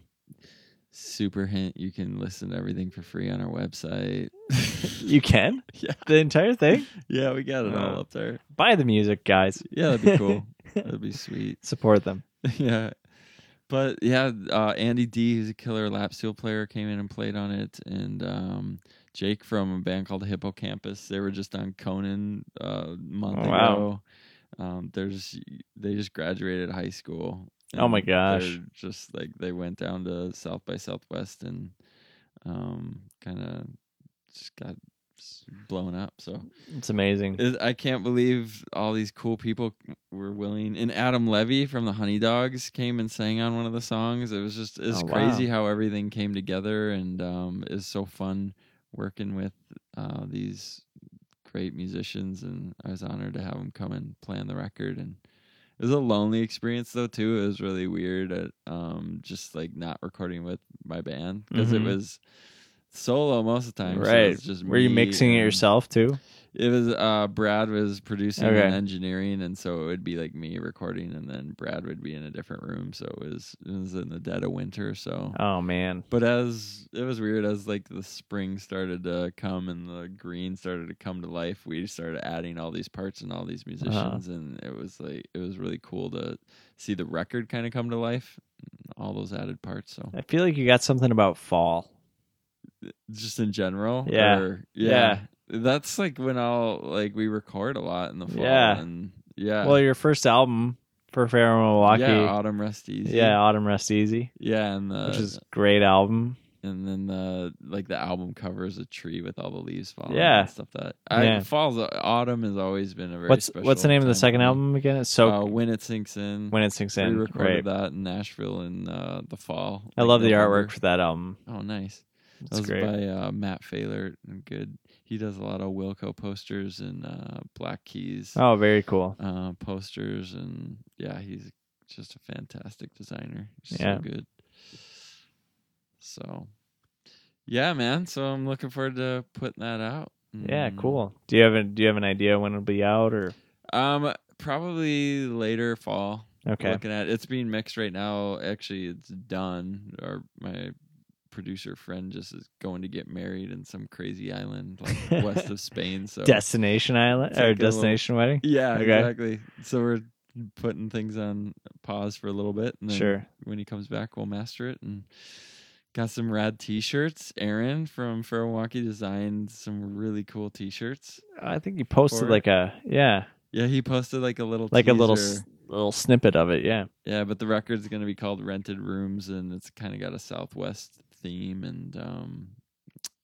B: Super hint, you can listen to everything for free on our website.
A: You can
B: Yeah.
A: the entire thing.
B: Yeah, we got it all
A: Uh,
B: up there.
A: Buy the music, guys.
B: Yeah, that'd be cool. that'd be sweet.
A: Support them.
B: yeah. But yeah, uh, Andy D, who's a killer lap steel player, came in and played on it, and um, Jake from a band called Hippocampus. They were just on Conan uh, a month
A: Oh, wow.
B: ago. Um, there's they just graduated high school.
A: Oh my
B: and
A: gosh.
B: they're Just like they went down to South by Southwest and um, kind of just got s- blown up. So
A: It's amazing.
B: it, I can't believe all these cool people were willing. And Adam Levy from the Honey Dogs came and sang on one of the songs. It was just it's
A: Oh, wow.
B: crazy how everything came together, and um, it's so fun working with uh, these great musicians. And I was honored to have them come and play on the record. And it was a lonely experience though too. It was really weird, at, um, just like not recording with my band because
A: Mhm.
B: it was solo most of the time. so it
A: right.
B: was just
A: Were you
B: me
A: mixing it
B: and-
A: yourself too?
B: it was uh Brad was producing
A: Okay.
B: and engineering, and so it would be like me recording, and then Brad would be in a different room. So it was it was in the dead of winter. So,
A: Oh man.
B: but as it was weird, as like the spring started to come and the green started to come to life, we started adding all these parts and all
A: Uh-huh.
B: these musicians, and it was like it was really cool to see the record kind of come to life, all those added parts. So
A: I feel like you got something about fall.
B: just in general.
A: Yeah.
B: or- yeah. That's like when I'll like we record a lot in the fall.
A: Yeah.
B: And yeah.
A: Well, your first album for Pharaoh Milwaukee.
B: Yeah, Autumn Rest Easy. Uh,
A: Yeah, Autumn Rest Easy,
B: Yeah, and the
A: which is great album.
B: and then the like the album cover is a tree with all the leaves falling.
A: Yeah.
B: and stuff that I,
A: Yeah.
B: falls uh, autumn has always been a very
A: What's
B: special.
A: what's the name of the
B: time
A: second
B: for me.
A: album again? It's so
B: uh, when it sinks in.
A: when it sinks
B: we
A: in. Right.
B: recorded that in Nashville in uh, the fall.
A: I
B: like
A: love the
B: November.
A: artwork for that album.
B: Oh, nice. That
A: It's
B: was
A: great.
B: by uh, Matt Failer. Good. He does a lot of Wilco posters and uh, Black Keys
A: Oh, very cool.
B: uh, posters, and yeah, he's just a fantastic designer. He's
A: Yeah.
B: so good. So, yeah, man. So I'm looking forward to putting that out.
A: Yeah,
B: Mm.
A: cool. Do you have a, do you have an idea when it'll be out or
B: Um, probably later fall. we're
A: okay?
B: Looking at it's being mixed right now. Actually, it's done. Our my producer friend just is going to get married in some crazy island like west of Spain. So
A: Destination Island
B: It's
A: or
B: like a little-
A: Destination Wedding?
B: Yeah,
A: Okay.
B: exactly. So we're putting things on pause for a little bit. And then
A: Sure.
B: When he comes back, we'll master it. And got some rad T-shirts. Aaron from Fair Milwaukee designed some really cool T-shirts.
A: I think you posted
B: Or-
A: like a yeah,
B: Yeah, he posted like a little
A: like a little
B: teaser.
A: s- little snippet of it. Yeah.
B: Yeah, but the record's gonna be called Rented Rooms, and it's kind of got a Southwest theme, and um,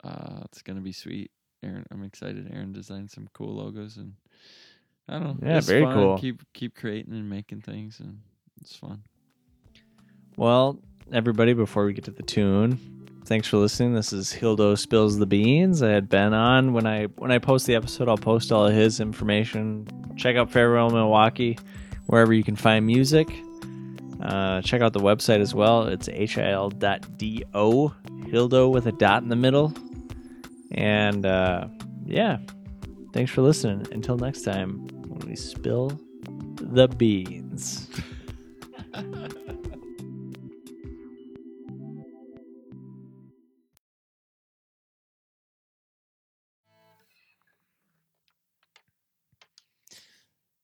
B: uh, it's gonna be sweet. Aaron, I'm excited. Aaron designed some cool logos, and I don't know.
A: Yeah,
B: it's
A: very
B: fun.
A: cool.
B: Keep keep creating and making things, and it's fun.
A: Well, everybody, before we get to the tune, thanks for listening. This is Hildo spills the beans. I had Ben on when I when I post the episode. I'll post all of his information. Check out Farewell Milwaukee, wherever you can find music. Uh, check out the website as well. It's hil.do Hildo with a dot in the middle. And uh, yeah, thanks for listening. Until next time, when we spill the beans.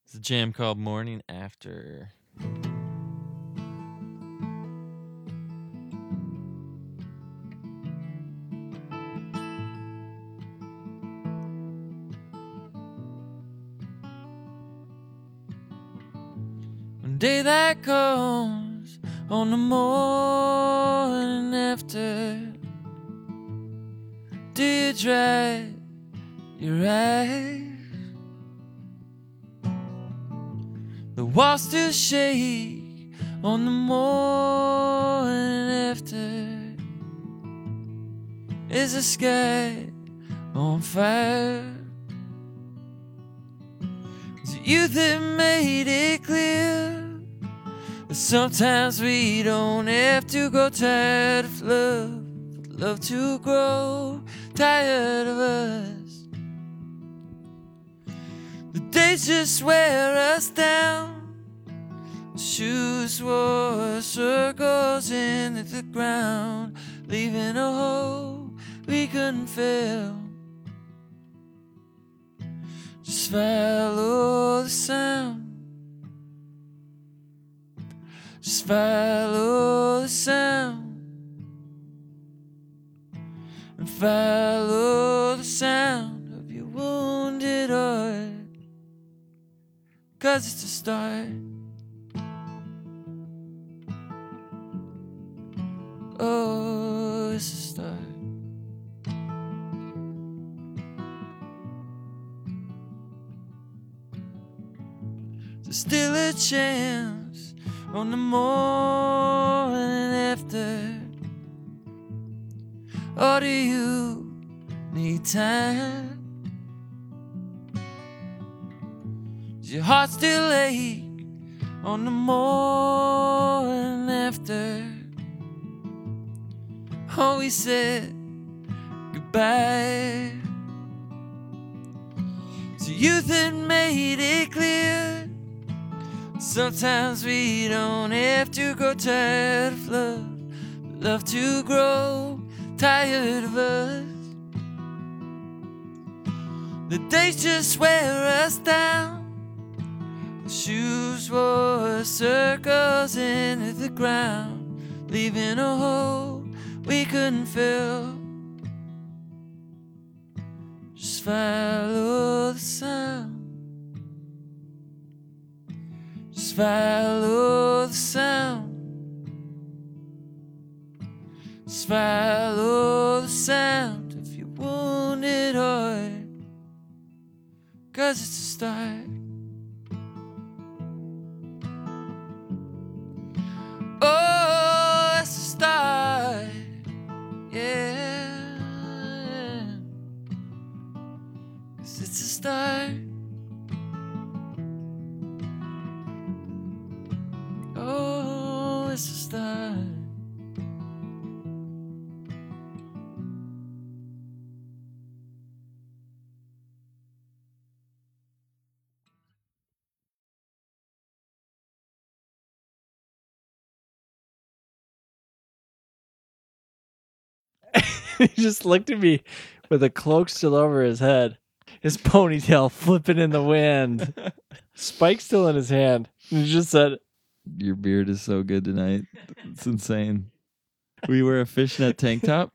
B: It's a jam called Morning After. One day that comes on the morning after. Do you dry your eyes? The walls still shake on the morning after. Is the sky on fire? Is it you that made it clear that sometimes we don't have to grow tired of love, love to grow tired of us? The days just wear us down. The shoes wore circles into the ground, leaving a hole we couldn't fill. Just follow the sound. Just follow the sound. And follow the sound of your wounded heart. Cause it's a start Oh, it's a start There's still a chance on the morning after. Or do you need time? Does your heart still ache on the morning after? Oh, we said goodbye. So youth had made it clear. Sometimes we don't have to grow tired of love. Love to grow tired of us. The days just wear us down. The shoes wore circles into the ground, leaving a hole we couldn't fill. Just follow the sound. Just follow the sound. Just follow the sound of your wounded heart. Cause it's a start. Oh, it's a start. Yeah. Cause it's a start. Oh, it's a start.
A: he just looked at me with a cloak still over his head, his ponytail flipping in the wind, spike still in his hand. And he just said,
B: Your beard is so good tonight. It's insane. We wear a fishnet tank top.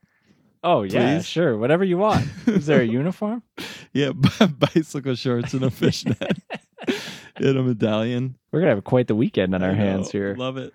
A: Oh, yeah,
B: Please?
A: sure, whatever you want. Is there a uniform?
B: Yeah, b- bicycle shorts and a fishnet. and a medallion.
A: We're going to have quite the weekend on
B: I
A: our
B: know.
A: hands here.
B: Love it.